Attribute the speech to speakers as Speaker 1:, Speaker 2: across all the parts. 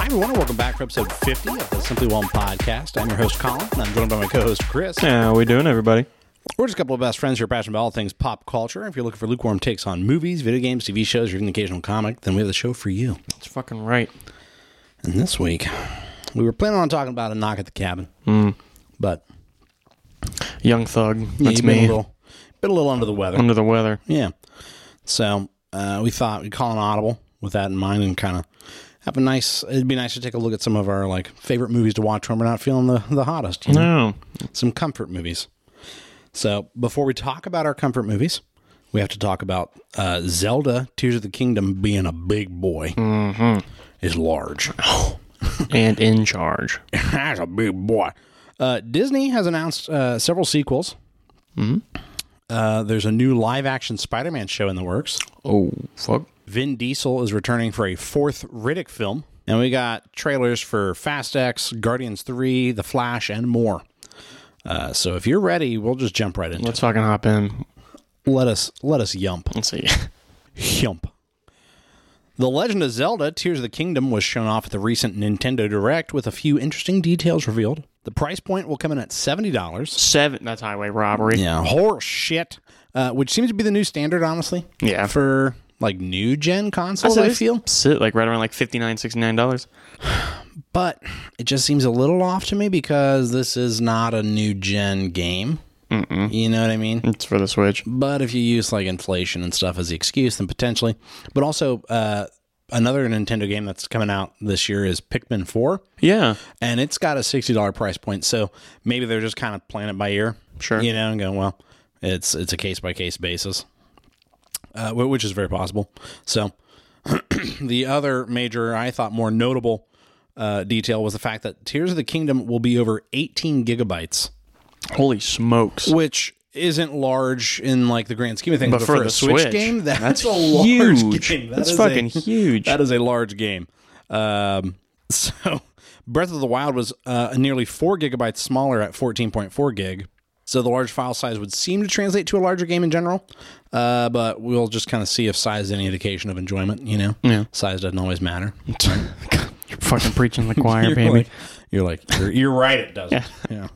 Speaker 1: everyone. Welcome back for episode 50 of the Simply One podcast. I'm your host, Colin, and I'm joined by my co host, Chris.
Speaker 2: How we doing, everybody?
Speaker 1: We're just a couple of best friends who are passionate about all things pop culture. If you're looking for lukewarm takes on movies, video games, TV shows, or even the occasional comic, then we have the show for you.
Speaker 2: That's fucking right.
Speaker 1: And this week, we were planning on talking about a knock at the cabin,
Speaker 2: Hmm.
Speaker 1: but
Speaker 2: Young Thug.
Speaker 1: yeah,
Speaker 2: That's
Speaker 1: you've been a
Speaker 2: me.
Speaker 1: little, been a little under the weather.
Speaker 2: Under the weather.
Speaker 1: Yeah. So uh, we thought we'd call an audible with that in mind and kind of have a nice. It'd be nice to take a look at some of our like favorite movies to watch when we're not feeling the the hottest. You know?
Speaker 2: No.
Speaker 1: Some comfort movies. So before we talk about our comfort movies, we have to talk about uh, Zelda: Tears of the Kingdom being a big boy. Mm-hmm. Is large.
Speaker 2: and in charge.
Speaker 1: That's a big boy. Uh, Disney has announced uh, several sequels. Uh, there's a new live-action Spider-Man show in the works.
Speaker 2: Oh, fuck.
Speaker 1: Vin Diesel is returning for a fourth Riddick film. And we got trailers for Fast X, Guardians 3, The Flash, and more. Uh, so if you're ready, we'll just jump right into it.
Speaker 2: Let's fucking hop in.
Speaker 1: Let us let us yump.
Speaker 2: Let's see.
Speaker 1: Yump. The Legend of Zelda Tears of the Kingdom was shown off at the recent Nintendo Direct with a few interesting details revealed. The price point will come in at $70.
Speaker 2: Seven. That's highway robbery.
Speaker 1: Yeah, horse shit. Uh, which seems to be the new standard, honestly.
Speaker 2: Yeah.
Speaker 1: For like new gen consoles, I
Speaker 2: it's
Speaker 1: feel.
Speaker 2: Sit like right around like fifty nine, sixty nine dollars.
Speaker 1: but it just seems a little off to me because this is not a new gen game. You know what I mean?
Speaker 2: It's for the Switch.
Speaker 1: But if you use like inflation and stuff as the excuse, then potentially. But also, uh, another Nintendo game that's coming out this year is Pikmin 4,
Speaker 2: Yeah.
Speaker 1: and it's got a $60 price point. So maybe they're just kind of playing it by ear.
Speaker 2: Sure.
Speaker 1: You know, and going, well, it's it's a case by case basis, uh, wh- which is very possible. So the other major, I thought more notable uh, detail was the fact that Tears of the Kingdom will be over 18 gigabytes,
Speaker 2: Holy smokes.
Speaker 1: which isn't large in like the grand scheme of things. But,
Speaker 2: for
Speaker 1: for, a
Speaker 2: the
Speaker 1: Switch,
Speaker 2: Switch,
Speaker 1: game, that's, a
Speaker 2: huge.
Speaker 1: large game. That
Speaker 2: that's
Speaker 1: is a-
Speaker 2: fucking huge.
Speaker 1: that is a large game. Um, so, Breath of the Wild was uh, nearly four gigabytes smaller at 14.4 gig. So, the large file size would seem to translate to a larger game in general. Uh, but we'll just kind of see if size is any indication of enjoyment, you know?
Speaker 2: Yeah.
Speaker 1: Size doesn't always matter.
Speaker 2: You're fucking preaching to the choir, baby.
Speaker 1: Like, you're like, you're, you're right, it doesn't. Yeah.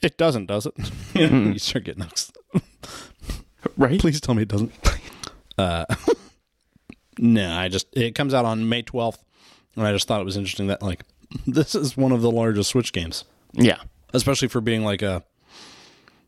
Speaker 1: It doesn't, does it? You know, you start getting upset.
Speaker 2: right?
Speaker 1: Please tell me it doesn't. Uh, no, I just it comes out on May twelfth, and I just thought it was interesting that like this is one of the largest Switch games,
Speaker 2: Yeah.
Speaker 1: especially for being like a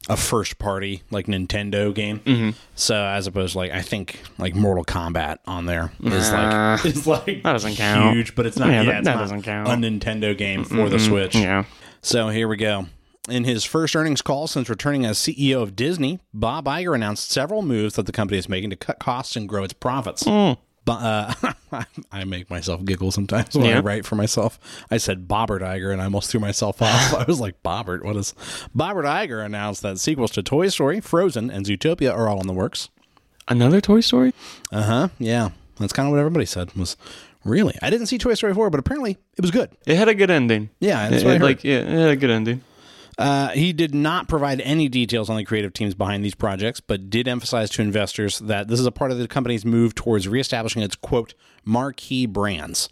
Speaker 1: a first party like Nintendo game.
Speaker 2: Mm-hmm.
Speaker 1: So as opposed to like I think like Mortal Kombat on there is
Speaker 2: Nah.
Speaker 1: like is like
Speaker 2: That doesn't count.
Speaker 1: huge, but it's not.
Speaker 2: Yeah,
Speaker 1: Yeah,
Speaker 2: that-
Speaker 1: it's
Speaker 2: that
Speaker 1: not
Speaker 2: doesn't count.
Speaker 1: A Nintendo game for the Switch.
Speaker 2: Yeah.
Speaker 1: So here we go. In his first earnings call since returning as CEO of Disney, Bob Iger announced several moves that the company is making to cut costs and grow its profits.
Speaker 2: Hmm.
Speaker 1: Bu- uh, I make myself giggle sometimes when I
Speaker 2: Yeah.
Speaker 1: write for myself. I said Bobbert Iger and I almost threw myself off. I was like, Bobbert, what is. Bobbert Iger announced that sequels to Toy Story, Frozen, and Zootopia are all in the works.
Speaker 2: Another Toy Story?
Speaker 1: Uh
Speaker 2: Uh-huh.
Speaker 1: huh. Yeah. That's kind of what everybody said was really. I didn't see Toy Story 4, but apparently it was good.
Speaker 2: It had a good ending.
Speaker 1: Yeah. That's
Speaker 2: It-
Speaker 1: what I
Speaker 2: it,
Speaker 1: heard.
Speaker 2: like yeah, it had a good ending.
Speaker 1: Uh, he did not provide any details on the creative teams behind these projects, but did emphasize to investors that this is a part of the company's move towards reestablishing its quote marquee brands.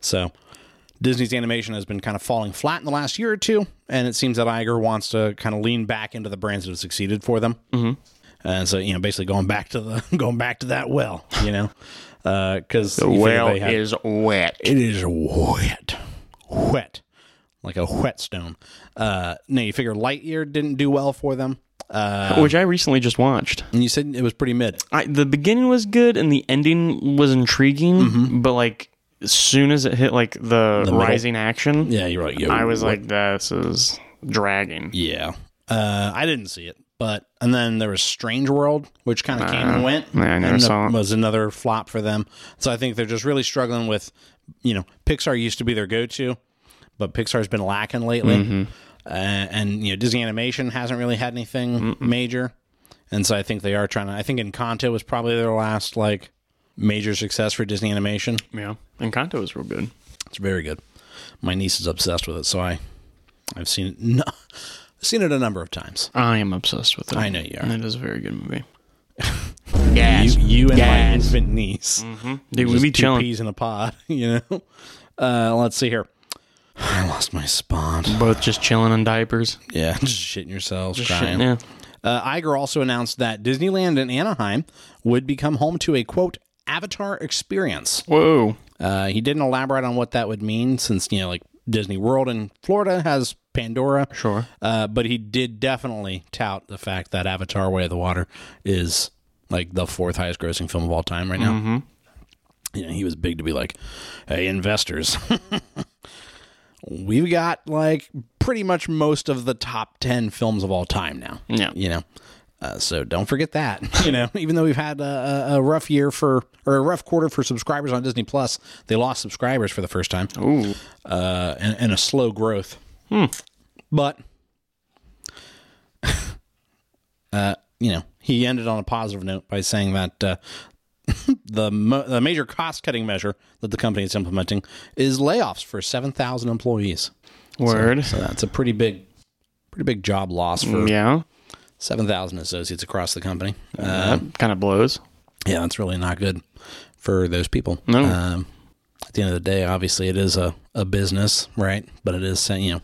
Speaker 1: So Disney's animation has been kind of falling flat in the last year or two, and it seems that Iger wants to kind of lean back into the brands that have succeeded for them. Mm-hmm. And so you know, basically going back to the going back to that well, you know, Uh, because
Speaker 2: The whale is wet.
Speaker 1: it is wet, wet, like a whetstone. Uh, now you figure Lightyear didn't do well for them, uh,
Speaker 2: which I recently just watched.
Speaker 1: and you said it was pretty mid.
Speaker 2: Um, I, the beginning was good and the ending was intriguing, but like as soon as it hit like the,
Speaker 1: Mm-hmm. middle.
Speaker 2: rising action,
Speaker 1: Yeah, you're right. Yo,
Speaker 2: I was like, "This is dragging."
Speaker 1: yeah. Uh, I didn't see it, but and then there was Strange World, which kind of came and went.
Speaker 2: Uh, yeah, I never
Speaker 1: and
Speaker 2: saw it.
Speaker 1: Was another flop for them. So I think they're just really struggling with, you know, Pixar used to be their go-to, but Pixar's been lacking lately.
Speaker 2: Mm-hmm.
Speaker 1: Uh, and you know, Disney Animation hasn't really had anything major. And so I think they are trying to. I think Encanto was probably their last like major success for Disney Animation.
Speaker 2: Yeah, Encanto was real good.
Speaker 1: It's very good. My niece is obsessed with it, so I, I've seen it. No, I've seen it a number of times.
Speaker 2: I am obsessed with it.
Speaker 1: I know you are.
Speaker 2: And it is a very good movie. Gas.
Speaker 1: You, you and my
Speaker 2: Gas.
Speaker 1: infant niece.
Speaker 2: Dude, we
Speaker 1: Mm-hmm. Just
Speaker 2: be
Speaker 1: two
Speaker 2: chilling.
Speaker 1: peas in a pod, you know? Uh, let's see here. I lost my spot.
Speaker 2: Both just chilling in diapers.
Speaker 1: Yeah, just shitting yourselves,
Speaker 2: Shit,
Speaker 1: crying.
Speaker 2: yeah.
Speaker 1: Uh, Iger also announced that Disneyland in Anaheim would become home to a quote Avatar experience.
Speaker 2: Whoa.
Speaker 1: Uh, he didn't elaborate on what that would mean, since you know, like Disney World in Florida has Pandora.
Speaker 2: Sure.
Speaker 1: Uh, but he did definitely tout the fact that Avatar: Way of the Water is like the fourth highest grossing film of all time right now. You know, he was big to be like, "Hey, investors, we've got like pretty much most of the top ten films of all time now."
Speaker 2: Yeah.
Speaker 1: you know. Uh, so don't forget that. You know, even though we've had a, a, a rough year for or a rough quarter for subscribers on Disney Plus, they lost subscribers for the first time
Speaker 2: Ooh.
Speaker 1: uh, and, and a slow growth. But, uh, you know, he ended on a positive note by saying that uh, the, mo- the major cost cutting measure that the company is implementing is layoffs for 7,000 employees.
Speaker 2: Word. Mm,
Speaker 1: So that's a pretty big, pretty big job loss for
Speaker 2: yeah.
Speaker 1: 7,000 associates across the company. Uh,
Speaker 2: that kind of blows.
Speaker 1: yeah, that's really not good for those people.
Speaker 2: No.
Speaker 1: Um, at the end of the day, obviously, it is a, a business, right? But it is saying, you know,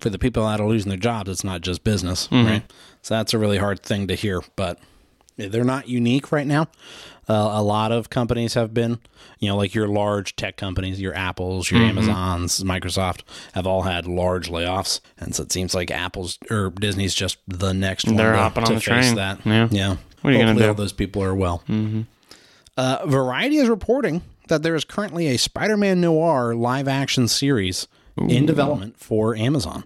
Speaker 1: for the people that are losing their jobs, it's not just business,
Speaker 2: Mm-hmm.
Speaker 1: right? So that's a really hard thing to hear, but they're not unique right now. Uh, a lot of companies have been, you know, like your large tech companies, your Apples, your
Speaker 2: Mm-hmm.
Speaker 1: Amazons, Microsoft have all had large layoffs, and so it seems like Apple's or Disney's just the next one
Speaker 2: They're
Speaker 1: to,
Speaker 2: hopping on
Speaker 1: to
Speaker 2: the
Speaker 1: face
Speaker 2: train.
Speaker 1: that.
Speaker 2: Yeah.
Speaker 1: yeah.
Speaker 2: What are you gonna
Speaker 1: Hopefully
Speaker 2: do? Mm-hmm.
Speaker 1: All those people are well. Uh, Variety is reporting that there is currently a Spider-Man Noir live-action series in development for Amazon,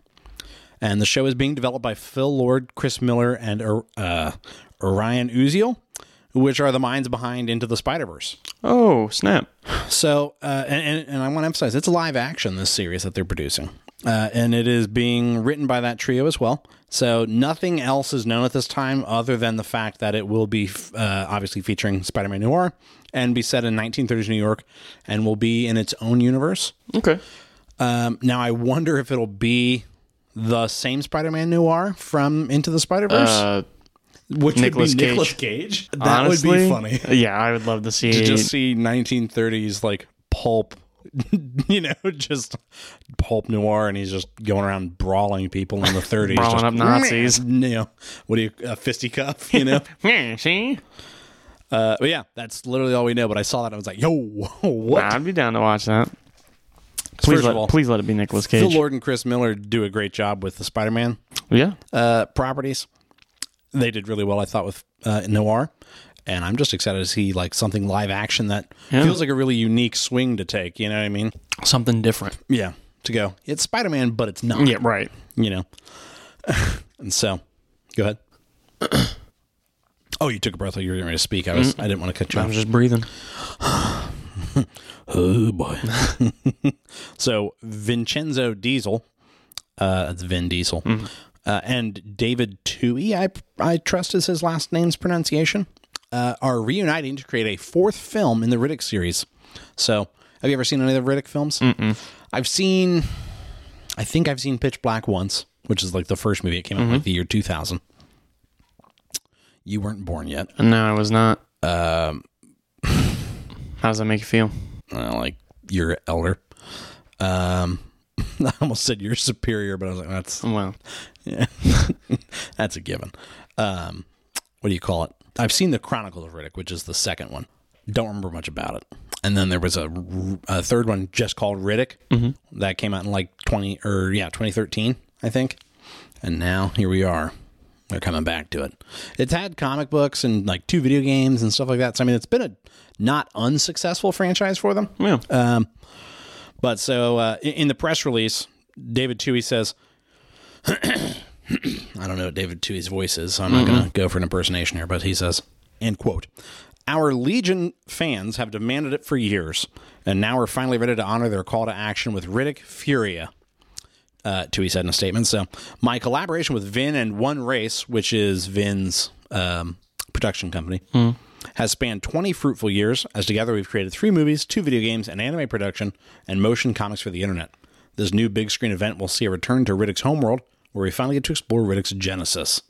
Speaker 1: and the show is being developed by Phil Lord, Chris Miller, and uh, Orion Uziel, which are the minds behind Into the Spider-Verse.
Speaker 2: Oh, snap.
Speaker 1: So, uh, and, and, and I want to emphasize it's live action, this series that they're producing. Uh, and it is being written by that trio as well. So, nothing else is known at this time other than the fact that it will be f- uh, obviously featuring Spider Man Noir and be set in 1930s New York and will be in its own universe.
Speaker 2: Okay.
Speaker 1: Um, now, I wonder if it'll be the same Spider Man Noir from Into the Spider Verse,
Speaker 2: Uh,
Speaker 1: which
Speaker 2: Nicolas
Speaker 1: would be
Speaker 2: Cage.
Speaker 1: Nicolas Cage. That
Speaker 2: honestly,
Speaker 1: would be funny
Speaker 2: Yeah, I would love to see.
Speaker 1: to just see 1930s like pulp you know just pulp noir and he's just going around brawling people in the 30s
Speaker 2: Brawling
Speaker 1: just,
Speaker 2: up Nazis.
Speaker 1: you know what do you a fisticuff you know
Speaker 2: Yeah, see,
Speaker 1: uh, but yeah that's literally all we know but i saw that and i was like yo what
Speaker 2: I'd be down to watch that. Please
Speaker 1: First
Speaker 2: let,
Speaker 1: of all,
Speaker 2: please let it be Nicolas
Speaker 1: Phil
Speaker 2: Cage.
Speaker 1: Lord and Chris Miller do a great job with the Spider-Man
Speaker 2: yeah,
Speaker 1: uh, properties. They did really well, I thought, with uh, Noir, and I'm just excited to see like something live action that
Speaker 2: Yeah.
Speaker 1: feels like a really unique swing to take. You know what I mean?
Speaker 2: something different.
Speaker 1: Yeah, to go. It's Spider Man, but it's not.
Speaker 2: Yeah, right.
Speaker 1: You know. and so, go ahead. oh, you took a breath while you were getting ready to speak. I was. I didn't want to cut you
Speaker 2: I
Speaker 1: off.
Speaker 2: was just breathing.
Speaker 1: Oh boy. so Vincenzo Diesel, uh, that's Vin Diesel, uh, and David Tui. I I trust is his last name's pronunciation. Uh, are reuniting to create a fourth film in the Riddick series. So, have you ever seen any of the Riddick films? I've seen, I think I've seen Pitch Black once, which is like the first movie. It came out like the year 2000. You weren't born yet.
Speaker 2: No, I was not. Um, how does that make you feel?
Speaker 1: uh, like your elder. Um, I almost said you're superior, but I was like, that's
Speaker 2: Well,
Speaker 1: that's a given. Um, what do you call it? I've seen the Chronicles of Riddick, which is the second one. Don't remember much about it. And then there was a, r- a third one just called Riddick that came out in like twenty or yeah twenty thirteen, I think. And now here we are. They're coming back to it. It's had comic books and like two video games and stuff like that. So I mean, it's been a not unsuccessful franchise for them.
Speaker 2: yeah.
Speaker 1: But so uh, in- in the press release, David Toohey says, I don't know what David Toohey's voice is, so I'm not going to go for an impersonation here, but he says, end quote, Our Legion fans have demanded it for years, and now we're finally ready to honor their call to action with Riddick Furia. Uh, Toohey said in a statement. So, my collaboration with Vin and One Race, which is Vin's um, production company, has spanned 20 fruitful years, as together we've created three movies, two video games, an anime production, and motion comics for the internet. This new big screen event will see a return to Riddick's homeworld, where we finally get to explore Riddick's genesis.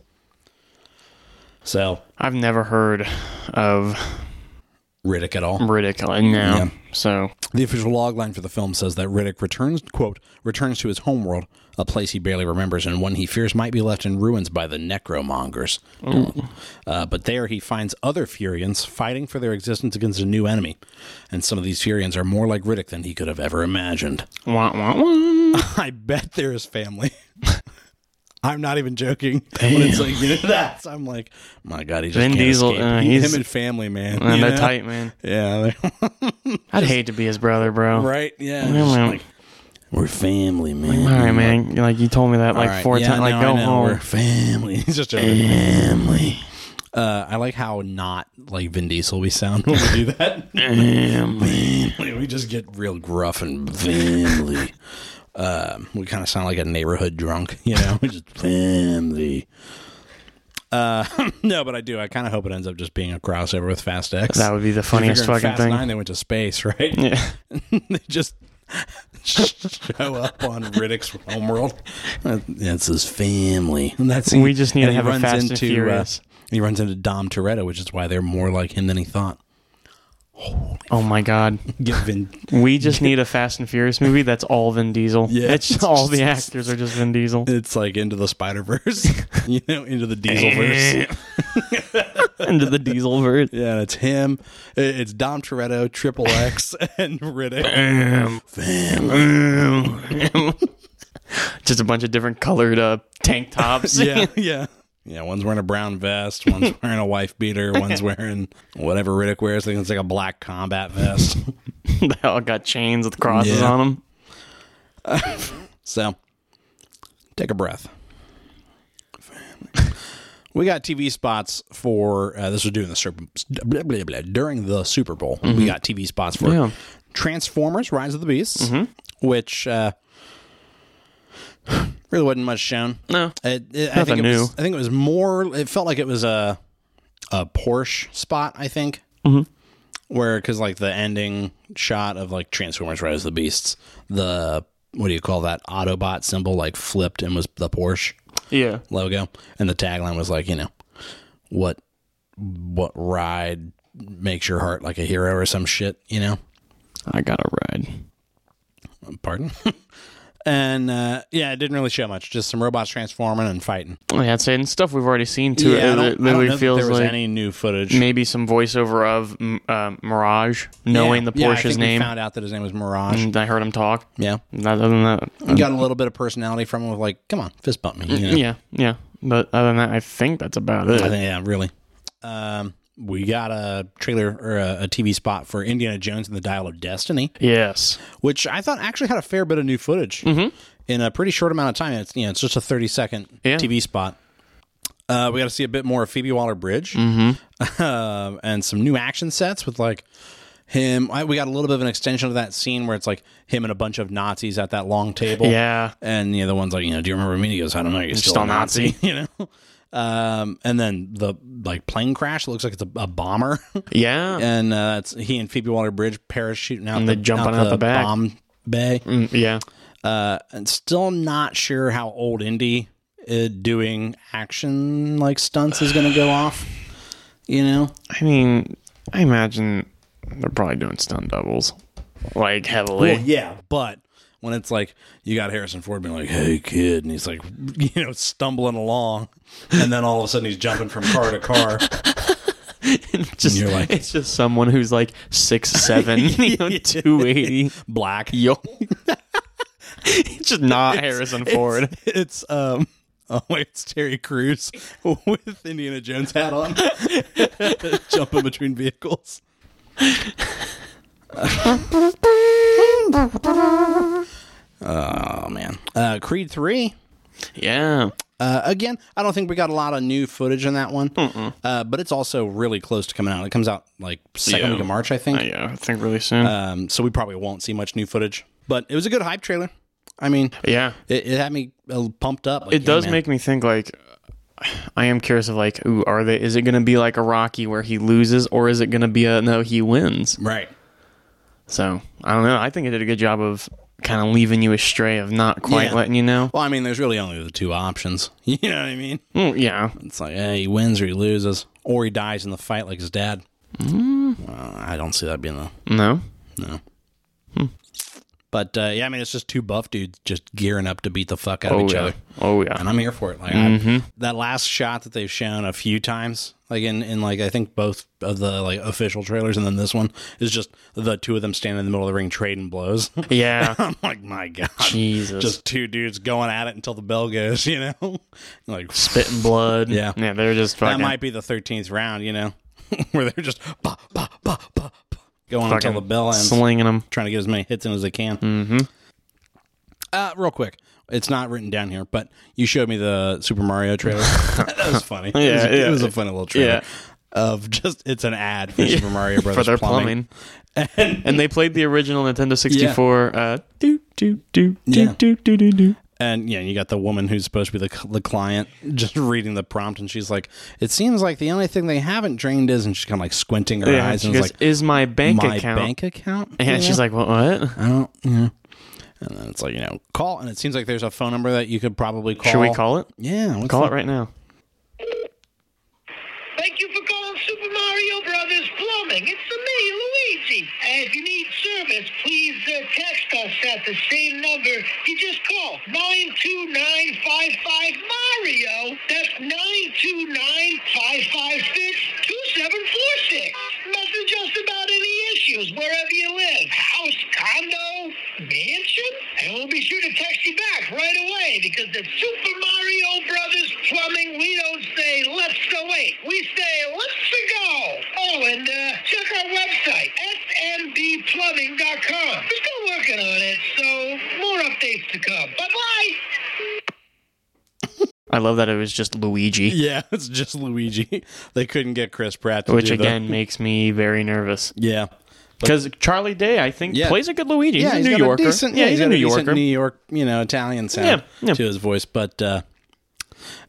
Speaker 1: So
Speaker 2: I've never heard of
Speaker 1: Riddick at all.
Speaker 2: Riddick like now.
Speaker 1: Yeah.
Speaker 2: So
Speaker 1: The official logline for the film says that Riddick returns, quote, returns to his homeworld, a place he barely remembers and one he fears might be left in ruins by the necromongers. Uh, but there he finds other Furians fighting for their existence against a new enemy. And some of these Furians are more like Riddick than he could have ever imagined.
Speaker 2: wah, wah, wah.
Speaker 1: I bet there is family. I'm not even joking. When it's like, you know, that's, I'm like, my God, he just
Speaker 2: Vin
Speaker 1: can't
Speaker 2: Diesel,
Speaker 1: escape.
Speaker 2: uh,
Speaker 1: He-
Speaker 2: he's-
Speaker 1: him and family, man.
Speaker 2: Man,
Speaker 1: you
Speaker 2: they're
Speaker 1: know?
Speaker 2: tight, man.
Speaker 1: Yeah. they-
Speaker 2: I'd hate to be his brother, bro.
Speaker 1: right? Yeah.
Speaker 2: Yeah,
Speaker 1: just
Speaker 2: man.
Speaker 1: like, we're family, man.
Speaker 2: All right, man. Like you told me that like
Speaker 1: All right,
Speaker 2: four
Speaker 1: yeah,
Speaker 2: times. Like
Speaker 1: no, I
Speaker 2: go
Speaker 1: know,
Speaker 2: home.
Speaker 1: We're family. He's just a family. Uh, I like how not like Vin Diesel we sound when we do that. Family. we just get real gruff and family. Um, we kind of sound like a neighborhood drunk, you know. We just family. Uh, no, but I do. I kind of hope it ends up just being a crossover with Fast X.
Speaker 2: That would be the funniest
Speaker 1: Figure in
Speaker 2: fucking
Speaker 1: Fast
Speaker 2: thing.
Speaker 1: Nine, they went to space, right?
Speaker 2: Yeah.
Speaker 1: they just show up on Riddick's homeworld. Uh, That's his family. And that's
Speaker 2: We just need to
Speaker 1: he
Speaker 2: have a
Speaker 1: runs uh,
Speaker 2: Fast and Furious.
Speaker 1: he runs into Dom Toretto, which is why they're more like him than he thought.
Speaker 2: Oh my god.
Speaker 1: Get Vin,
Speaker 2: We just need a Fast and Furious movie that's all Vin Diesel.
Speaker 1: Yeah.
Speaker 2: It's just- all the actors are just Vin Diesel.
Speaker 1: it's like into the Spider Verse, you know, into the Diesel Verse.
Speaker 2: Into the Diesel verse.
Speaker 1: Yeah, it's him. I- It's Dom Toretto, Triple X, and Riddick.
Speaker 2: just a bunch of different colored uh, tank tops.
Speaker 1: Yeah, yeah. Yeah, one's wearing a brown vest, one's wearing a wife beater, one's wearing whatever Riddick wears. I think it's like a black combat vest.
Speaker 2: they all got chains with crosses
Speaker 1: Yeah.
Speaker 2: on them.
Speaker 1: So take a breath. We got TV spots for uh, this was doing the Super, blah, blah, blah, during the Super Bowl. We got TV spots for
Speaker 2: Yeah.
Speaker 1: Transformers: Rise of the Beasts, which uh, really wasn't much shown.
Speaker 2: No.
Speaker 1: It, it- I
Speaker 2: Nothing
Speaker 1: think it
Speaker 2: new.
Speaker 1: was. I think it was more. It felt like it was a a Porsche spot. I think
Speaker 2: Mm-hmm.
Speaker 1: where because like the ending shot of like Transformers: Rise of the Beasts, the what do you call that Autobot symbol like flipped and was the Porsche
Speaker 2: Yeah.
Speaker 1: logo, and the tagline was like you know what what ride makes your heart like a hero or some shit you know
Speaker 2: I got to ride.
Speaker 1: pardon. And uh, yeah, it didn't really show much. Just some robots transforming and fighting.
Speaker 2: Oh, Yeah, it's and stuff we've already seen
Speaker 1: I
Speaker 2: too. it
Speaker 1: don't, I
Speaker 2: li-
Speaker 1: don't
Speaker 2: literally
Speaker 1: know that
Speaker 2: feels
Speaker 1: there was
Speaker 2: like
Speaker 1: any new footage.
Speaker 2: maybe some voiceover of mm, uh, Mirage knowing
Speaker 1: Yeah.
Speaker 2: the
Speaker 1: Yeah, I
Speaker 2: Porsche's
Speaker 1: think we
Speaker 2: name. Mm.
Speaker 1: found out that his name was Mirage.
Speaker 2: and I heard him talk.
Speaker 1: Yeah,
Speaker 2: Other than that,
Speaker 1: You got a little bit of personality from him. With like, come on, fist bump me. You know?
Speaker 2: yeah, yeah. But other than that, I think that's about it.
Speaker 1: I think, yeah, really. Um, we got a trailer or a, a TV spot for Indiana Jones and the Dial of Destiny,
Speaker 2: yes.
Speaker 1: which I thought actually had a fair bit of new footage in a pretty short amount of time. It's you know, it's just a thirty second
Speaker 2: Yeah.
Speaker 1: TV spot. Uh, we got to see a bit more of Phoebe Waller Bridge um, and some new action sets with like him. I, we got a little bit of an extension of that scene where it's like him and a bunch of Nazis at that long table.
Speaker 2: Yeah.
Speaker 1: And you know, the one's like, you know, do you remember me? He goes, I don't know. You're still,
Speaker 2: still
Speaker 1: a Nazi, you know. Um, and then the like plane crash looks like it's a, a bomber,
Speaker 2: Yeah. Yeah.
Speaker 1: and uh, it's he and Phoebe Waller Bridge parachuting out, and the,
Speaker 2: they're jumping out the back.
Speaker 1: bomb bay.
Speaker 2: Mm, yeah.
Speaker 1: Uh, and still not sure how old Indy uh, doing action like stunts is going to go off. You know,
Speaker 2: I mean, I imagine they're probably doing stunt doubles, like heavily.
Speaker 1: Well, yeah, but when it's like you got Harrison Ford being like, "Hey, kid," and he's like, you know, stumbling along, and then all of a sudden he's jumping from car to car.
Speaker 2: just,
Speaker 1: you're like-
Speaker 2: it's just someone who's like six seven, you know, two eighty.
Speaker 1: black.
Speaker 2: Yo. it's just not Harrison Ford.
Speaker 1: It's um oh wait, it's Terry Crews with Indiana Jones hat on, jumping between vehicles. oh man, uh, Creed three.
Speaker 2: yeah.
Speaker 1: Uh, again, I don't think we got a lot of new footage in that one, uh, but it's also really close to coming out. It comes out like second
Speaker 2: Yeah.
Speaker 1: week of March, I think.
Speaker 2: Uh, Yeah, I think really soon.
Speaker 1: Um, so we probably won't see much new footage. But it was a good hype trailer. I mean,
Speaker 2: yeah.
Speaker 1: it, it had me uh, pumped up. Like,
Speaker 2: It
Speaker 1: yeah,
Speaker 2: does
Speaker 1: man.
Speaker 2: make me think like I am curious of like, ooh, are they is it gonna be like a Rocky where he loses or is it gonna be a no he wins?
Speaker 1: right.
Speaker 2: So I don't know. I think it did a good job of kind of leaving you astray of not quite
Speaker 1: Yeah.
Speaker 2: letting you know.
Speaker 1: Well, I mean, there's really only the two options. You know what I mean?
Speaker 2: Mm, yeah.
Speaker 1: It's like, eh, he wins or he loses, or he dies in the fight like his dad.
Speaker 2: Mm.
Speaker 1: Well, I don't see that being the.
Speaker 2: No.
Speaker 1: But uh, yeah, I mean, it's just two buff dudes just gearing up to beat the fuck out
Speaker 2: Oh
Speaker 1: of each
Speaker 2: yeah. Mm-hmm.
Speaker 1: other.
Speaker 2: Oh yeah.
Speaker 1: and I'm here for it. Like I, that last shot that they've shown a few times, like in, in like I think both of the like official trailers and then this one is just the two of them standing in the middle of the ring trading blows.
Speaker 2: Yeah.
Speaker 1: I'm like, my god,
Speaker 2: Jesus.
Speaker 1: just two dudes going at it until the bell goes. You know, like
Speaker 2: spitting blood.
Speaker 1: Yeah.
Speaker 2: Yeah. They're just
Speaker 1: that
Speaker 2: fucking.
Speaker 1: might be the thirteenth round. You know, where they're just bah, bah, bah, bah, bah, going until
Speaker 2: fucking
Speaker 1: the bell ends.
Speaker 2: slinging them.
Speaker 1: trying to get as many hits in as they can. Mm-hmm. Uh, real quick, it's not written down here, but you showed me the Super Mario trailer. that was funny. it, was,
Speaker 2: Yeah, yeah.
Speaker 1: it was a funny little trailer
Speaker 2: Yeah.
Speaker 1: of just it's an ad for Super Mario Brothers
Speaker 2: for their
Speaker 1: plumbing.
Speaker 2: plumbing. And, they played the original Nintendo 64. Uh, do do do do
Speaker 1: Yeah.
Speaker 2: do do do do.
Speaker 1: And yeah, you got the woman who's supposed to be the, the client just reading the prompt, and she's like, "It seems like the only thing they haven't drained is," and she's kind of like squinting her
Speaker 2: Yeah,
Speaker 1: eyes,
Speaker 2: she
Speaker 1: and it's
Speaker 2: goes,
Speaker 1: like,
Speaker 2: "Is my bank
Speaker 1: "My
Speaker 2: account?"
Speaker 1: bank account?"
Speaker 2: and she's like, "What? What?
Speaker 1: "I don't, yeah." And then it's like you know, call, and it seems like there's a phone number that you could probably call.
Speaker 2: Should we call it?
Speaker 1: Yeah, what's
Speaker 2: Call
Speaker 1: the-
Speaker 2: it right now."
Speaker 3: Thank you for calling Super Mario Brothers Plumbing. It's the me, Luigi. And if you need service, please uh, text us at the same number. You just call 92955-MARIO. That's 929-556-2746. Message us about any issues wherever you live. House, condo, mansion. And we'll be sure to text you back right away because at Super Mario Brothers Plumbing, we don't say let's go wait. We say let's go. Oh, and uh, check our website, smbplumbing.com. We're still working on it, so more updates to come. Bye-bye.
Speaker 2: I love that it was just Luigi,
Speaker 1: Yeah, it's just Luigi. They couldn't get Chris Pratt to
Speaker 2: which
Speaker 1: do the-
Speaker 2: again makes me very nervous
Speaker 1: yeah,
Speaker 2: because Charlie Day, I think,
Speaker 1: Yeah.
Speaker 2: plays a good Luigi.
Speaker 1: yeah,
Speaker 2: He's a
Speaker 1: he's
Speaker 2: New
Speaker 1: got
Speaker 2: Yorker.
Speaker 1: A decent,
Speaker 2: yeah, he's,
Speaker 1: got
Speaker 2: a New
Speaker 1: decent
Speaker 2: Yorker.
Speaker 1: New York, you know, Italian sound
Speaker 2: Yeah, yeah.
Speaker 1: to his voice, but uh,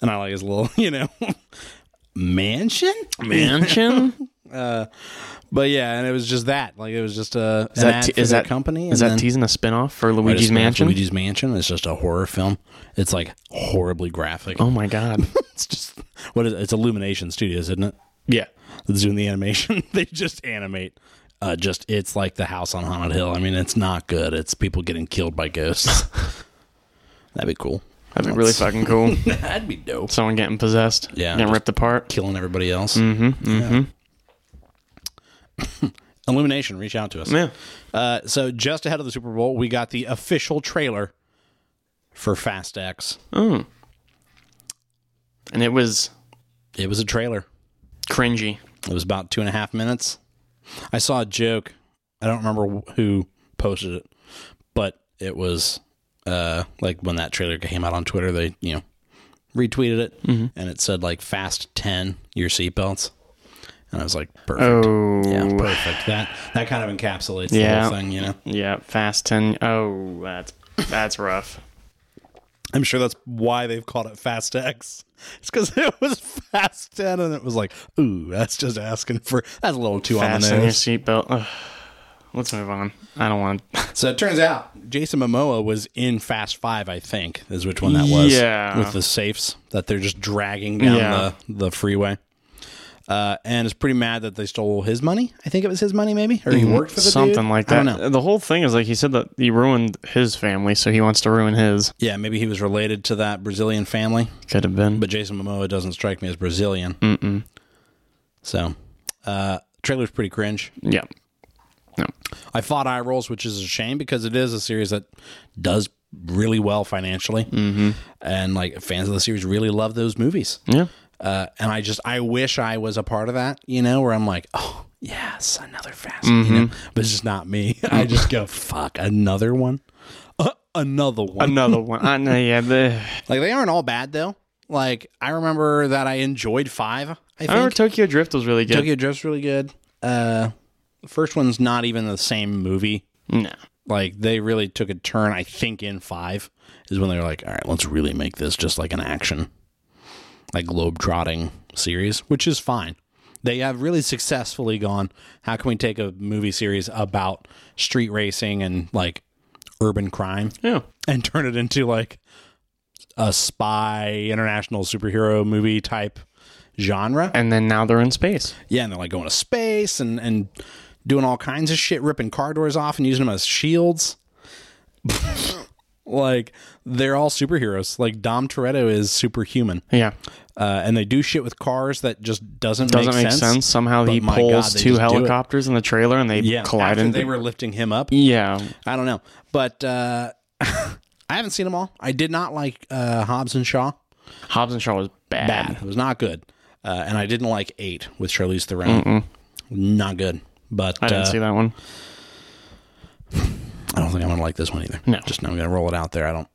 Speaker 1: and I like his little, you know, mansion.
Speaker 2: Mansion?
Speaker 1: But yeah, and it was just that. Like it was just a
Speaker 2: Is that,
Speaker 1: ad
Speaker 2: te-
Speaker 1: for
Speaker 2: is
Speaker 1: their
Speaker 2: that
Speaker 1: company.
Speaker 2: Is
Speaker 1: and
Speaker 2: that
Speaker 1: then-
Speaker 2: teasing a spinoff for
Speaker 1: Right, it's
Speaker 2: Luigi's Mansion?
Speaker 1: Luigi's Mansion. It's just a horror film. It's like horribly graphic.
Speaker 2: Oh my god!
Speaker 1: It's just what is it? it's Illumination Studios, isn't it?
Speaker 2: yeah,
Speaker 1: that's doing the animation. they just animate. Uh, just it's like the house on haunted hill. I mean, it's not good. It's people getting killed by ghosts. That'd be cool.
Speaker 2: that'd be really fucking cool.
Speaker 1: That'd be dope.
Speaker 2: Someone getting possessed.
Speaker 1: Yeah,
Speaker 2: getting
Speaker 1: just-
Speaker 2: ripped apart.
Speaker 1: Killing everybody else. Mm-hmm. Illumination, reach out to us.
Speaker 2: Yeah.
Speaker 1: Uh, so just ahead of the Super Bowl, we got the official trailer for Fast X.
Speaker 2: Oh. And it was
Speaker 1: It was a trailer.
Speaker 2: cringy.
Speaker 1: It was about two and a half minutes. I saw a joke. I don't remember wh- who posted it, but it was uh, like when that trailer came out on Twitter, they, you know, retweeted it and it said like fast 10 your seatbelts. And I was like, perfect.
Speaker 2: Oh.
Speaker 1: Yeah, perfect. That that kind of encapsulates the
Speaker 2: Yeah.
Speaker 1: whole thing, you know.
Speaker 2: Yeah, fast 10. Oh, that's that's rough.
Speaker 1: I'm sure that's why they've called it Fast X. It's because it was Fast 10 and it was like, ooh, that's just asking for, that's a little too on
Speaker 2: Fasten
Speaker 1: the
Speaker 2: your
Speaker 1: nose.
Speaker 2: seatbelt. Ugh. Let's move on. I don't want
Speaker 1: So it turns out Jason Momoa was in Fast Five, I think, is which one that was.
Speaker 2: Yeah.
Speaker 1: With the safes that they're just dragging down
Speaker 2: Yeah.
Speaker 1: the, the freeway. Uh, and is pretty mad that they stole his money. I think it was his money, maybe, or he worked for the
Speaker 2: Mm-hmm. something
Speaker 1: dude?
Speaker 2: like
Speaker 1: I
Speaker 2: that.
Speaker 1: don't know.
Speaker 2: The whole thing is like he said that he ruined his family, so he wants to ruin his.
Speaker 1: Yeah, maybe he was related to that Brazilian family,
Speaker 2: Could have been.
Speaker 1: but Jason Momoa doesn't strike me as Brazilian. Mm-mm. So, uh, trailer's pretty cringe.
Speaker 2: yeah. No.
Speaker 1: I fought eye rolls, which is a shame because it is a series that does really well financially, mm-hmm. and like fans of the series really love those movies.
Speaker 2: Yeah.
Speaker 1: Uh, and I just I wish I was a part of that, you know, where I'm like, oh yes, another fast, you know, but it's just not me. I just go fuck another one, uh, another one.
Speaker 2: Another one. I know, yeah. The,
Speaker 1: like they aren't all bad though. Like I remember that I enjoyed five. I think
Speaker 2: I remember Tokyo Drift was really good.
Speaker 1: Tokyo Drift's really good. Uh, the first one's not even the same movie
Speaker 2: no.
Speaker 1: like they really took a turn i think in five is when they were like all right let's really make this just like an action like globe-trotting series which is fine they have really successfully gone how can we take a movie series about street racing and like urban crime
Speaker 2: Yeah.
Speaker 1: and turn it into like a spy international superhero movie type genre.
Speaker 2: And then now they're in space.
Speaker 1: Yeah, and they're like going to space and and doing all kinds of shit, ripping car doors off and using them as shields. like they're all superheroes. Like Dom Toretto is superhuman,
Speaker 2: Yeah.
Speaker 1: uh, and they do shit with cars that just doesn't
Speaker 2: Doesn't make sense. Somehow he
Speaker 1: But my God,
Speaker 2: pulls
Speaker 1: they
Speaker 2: two
Speaker 1: just do it.
Speaker 2: helicopters in the trailer and they
Speaker 1: Yeah,
Speaker 2: collide
Speaker 1: after
Speaker 2: into.
Speaker 1: they were lifting him up.
Speaker 2: yeah.
Speaker 1: I don't know, but uh, I haven't seen them all. I did not like uh, Hobbs and Shaw.
Speaker 2: Hobbs and Shaw was bad.
Speaker 1: bad. It was not good. Uh, and I didn't like eight with Charlize Theron. Not good. But
Speaker 2: I didn't
Speaker 1: uh,
Speaker 2: see that one.
Speaker 1: I don't think I'm gonna like this one either.
Speaker 2: No.
Speaker 1: just I'm gonna roll it out there. I don't.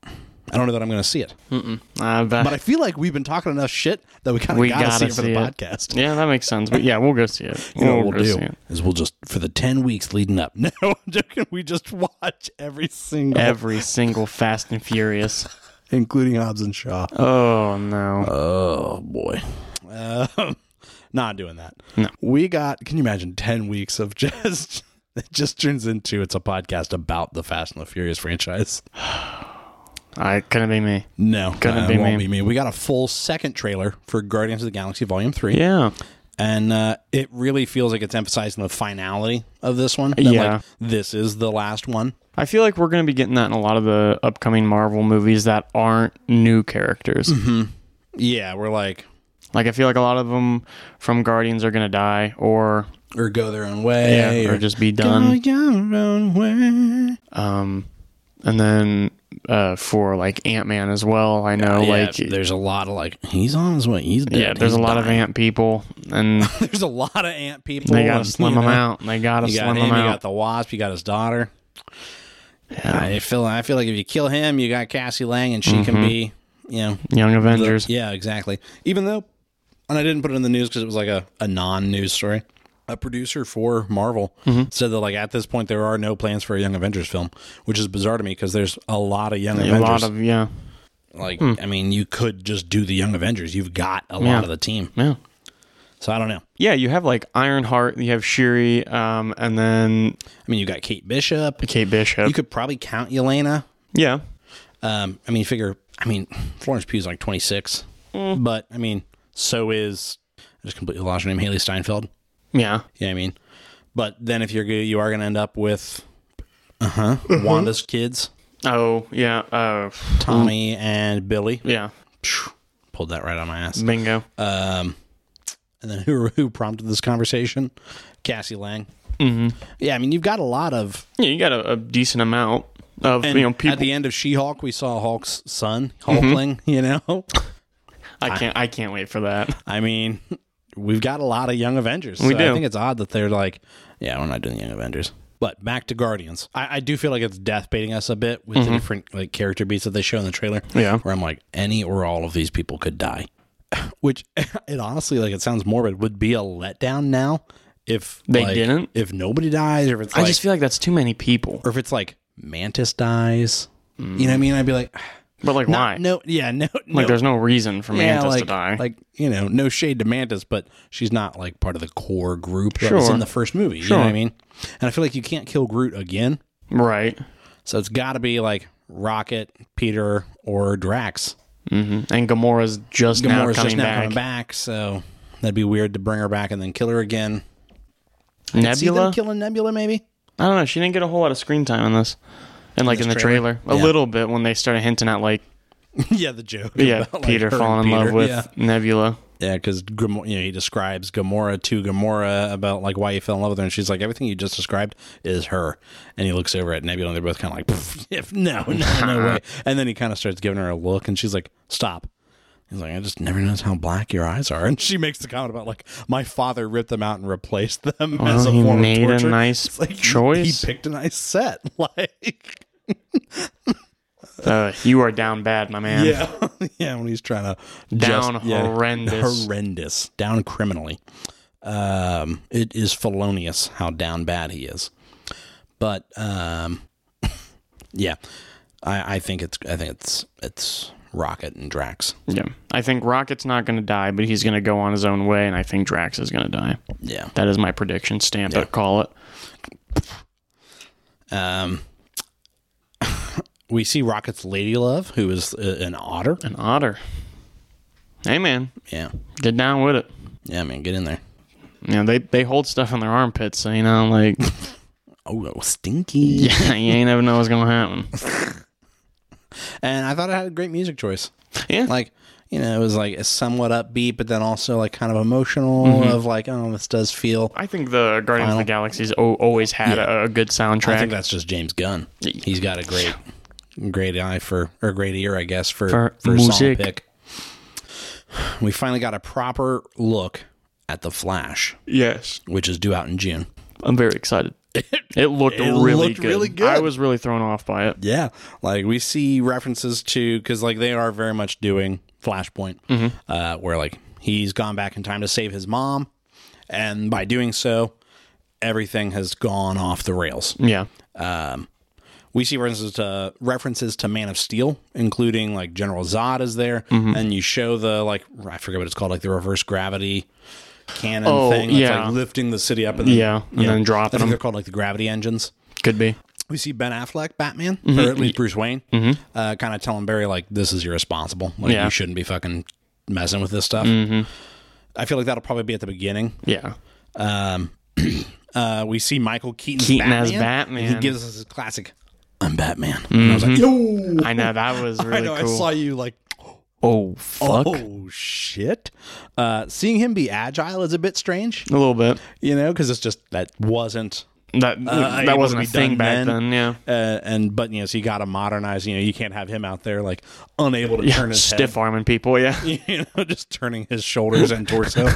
Speaker 1: I don't know that I'm gonna see it.
Speaker 2: Uh, but,
Speaker 1: But I feel like we've been talking enough shit that we kind of
Speaker 2: We
Speaker 1: gotta,
Speaker 2: gotta
Speaker 1: see it for the
Speaker 2: see it.
Speaker 1: podcast.
Speaker 2: yeah, that makes sense. But yeah, we'll go see it.
Speaker 1: You know what
Speaker 2: go
Speaker 1: we'll
Speaker 2: see
Speaker 1: do
Speaker 2: it.
Speaker 1: is we'll just for the ten weeks leading up. No, I'm joking. We just watch every single,
Speaker 2: Every single Fast and Furious.
Speaker 1: including Hobbs and Shaw.
Speaker 2: Oh no.
Speaker 1: Oh boy. Um, not doing that.
Speaker 2: No.
Speaker 1: We got can you imagine 10 weeks of just it just turns into it's a podcast about the Fast and the Furious franchise.
Speaker 2: I couldn't be me.
Speaker 1: No,
Speaker 2: Gonna
Speaker 1: uh,
Speaker 2: be
Speaker 1: it won't
Speaker 2: me.
Speaker 1: be me. We got a full second trailer for Guardians of the Galaxy Volume 3.
Speaker 2: Yeah.
Speaker 1: And uh, it really feels like it's emphasizing the finality of this one. that,
Speaker 2: Yeah.
Speaker 1: Like, this is the last one.
Speaker 2: I feel like we're going to be getting that in a lot of the upcoming Marvel movies that aren't new characters.
Speaker 1: Yeah, we're like
Speaker 2: Like I feel like a lot of them from Guardians are going to die or
Speaker 1: or go their own way
Speaker 2: or just be done.
Speaker 1: go your own way.
Speaker 2: Um and then uh for like Ant-Man as well, I know
Speaker 1: Yeah,
Speaker 2: like
Speaker 1: there's a lot of like he's on his way. He's dead.
Speaker 2: yeah, there's a
Speaker 1: He's
Speaker 2: lot of
Speaker 1: dying.
Speaker 2: ant people and
Speaker 1: There's a lot of ant people.
Speaker 2: they got to
Speaker 1: and,
Speaker 2: slim
Speaker 1: you
Speaker 2: them
Speaker 1: know,
Speaker 2: out. They got to
Speaker 1: You got
Speaker 2: slim
Speaker 1: him.
Speaker 2: them
Speaker 1: You got
Speaker 2: out.
Speaker 1: the wasp. You got his daughter. I feel. I feel like if you kill him, you got Cassie Lang, and she
Speaker 2: Mm-hmm.
Speaker 1: can be, you know,
Speaker 2: Young Avengers.
Speaker 1: yeah, exactly. Even though, and I didn't put it in the news because it was like a, a non news story. A producer for Marvel
Speaker 2: Mm-hmm.
Speaker 1: said that like at this point there are no plans for a Young Avengers film, which is bizarre to me because there's a lot of Young
Speaker 2: a
Speaker 1: Avengers.
Speaker 2: lot of yeah.
Speaker 1: like I mean, you could just do the Young Avengers. You've got a lot
Speaker 2: Yeah.
Speaker 1: of the team,
Speaker 2: Yeah.
Speaker 1: so I don't know.
Speaker 2: Yeah, you have like Ironheart, you have Shuri, um, and then
Speaker 1: I mean, you got Kate Bishop.
Speaker 2: Kate Bishop.
Speaker 1: You could probably count Yelena.
Speaker 2: yeah,
Speaker 1: Um, I mean, figure. I mean, Florence Pugh's like 26,
Speaker 2: Mm.
Speaker 1: but I mean, so is I just completely lost her name, Haley Steinfeld.
Speaker 2: yeah,
Speaker 1: Yeah, I mean, but then if you're go- you are going to end up with uh huh Wanda's kids,
Speaker 2: oh yeah, uh,
Speaker 1: Tommy and Billy.
Speaker 2: yeah,
Speaker 1: Pulled that right on my ass.
Speaker 2: bingo.
Speaker 1: Um, and then who who prompted this conversation? Cassie Lang. Mm-hmm. Yeah, I mean, you've got a lot of
Speaker 2: yeah, you got a, a decent amount of
Speaker 1: and
Speaker 2: you know people.
Speaker 1: at the end of She-Hulk, we saw Hulk's son, Hulkling. You know,
Speaker 2: I can't, I can't wait for that.
Speaker 1: I mean, we've got a lot of young Avengers.
Speaker 2: We
Speaker 1: so I
Speaker 2: do.
Speaker 1: think it's odd that they're like, yeah, we're not doing young Avengers. But back to Guardians. I, I do feel like it's death baiting us a bit with the different like character beats that they show in the trailer.
Speaker 2: Mm-hmm. Yeah.
Speaker 1: Where I'm like, any or all of these people could die. Which it honestly, like it sounds morbid, would be a letdown now if
Speaker 2: They
Speaker 1: like,
Speaker 2: didn't?
Speaker 1: If nobody dies, or if it's
Speaker 2: I
Speaker 1: like
Speaker 2: just feel like that's too many people.
Speaker 1: or if it's like Mantis dies. You know what I mean? I'd be like,
Speaker 2: But like,
Speaker 1: not-
Speaker 2: why?
Speaker 1: no, yeah, no,
Speaker 2: like,
Speaker 1: no,
Speaker 2: there's no reason for Mantis
Speaker 1: like,
Speaker 2: to die.
Speaker 1: Like, you know, no shade to Mantis, but she's not like part of the core group that was
Speaker 2: Sure.
Speaker 1: in the first movie. You know what I
Speaker 2: Sure.
Speaker 1: mean? And I feel like you can't kill Groot again.
Speaker 2: right?
Speaker 1: So it's got to be like Rocket, Peter, or Drax.
Speaker 2: hmm And Gamora's just now
Speaker 1: Gamora's
Speaker 2: coming
Speaker 1: just now
Speaker 2: back.
Speaker 1: coming back, so that'd be weird to bring her back and then kill her again. See them
Speaker 2: Nebula.
Speaker 1: killing Nebula, maybe?
Speaker 2: I don't know. She didn't get a whole lot of screen time in this. And like
Speaker 1: this
Speaker 2: in the
Speaker 1: trailer?
Speaker 2: trailer,
Speaker 1: Yeah.
Speaker 2: a little bit when they started hinting at like
Speaker 1: yeah, the joke.
Speaker 2: yeah
Speaker 1: about, like,
Speaker 2: Peter
Speaker 1: her and
Speaker 2: falling in love
Speaker 1: Peter.
Speaker 2: with
Speaker 1: Yeah.
Speaker 2: Nebula.
Speaker 1: Yeah, because Gamora, you know, he describes Gamora to Gamora about like why he fell in love with her, and she's like, "Everything you just described is her." And he looks over at Nebula, and they're both kind of like, "Pff, "If no, no, no way." And then he kind of starts giving her a look, and she's like, "Stop." He's like, "I just never noticed how black your eyes are." And she makes the comment about like, "My father ripped them out and replaced them as a
Speaker 2: he
Speaker 1: form
Speaker 2: made a
Speaker 1: of torture."
Speaker 2: nice
Speaker 1: It's like, he-
Speaker 2: choice.
Speaker 1: He picked a nice set, like.
Speaker 2: Uh, you are down bad, my man.
Speaker 1: Yeah, yeah. When he's trying to
Speaker 2: Down
Speaker 1: yeah,
Speaker 2: horrendous.
Speaker 1: horrendous, down criminally. Um, it is felonious how down bad he is. But um, yeah, I, I think it's I think it's it's Rocket and Drax.
Speaker 2: Yeah. I think Rocket's not going to die, but he's going to go on his own way, and I think Drax is going to die.
Speaker 1: Yeah.
Speaker 2: That is my prediction. Stamp it, call it.
Speaker 1: Um, We see Rocket's Lady Love, who is uh, an otter.
Speaker 2: An otter. Hey man,
Speaker 1: Yeah.
Speaker 2: get down with it.
Speaker 1: Yeah, man, get in there.
Speaker 2: You know, they they hold stuff in their armpits, so you know, like
Speaker 1: Oh, oh, stinky.
Speaker 2: yeah, you ain't never know what's gonna happen.
Speaker 1: And I thought it had a great music choice.
Speaker 2: Yeah,
Speaker 1: Like, you know, it was like somewhat upbeat, but then also like kind of emotional of like, oh, this does feel.
Speaker 2: I think the Guardians
Speaker 1: Final.
Speaker 2: of the Galaxy's o- always had a, a good soundtrack.
Speaker 1: I think that's just James Gunn. He's got a great, great eye for, or great ear, I guess, for,
Speaker 2: For
Speaker 1: for, song
Speaker 2: music.
Speaker 1: pick. We finally got a proper look at The Flash,
Speaker 2: yes,
Speaker 1: which is due out in June.
Speaker 2: I'm very excited. It looked
Speaker 1: It
Speaker 2: really
Speaker 1: looked
Speaker 2: good.
Speaker 1: really good.
Speaker 2: I was really thrown off by it.
Speaker 1: Yeah, like we see references to because like they are very much doing Flashpoint,
Speaker 2: Mm-hmm.
Speaker 1: uh, where like he's gone back in time to save his mom, and by doing so, everything has gone off the rails.
Speaker 2: Yeah,
Speaker 1: We see references to references to Man of Steel, including like General Zod is there,
Speaker 2: Mm-hmm.
Speaker 1: and you show the like I forget what it's called, like the reverse gravity cannon
Speaker 2: Oh,
Speaker 1: thing, that's
Speaker 2: yeah.
Speaker 1: like lifting the city up and then,
Speaker 2: Yeah, and then dropping
Speaker 1: I think
Speaker 2: them.
Speaker 1: they're called like the gravity engines
Speaker 2: could be.
Speaker 1: we see Ben Affleck, Batman,
Speaker 2: Mm-hmm.
Speaker 1: or at least Bruce Wayne, uh, kind of telling Barry like, "This is irresponsible. Like,
Speaker 2: Yeah. Mm-hmm.
Speaker 1: you shouldn't be fucking messing with this stuff." I feel like that'll probably be at the beginning.
Speaker 2: Yeah,
Speaker 1: Uh, we see Michael Keaton,
Speaker 2: Keaton as
Speaker 1: and
Speaker 2: Batman.
Speaker 1: he gives us his classic, "I'm Batman." And I was like, "Yo,
Speaker 2: I know that was really
Speaker 1: I know,
Speaker 2: cool.
Speaker 1: I saw you like."
Speaker 2: oh fuck,
Speaker 1: Oh shit! Uh, seeing him be agile is a bit strange,
Speaker 2: a little bit.
Speaker 1: you know, because it's just that wasn't
Speaker 2: That
Speaker 1: able
Speaker 2: that wasn't
Speaker 1: to
Speaker 2: a
Speaker 1: be
Speaker 2: thing
Speaker 1: done
Speaker 2: back then.
Speaker 1: then.
Speaker 2: Yeah,
Speaker 1: uh, and but you know, so you got to modernize. You know, you can't have him out there like unable to turn his head.
Speaker 2: stiff arming people. Yeah,
Speaker 1: you know, just turning his shoulders and torso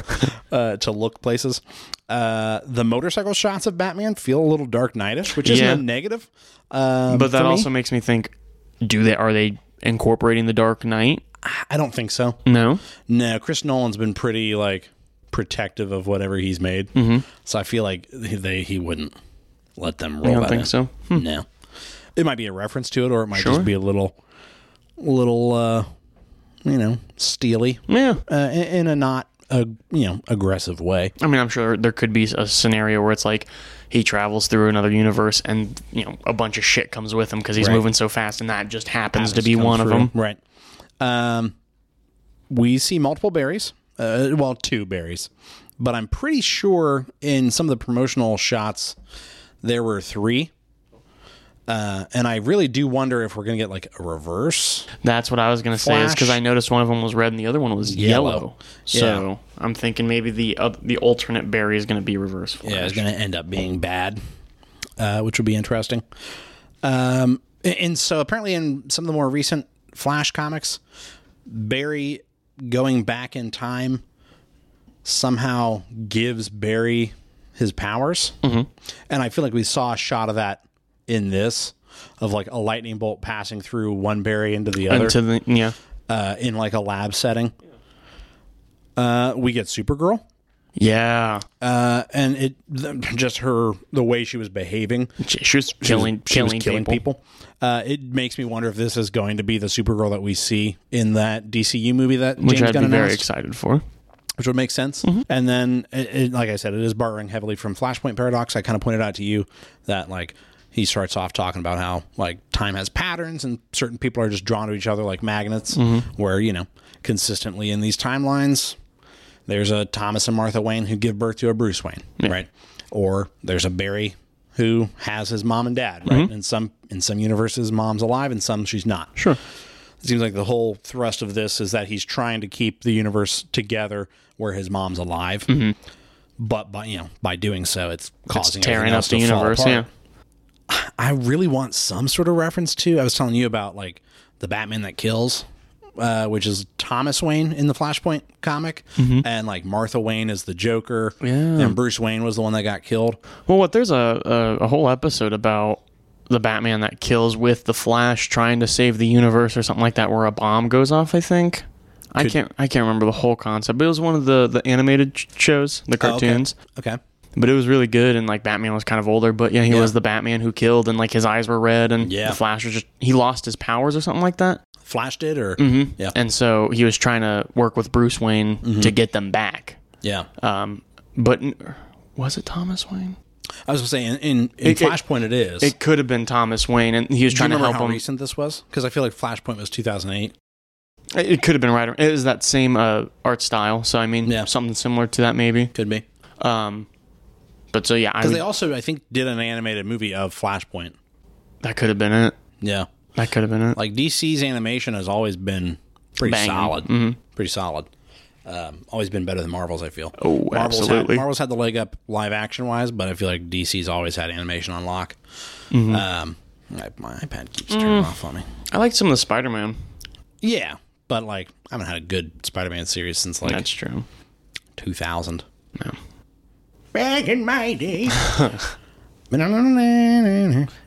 Speaker 1: uh, to look places. Uh, the motorcycle shots of Batman feel a little Dark Knightish, which isn't
Speaker 2: Yeah.
Speaker 1: a negative. Um,
Speaker 2: but that
Speaker 1: for me.
Speaker 2: also makes me think: Do they are they incorporating the Dark Knight?
Speaker 1: I don't think so.
Speaker 2: No.
Speaker 1: No, Chris Nolan's been pretty like protective of whatever he's made,
Speaker 2: Mm-hmm.
Speaker 1: so I feel like they he wouldn't let them roll.
Speaker 2: I don't
Speaker 1: that
Speaker 2: think
Speaker 1: in.
Speaker 2: so. Hmm.
Speaker 1: No, it might be a reference to it, or it might
Speaker 2: Sure.
Speaker 1: just be a little, little, uh, you know, steely
Speaker 2: Yeah.
Speaker 1: uh, in, in a not. A, you know aggressive way
Speaker 2: I mean, I'm sure there could be a scenario where it's like he travels through another universe and, you know, a bunch of shit comes with him because he's
Speaker 1: Right.
Speaker 2: moving so fast and that just happens to
Speaker 1: just
Speaker 2: be
Speaker 1: come
Speaker 2: one
Speaker 1: through.
Speaker 2: of them.
Speaker 1: Right. Um, we see multiple berries. Uh, well, two berries, but I'm pretty sure in some of the promotional shots there were three. Uh, and I really do wonder if we're gonna get like a reverse.
Speaker 2: That's what I was going to say is because
Speaker 1: Flash.
Speaker 2: I noticed one of them was red and the other one was
Speaker 1: Yellow.
Speaker 2: yellow. So I'm thinking maybe the oth- the alternate berry is going to be reverse flash.
Speaker 1: Yeah, it's gonna end up being bad, uh, which would be interesting. Um, a- and so apparently in some of the more recent Flash comics, Barry going back in time somehow gives Barry his powers. Mm-hmm. And I feel like we saw a shot of that in this of like a lightning bolt passing through one Barry into the other
Speaker 2: Into the, yeah.
Speaker 1: uh, in like a lab setting. Uh, we get Supergirl
Speaker 2: Yeah.
Speaker 1: uh, and it th- just her the way she was behaving,
Speaker 2: She, she was
Speaker 1: she was-
Speaker 2: killing,
Speaker 1: she was
Speaker 2: killing,
Speaker 1: killing
Speaker 2: people.
Speaker 1: people. Uh, it makes me wonder if this is going to be the Supergirl that we see in that DCU movie that
Speaker 2: Which
Speaker 1: James
Speaker 2: I'd
Speaker 1: Gunn
Speaker 2: be very
Speaker 1: announced,
Speaker 2: excited for.
Speaker 1: which would make sense. And then, it, it, like I said, it is borrowing heavily from Flashpoint Paradox. I kind of pointed out to you that like he starts off talking about how like time has patterns and certain people are just drawn to each other like magnets, where you know consistently in these timelines there's a Thomas and Martha Wayne who give birth to a Bruce Wayne, right? Or there's a Barry who has his mom and dad, right? In some in some universes, mom's alive, and some she's not. Sure. It seems like the whole thrust of this is that he's trying to keep the universe together where his mom's alive,
Speaker 2: Mm-hmm.
Speaker 1: but by you know by doing so, it's causing
Speaker 2: Tearing
Speaker 1: everything
Speaker 2: up
Speaker 1: else
Speaker 2: the
Speaker 1: to fall
Speaker 2: universe.
Speaker 1: apart.
Speaker 2: Yeah.
Speaker 1: I really want some sort of reference to. I was telling you about like the Batman that kills, uh, which is Thomas Wayne in the Flashpoint comic,
Speaker 2: Mm-hmm.
Speaker 1: and like Martha Wayne is the Joker, yeah. and Bruce Wayne was the one that got killed.
Speaker 2: Well, what there's a, a a whole episode about the Batman that kills with the Flash trying to save the universe or something like that, where a bomb goes off. I think. I can't. I can't remember the whole concept, but it was one of the the animated ch- shows, the cartoons.
Speaker 1: Oh, Okay. okay.
Speaker 2: But it was really good, and like Batman was kind of older, but yeah, he was the Batman who killed, and like his eyes were red, and
Speaker 1: Yeah.
Speaker 2: the Flash was just he lost his powers or something like that,
Speaker 1: Flash did, or Mm-hmm. yeah, Mm-hmm.
Speaker 2: and so he was trying to work with Bruce Wayne to get them back.
Speaker 1: yeah.
Speaker 2: Um, but n- was it Thomas Wayne?
Speaker 1: I was gonna say in, in, in
Speaker 2: It- it-
Speaker 1: Flashpoint it is.
Speaker 2: It could have been Thomas Wayne, and he was
Speaker 1: Do you
Speaker 2: trying to
Speaker 1: remember
Speaker 2: help
Speaker 1: how
Speaker 2: him.
Speaker 1: recent this was? Because I feel like Flashpoint was 2008.
Speaker 2: It it could have been right. It was that same uh, art style, so I mean,
Speaker 1: Yeah.
Speaker 2: something similar to that maybe.
Speaker 1: Could be.
Speaker 2: Um, but so yeah, I
Speaker 1: Because
Speaker 2: would,
Speaker 1: they also, I think, did an animated movie of Flashpoint.
Speaker 2: that could have been it.
Speaker 1: Yeah.
Speaker 2: That could have been it.
Speaker 1: Like DC's animation has always been pretty
Speaker 2: Banging. Mm-hmm.
Speaker 1: solid. Pretty solid. Um, always been better than Marvel's, I feel.
Speaker 2: Oh,
Speaker 1: Marvel's
Speaker 2: absolutely.
Speaker 1: Had, Marvel's had the leg up live action wise, but I feel like DC's always had animation on lock.
Speaker 2: Mm-hmm.
Speaker 1: Um, I- my iPad keeps turning
Speaker 2: Mm.
Speaker 1: off on me.
Speaker 2: I liked some of the Spider-Man.
Speaker 1: Yeah, but like I haven't had a good Spider-Man series since like
Speaker 2: That's true.
Speaker 1: 2000.
Speaker 2: No.
Speaker 1: Back in my day. the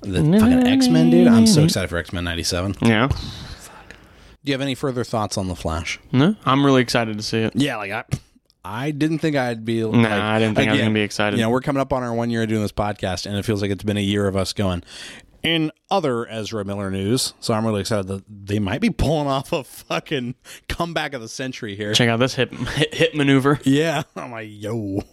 Speaker 1: fucking X-Men, dude. I'm so excited for X-Men 97. Do
Speaker 2: Yeah.
Speaker 1: you have any further thoughts on The Flash?
Speaker 2: No, I'm really excited to see it.
Speaker 1: Yeah, like I, I didn't think I'd be. No, like,
Speaker 2: I didn't think I was
Speaker 1: again,
Speaker 2: gonna be excited.
Speaker 1: You know, we're coming up on our one year of doing this podcast, and it feels like it's been a year of us going. In other Ezra Miller news, so I'm really excited that they might be pulling off a fucking comeback of the century here.
Speaker 2: Check out this hip hip, hip maneuver.
Speaker 1: Yeah, I'm like yo,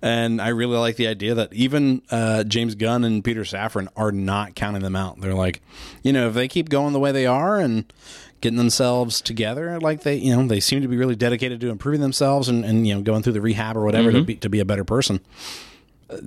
Speaker 1: and I really like the idea that even uh, James Gunn and Peter Safran are not counting them out. They're like, you know, if they keep going the way they are and getting themselves together, like they, you know, they seem to be really dedicated to improving themselves and, and you know going through the rehab or whatever to be to be a better person.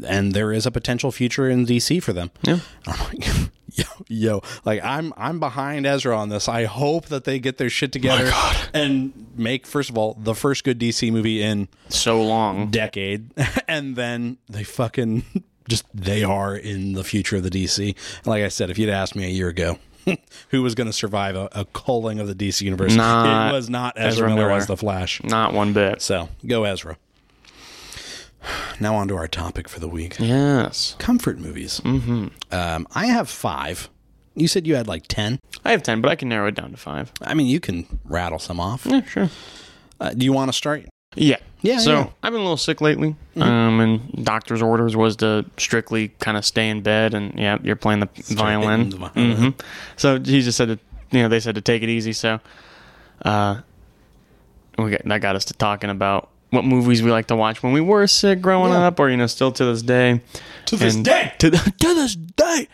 Speaker 1: And there is a potential future in DC for them. Yeah, I'm like, yo, yo, like I'm I'm behind Ezra on this. I hope that they get their shit together
Speaker 2: God.
Speaker 1: and make first of all the first good DC movie in
Speaker 2: So long.
Speaker 1: decade and then they fucking just they are in the future of the DC. And like I said, if you'd asked me a year ago who was going to survive a, a culling of the DC universe,
Speaker 2: Not
Speaker 1: it was not Ezra,
Speaker 2: Ezra
Speaker 1: Miller,
Speaker 2: Miller.
Speaker 1: as the Flash.
Speaker 2: Not one bit.
Speaker 1: So, go Ezra. Now on to our topic for the week.
Speaker 2: Yes.
Speaker 1: Comfort movies. Mm-hmm. Um, I have five. You said you had like ten.
Speaker 2: I have ten, but I can narrow it down to five.
Speaker 1: I mean, you can rattle some off.
Speaker 2: Yeah, sure.
Speaker 1: Uh, do you want to start?
Speaker 2: Yeah.
Speaker 1: Yeah,
Speaker 2: So
Speaker 1: yeah. Mm-hmm.
Speaker 2: I've been a little sick lately. Um, and doctor's orders was to strictly kind of stay in bed. And yeah, you're playing the violin.
Speaker 1: the violin.
Speaker 2: Mhm. So he just said, to, you know, they said to take it easy. So, uh, we got, that got us to talking about what movies we like to watch when we were sick growing
Speaker 1: Yeah.
Speaker 2: up, or you know, still to this day. To
Speaker 1: this day!
Speaker 2: To, th- to this day.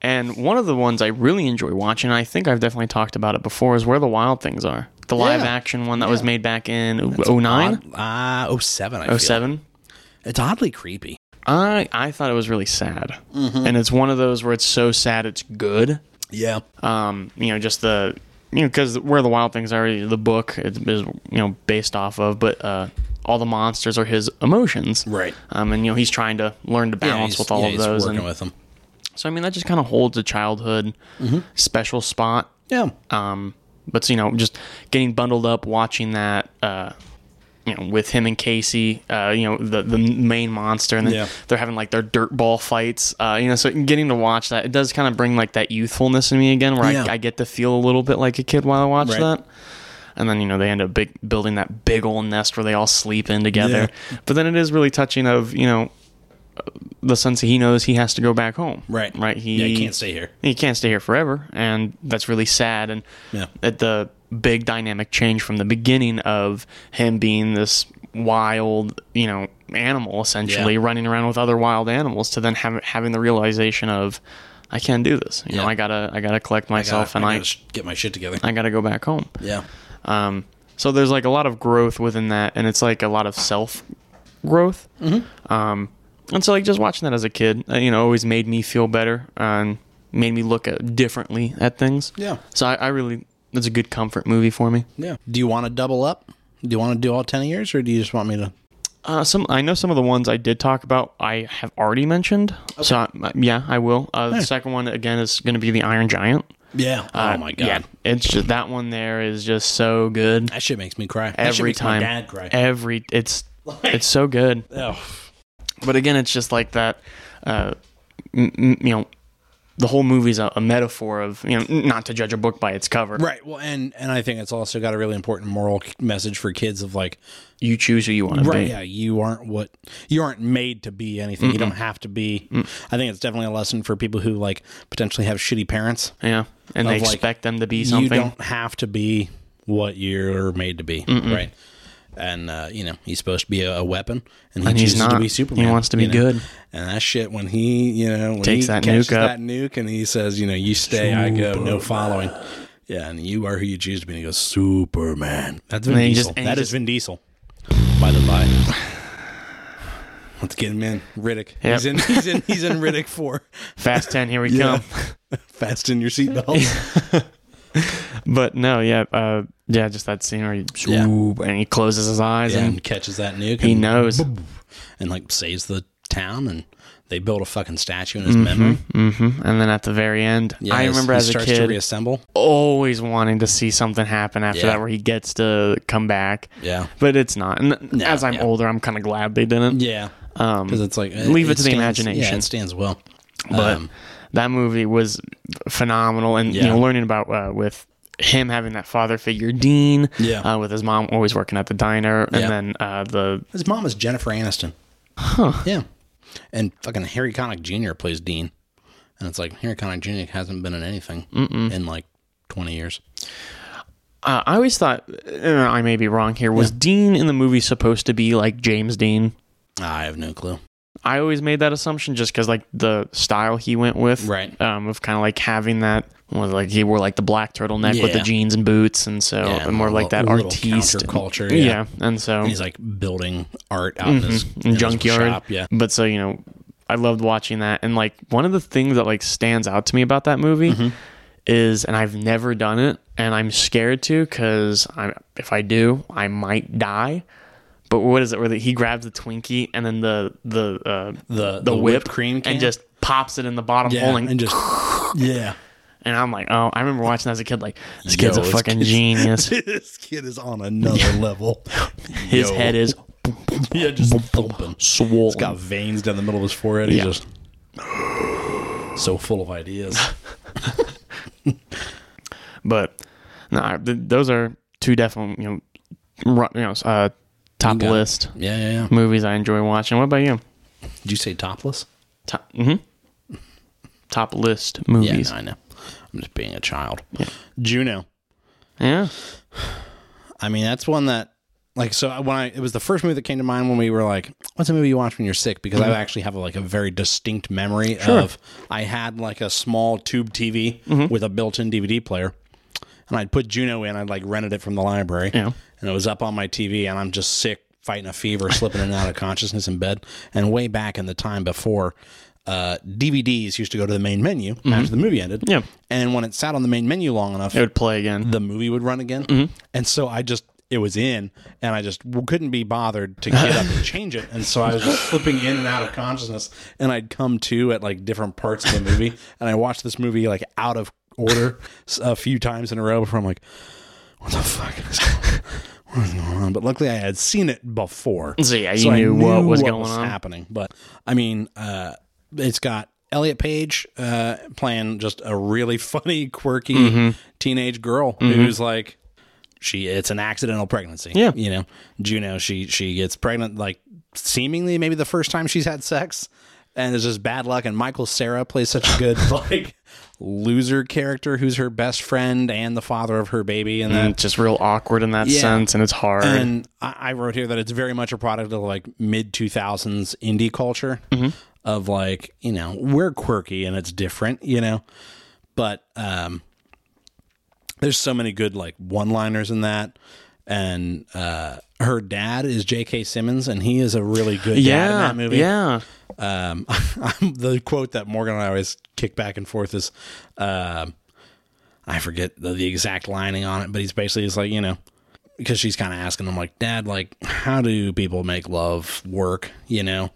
Speaker 2: And one of the ones I really enjoy watching, I think I've definitely talked about it before, is Where the Wild Things Are. The live action one that was made back in 09?
Speaker 1: Uh, 07, I
Speaker 2: Oh,
Speaker 1: feel.
Speaker 2: 07
Speaker 1: It's oddly creepy.
Speaker 2: i i thought it was really sad
Speaker 1: Mm-hmm.
Speaker 2: and it's one of those where it's so sad it's good
Speaker 1: Yeah.
Speaker 2: um you know just the you know because where the wild things are the book is, is you know based off of but uh all the monsters are his emotions
Speaker 1: Right.
Speaker 2: um and you know he's trying to learn to balance
Speaker 1: he's-
Speaker 2: with all
Speaker 1: yeah,
Speaker 2: of
Speaker 1: he's
Speaker 2: those
Speaker 1: working
Speaker 2: and
Speaker 1: with them.
Speaker 2: so i mean that just kind of holds a childhood
Speaker 1: Mm-hmm.
Speaker 2: special spot
Speaker 1: Yeah.
Speaker 2: um, but you know, just getting bundled up, watching that, uh, you know, with him and Casey, uh, you know, the the main monster, and then
Speaker 1: Yeah.
Speaker 2: they're having like their dirt ball fights. Uh, you know, so getting to watch that, it does kind of bring like that youthfulness in me again, where
Speaker 1: Yeah.
Speaker 2: I, I get to feel a little bit like a kid while I watch
Speaker 1: Right.
Speaker 2: that. And then you know they end up big, building that big old nest where they all sleep in together. But then it is really touching of you know the sense that he knows he has to go back home.
Speaker 1: Right.
Speaker 2: Right. He
Speaker 1: Yeah, he can't stay here.
Speaker 2: He can't stay here forever, and that's really sad. And
Speaker 1: Yeah.
Speaker 2: at the big dynamic change from the beginning of him being this wild, you know, animal essentially
Speaker 1: Yeah.
Speaker 2: running around with other wild animals to then having having the realization of I can't do this. You know,
Speaker 1: Yeah.
Speaker 2: I gotta I gotta collect myself,
Speaker 1: I,
Speaker 2: and I
Speaker 1: gotta sh- get my shit together.
Speaker 2: I gotta go back home.
Speaker 1: yeah.
Speaker 2: Um, so there's like a lot of growth within that, and it's like a lot of self growth. Um, and so like just watching that as a kid, uh, you know, always made me feel better uh, and made me look at, differently at things.
Speaker 1: Yeah.
Speaker 2: So I, I really that's a good comfort movie for me.
Speaker 1: Yeah. Do you want to double up? Do you want to do all 10 years or do you just want me to?
Speaker 2: Uh, some I know some of the ones I did talk about I have already mentioned. So I, yeah, I will. Uh, The second one again is going to be the Iron Giant.
Speaker 1: Yeah.
Speaker 2: Uh,
Speaker 1: oh my God.
Speaker 2: yeah, it's just, that one there is just so good.
Speaker 1: That shit makes me cry. that shit
Speaker 2: every
Speaker 1: makes
Speaker 2: time.
Speaker 1: My dad cry.
Speaker 2: Every it's it's so good.
Speaker 1: oh.
Speaker 2: But again, it's just like that. Uh, m- m- you know, the whole movie's a, a metaphor of you know n- not to judge a book by its cover.
Speaker 1: Right. Well, and, and I think it's also got a really important moral c- message for kids of like,
Speaker 2: You choose who you want to be.
Speaker 1: Yeah, you aren't what you aren't made to be anything. You don't have to be.
Speaker 2: Mm.
Speaker 1: I think it's definitely a lesson for people who like potentially have shitty parents.
Speaker 2: Yeah, and they
Speaker 1: Of, like,
Speaker 2: expect them to be something.
Speaker 1: You don't have to be what you're made to be, right? and uh, you know he's supposed to be a, a weapon, and he
Speaker 2: And he's
Speaker 1: chooses to
Speaker 2: not.
Speaker 1: be Superman.
Speaker 2: He wants to be
Speaker 1: you know?
Speaker 2: good.
Speaker 1: and that shit when he you know when
Speaker 2: Takes
Speaker 1: he
Speaker 2: that
Speaker 1: catches
Speaker 2: nuke up.
Speaker 1: that nuke, and he says, you know, you stay, I go, no following. Yeah, and you are who you choose to be. And he goes, Superman. That's Vin
Speaker 2: And he
Speaker 1: Diesel.
Speaker 2: just-
Speaker 1: That
Speaker 2: and
Speaker 1: is
Speaker 2: he just-
Speaker 1: Vin Diesel. By the by, let's get him in. Riddick.
Speaker 2: Yep.
Speaker 1: He's in. He's in. He's in Riddick Four.
Speaker 2: Fast ten, here we
Speaker 1: Yeah.
Speaker 2: come.
Speaker 1: Fasten your seatbelts.
Speaker 2: But no, yeah, uh, yeah, just that scene where he,
Speaker 1: Yeah.
Speaker 2: and he closes his eyes
Speaker 1: and
Speaker 2: and
Speaker 1: catches that nuke.
Speaker 2: he
Speaker 1: and-
Speaker 2: knows.
Speaker 1: and like saves the town and they build a fucking statue in his memory.
Speaker 2: Mm-hmm. And then at the very end,
Speaker 1: Yeah,
Speaker 2: I
Speaker 1: he-
Speaker 2: remember
Speaker 1: he
Speaker 2: as a
Speaker 1: starts to
Speaker 2: kid
Speaker 1: reassemble.
Speaker 2: always wanting to see something happen after
Speaker 1: Yeah.
Speaker 2: that where he gets to come back.
Speaker 1: Yeah.
Speaker 2: But it's not. And
Speaker 1: No,
Speaker 2: as I'm
Speaker 1: yeah.
Speaker 2: older, I'm kind of glad they didn't.
Speaker 1: Yeah.
Speaker 2: Um,
Speaker 1: Because it's like eh,
Speaker 2: Leave it to the
Speaker 1: stands- Yeah,
Speaker 2: imagination.
Speaker 1: it stands well.
Speaker 2: but
Speaker 1: Um,
Speaker 2: that movie was phenomenal and you
Speaker 1: Yeah.
Speaker 2: know learning about uh, with him having that father figure dean
Speaker 1: Yeah.
Speaker 2: uh, with his mom always working at the diner and
Speaker 1: Yeah.
Speaker 2: then uh, the
Speaker 1: his mom is Jennifer Aniston. Yeah. And fucking Harry Connick Jr. plays Dean. And it's like Harry Connick Jr. hasn't been in anything
Speaker 2: Mm.
Speaker 1: in like 20 years.
Speaker 2: uh, i always thought uh, i may be wrong here was dean in the movie supposed to be like james dean
Speaker 1: I have no clue.
Speaker 2: i always made that assumption just because like the style he went with
Speaker 1: Right.
Speaker 2: um, of kind of like having that well, like he wore like the black turtleneck with the
Speaker 1: Yeah.
Speaker 2: jeans and boots and so
Speaker 1: Yeah,
Speaker 2: Oh, and more
Speaker 1: a
Speaker 2: like that
Speaker 1: little- little
Speaker 2: artiste
Speaker 1: counterculture,
Speaker 2: yeah.
Speaker 1: yeah.
Speaker 2: and so
Speaker 1: And he's like building art out in his,
Speaker 2: Mhm.
Speaker 1: in his
Speaker 2: junkyard.
Speaker 1: shop. Yeah.
Speaker 2: But so you know, I loved watching that, and like one of the things that like stands out to me about that movie
Speaker 1: Mm-hmm.
Speaker 2: is, and I've never done it, and I'm scared to because I if I do, I might die. But what is it? Where the, he grabs the Twinkie and then the the uh,
Speaker 1: The-
Speaker 2: the
Speaker 1: the
Speaker 2: whip
Speaker 1: whipped cream can?
Speaker 2: and just pops it in the bottom
Speaker 1: Yeah.
Speaker 2: hole, and,
Speaker 1: and just, yeah.
Speaker 2: and I'm like, oh, I remember watching that as a kid. Like this kid's
Speaker 1: Yo,
Speaker 2: a
Speaker 1: this
Speaker 2: fucking
Speaker 1: kid's-
Speaker 2: genius.
Speaker 1: this kid is on another level.
Speaker 2: His
Speaker 1: Yo.
Speaker 2: head is
Speaker 1: yeah, just thumping.
Speaker 2: swollen.
Speaker 1: He's got veins down the middle of his forehead.
Speaker 2: Yeah.
Speaker 1: He's just so full of ideas.
Speaker 2: But no, I- th- those are two definitely you know, ru- you know uh, top
Speaker 1: got it.
Speaker 2: list
Speaker 1: yeah, yeah, yeah.
Speaker 2: movies I enjoy watching. What about you?
Speaker 1: Did you say topless?
Speaker 2: Top, hmm top list movies.
Speaker 1: Yeah, no, I know. I'm just being a child. Juno.
Speaker 2: Yeah,
Speaker 1: I mean, that's one that like so when I it was the first movie that came to mind when we were like, what's a movie you watch when you're sick? Because
Speaker 2: Mm-hmm.
Speaker 1: I actually have like a very distinct memory of I had like a small tube TV
Speaker 2: Mm-hmm.
Speaker 1: with a built-in DVD player. And I'd put Juno in, I'd like rented it from the library.
Speaker 2: Yeah.
Speaker 1: And it was up on my TV and I'm just sick, fighting a fever, slipping in and out of consciousness in bed. And way back in the time before uh, DVDs used to go to the main menu after the movie ended.
Speaker 2: Mm-hmm. Yeah.
Speaker 1: And when it sat on the main menu long enough,
Speaker 2: it would play again.
Speaker 1: the movie would run again. And so I just, it was in, and I just w- couldn't be bothered to get up and change it. And so I was just flipping in and out of consciousness, and I'd come to at like different parts of the movie. And I watched this movie like out of order s- a few times in a row before I'm like, what the fuck is going what is going on? But luckily, I had seen it before,
Speaker 2: So, yeah, you knew what was going on.
Speaker 1: happening. But I mean, uh, it's got Elliot Page uh, playing just a really funny, quirky
Speaker 2: Mm-hmm.
Speaker 1: teenage girl who's like she it's an accidental pregnancy.
Speaker 2: Yeah.
Speaker 1: You know, Juno, she she gets pregnant like seemingly maybe the first time she's had sex and it's just bad luck and Michael Sarah plays such a good like loser character who's her best friend and the father of her baby and
Speaker 2: And
Speaker 1: that
Speaker 2: it's just real awkward in that
Speaker 1: Yeah.
Speaker 2: sense, and it's hard.
Speaker 1: and I, I wrote here that it's very much a product of like mid 2000s indie culture
Speaker 2: Mm-hmm.
Speaker 1: of like, you know, we're quirky and it's different, you know, but um, there's so many good like one liners in that. And uh, her dad is J.K. Simmons, and he is a really good dad in
Speaker 2: yeah,
Speaker 1: that movie.
Speaker 2: yeah,
Speaker 1: Um, I'm, the quote that Morgan and I always kick back and forth is, um, I forget the, the exact lining on it, but he's basically just like, you know, because she's kind of asking him like, Dad, like, how do people make love work? You know,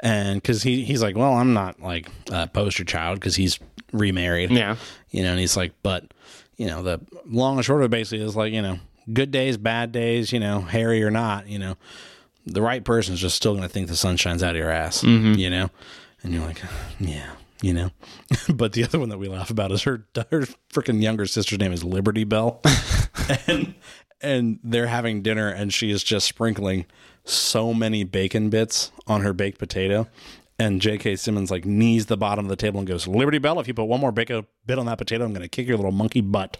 Speaker 1: and because he he's like, well, I'm not like a poster child because he's remarried.
Speaker 2: yeah.
Speaker 1: You know, and he's like, but you know, the long and short of it basically is like, you know, good days, bad days, you know, hairy or not, you know, the right person's just still gonna think the sun shines out of your ass. You know? And you're like, yeah, you know. but the other one that we laugh about is her her freaking younger sister's name is Liberty Bell. and and they're having dinner and she is just sprinkling so many bacon bits on her baked potato And J.K. Simmons like knees the bottom of the table and goes, "Liberty Bell, if you put one more baked bit on that potato, I'm going to kick your little monkey butt."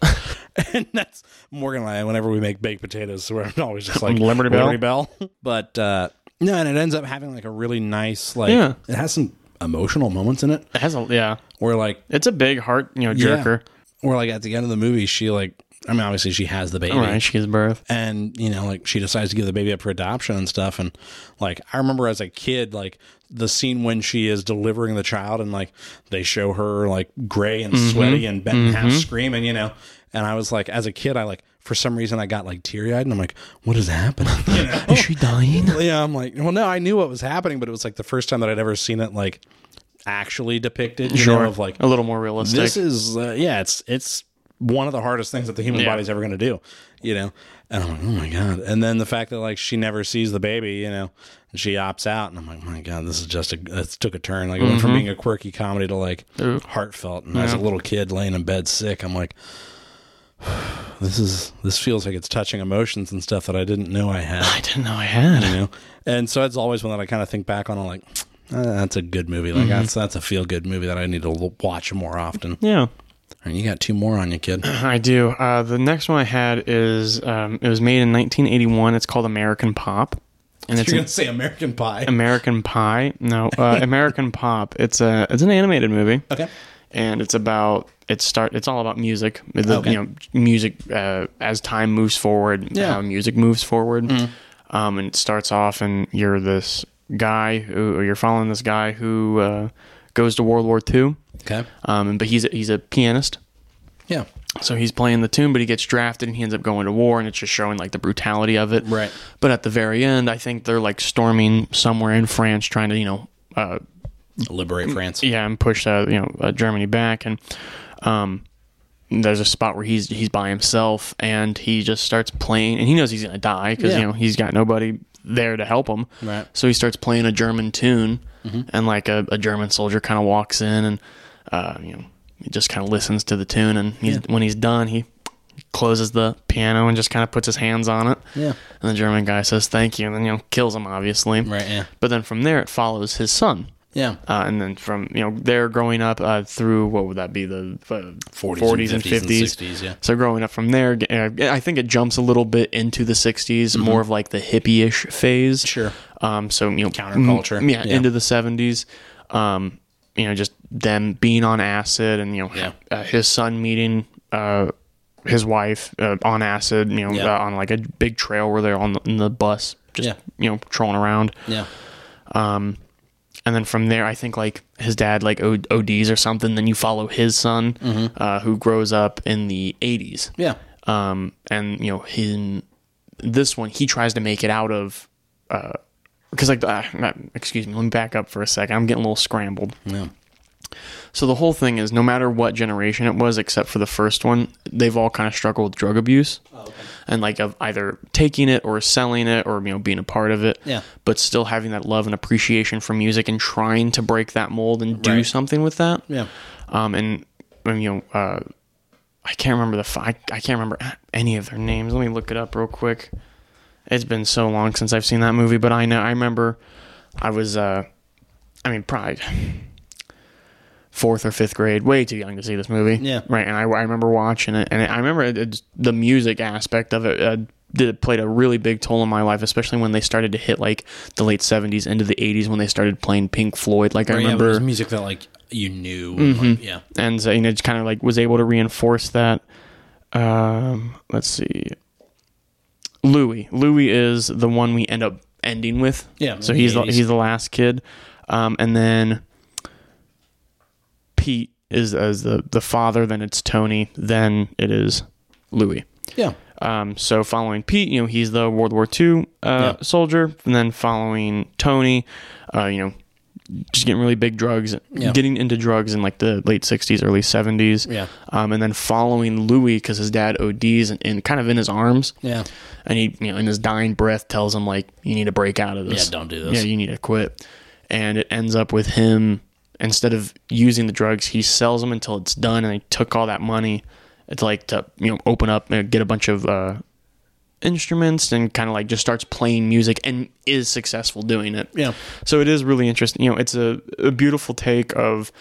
Speaker 1: and that's Morgan and I. Whenever we make baked potatoes, we're always just like
Speaker 2: Liberty Bell?
Speaker 1: Bell. But uh, no, and it ends up having like a really nice like.
Speaker 2: Yeah.
Speaker 1: It has some emotional moments in it
Speaker 2: It has a yeah.
Speaker 1: where like
Speaker 2: It's a big heart, you know,
Speaker 1: Yeah.
Speaker 2: jerker.
Speaker 1: Or like at the end of the movie, she like I mean, obviously she has the baby.
Speaker 2: All right, she gives birth.
Speaker 1: And you know, like she decides to give the baby up for adoption and stuff. And like I remember as a kid, like the scene when she is delivering the child, and like they show her like gray and sweaty and bent in half screaming, you know. And I was like, as a kid, I like for some reason I got like teary eyed, and I'm like, what Oh. is happening? You know?
Speaker 2: Is she dying?
Speaker 1: yeah, I'm like, well, no, I knew what was happening, but it was like the first time that I'd ever seen it like actually depicted, you know, of like
Speaker 2: a little more realistic.
Speaker 1: this is uh, yeah it's it's one of the hardest things that the human
Speaker 2: Yeah.
Speaker 1: body's ever going to do you know and i'm like oh my god and then the fact that like she never sees the baby you know and she opts out and i'm like my god this is just a this took a turn like it went from being a quirky comedy to like heartfelt and as a little kid laying in bed sick i'm like this is this feels like it's touching emotions and stuff that i didn't know i had
Speaker 2: I didn't know I had.
Speaker 1: you know and so it's always one that i kind of think back on I'm like "Ah, that's a good movie like that's that's a feel good movie that i need to l- watch more often
Speaker 2: Yeah,
Speaker 1: and you got two more on you, kid.
Speaker 2: I do. Uh, the next one I had is um, it was made in 1981. It's called American Pop, and it's
Speaker 1: You're
Speaker 2: an
Speaker 1: gonna say American Pie.
Speaker 2: American Pie. No, uh, American Pop. It's a it's an animated movie.
Speaker 1: Okay.
Speaker 2: and it's about it's start it's all about music the,
Speaker 1: Okay.
Speaker 2: you know music uh, as time moves forward
Speaker 1: Yeah. Mm-hmm.
Speaker 2: how music moves forward um, and it starts off and you're this guy who or you're following this guy who uh, goes to World War II
Speaker 1: Okay.
Speaker 2: um, but he's a, he's a pianist
Speaker 1: Yeah.
Speaker 2: so he's playing the tune, but he gets drafted and he ends up going to war, and it's just showing like the brutality of it.
Speaker 1: Right.
Speaker 2: But at the very end, I think they're like storming somewhere in France, trying to you know uh,
Speaker 1: Liberate France.
Speaker 2: yeah, and pushed uh, you know uh, Germany back, and um, there's a spot where he's he's by himself, and he just starts playing, and he knows he's gonna die because
Speaker 1: Yeah.
Speaker 2: you know he's got nobody there to help him.
Speaker 1: Right. Mm-hmm.
Speaker 2: So he starts playing a German tune, and like a, a German soldier kind of walks in, and uh, you know he just kind of listens to the tune, and he's, when he's done, he closes the piano and just kind of puts his hands on it.
Speaker 1: Yeah.
Speaker 2: And the German guy says thank you, and then you know kills him obviously.
Speaker 1: Right, yeah.
Speaker 2: But then from there it follows his son
Speaker 1: Yeah.
Speaker 2: uh, and then from you know there growing up uh, through what would that be the uh, 40s, and 50s,
Speaker 1: yeah.
Speaker 2: so growing up from there g- uh, i think it jumps a little bit into the 60s more of like the hippie-ish phase
Speaker 1: Mm-hmm. Sure.
Speaker 2: um, so you know
Speaker 1: Counterculture.
Speaker 2: m- yeah,
Speaker 1: Yeah.
Speaker 2: into the 70s um, you know just them being on acid and you know
Speaker 1: Yeah.
Speaker 2: uh, his son meeting uh, his wife uh, on acid you know
Speaker 1: Yeah.
Speaker 2: uh, on like a big trail where they're on the, in the bus just
Speaker 1: Yeah.
Speaker 2: you know trolling around
Speaker 1: Yeah.
Speaker 2: and then from there, I think like his dad like O- ODs or something. Then you follow his son, uh, who grows up in the '80s.
Speaker 1: Yeah.
Speaker 2: Um, and you know, in this one, he tries to make it out of, because like, uh, not- excuse me, let me back up for a second. I'm getting a little scrambled.
Speaker 1: Yeah.
Speaker 2: So the whole thing is, no matter what generation it was, except for the first one, they've all kind of struggled with drug abuse,
Speaker 1: Oh,
Speaker 2: and like of either taking it or selling it or you know being a part of it.
Speaker 1: Yeah.
Speaker 2: But still having that love and appreciation for music and trying to break that mold and do
Speaker 1: Right.
Speaker 2: something with that.
Speaker 1: Yeah.
Speaker 2: Um, and, and, you know, uh, I can't remember the f- I, I can't remember any of their names. Let me look it up real quick. It's been so long since I've seen that movie, but I know I remember I was uh, I mean probably fourth or fifth grade, way too young to see this movie.
Speaker 1: Yeah.
Speaker 2: right. And I, I remember watching it, and I remember it, it's- the music aspect of it. Uh, did it played a really big toll in my life, especially when they started to hit like the late '70s into the '80s when they started playing Pink Floyd. Like I
Speaker 1: Right, yeah, but
Speaker 2: remember
Speaker 1: it was music that like you knew.
Speaker 2: Mm-hmm.
Speaker 1: like, yeah.
Speaker 2: and so, you know, just kind of like was able to reinforce that. Um, let's see, Louis. Louis is the one we end up ending with.
Speaker 1: Yeah,
Speaker 2: So he's the,
Speaker 1: 80s.
Speaker 2: he's the last kid, um, and then Pete is as the the father. Then it's Tony. Then it is Louis.
Speaker 1: Yeah.
Speaker 2: Um, so following Pete, you know, he's the World War II uh, soldier, and then following Tony, uh, you know, just getting really big drugs,
Speaker 1: Yeah.
Speaker 2: getting into drugs in like the late '60s, early '70s,
Speaker 1: Yeah.
Speaker 2: Um, and then following Louis because his dad ODs and, and kind of in his arms,
Speaker 1: Yeah.
Speaker 2: and he, you know, in his dying breath tells him like, "You need to break out of this.
Speaker 1: Yeah, don't do this."
Speaker 2: Yeah, you need to quit." And it ends up with him instead of using the drugs, he sells them until it's done, and they took all that money. It's like to you know open up and get a bunch of uh, instruments and kind of like just starts playing music and is successful doing it.
Speaker 1: Yeah.
Speaker 2: So it is really interesting. You know, it's a, a beautiful take of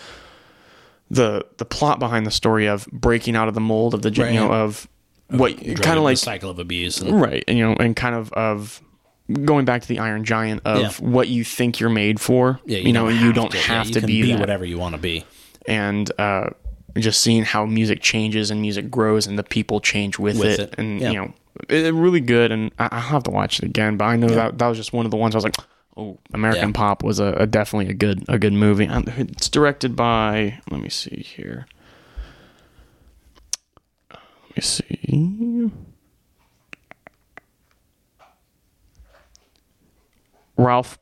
Speaker 2: the the plot behind the story of breaking out of the mold of the gen- you
Speaker 1: Right.
Speaker 2: know of what kind
Speaker 1: Driving
Speaker 2: of
Speaker 1: the
Speaker 2: like
Speaker 1: cycle of abuse. And,
Speaker 2: right and you know and kind of of going back to the iron giant of
Speaker 1: Yeah.
Speaker 2: what you think you're made for
Speaker 1: yeah,
Speaker 2: you, know
Speaker 1: don't
Speaker 2: you don't
Speaker 1: yeah,
Speaker 2: have
Speaker 1: you
Speaker 2: to
Speaker 1: can
Speaker 2: be, that.
Speaker 1: whatever you want to be.
Speaker 2: and uh just seeing how music changes and music grows and the people change with,
Speaker 1: With
Speaker 2: it.
Speaker 1: it,
Speaker 2: and
Speaker 1: yeah.
Speaker 2: you know it, it really good and I, i'll have to watch it again but i know that that was just one of the ones i was like oh american
Speaker 1: Yeah.
Speaker 2: pop was a, a definitely a good a good movie And it's directed by let me see here let me see ralph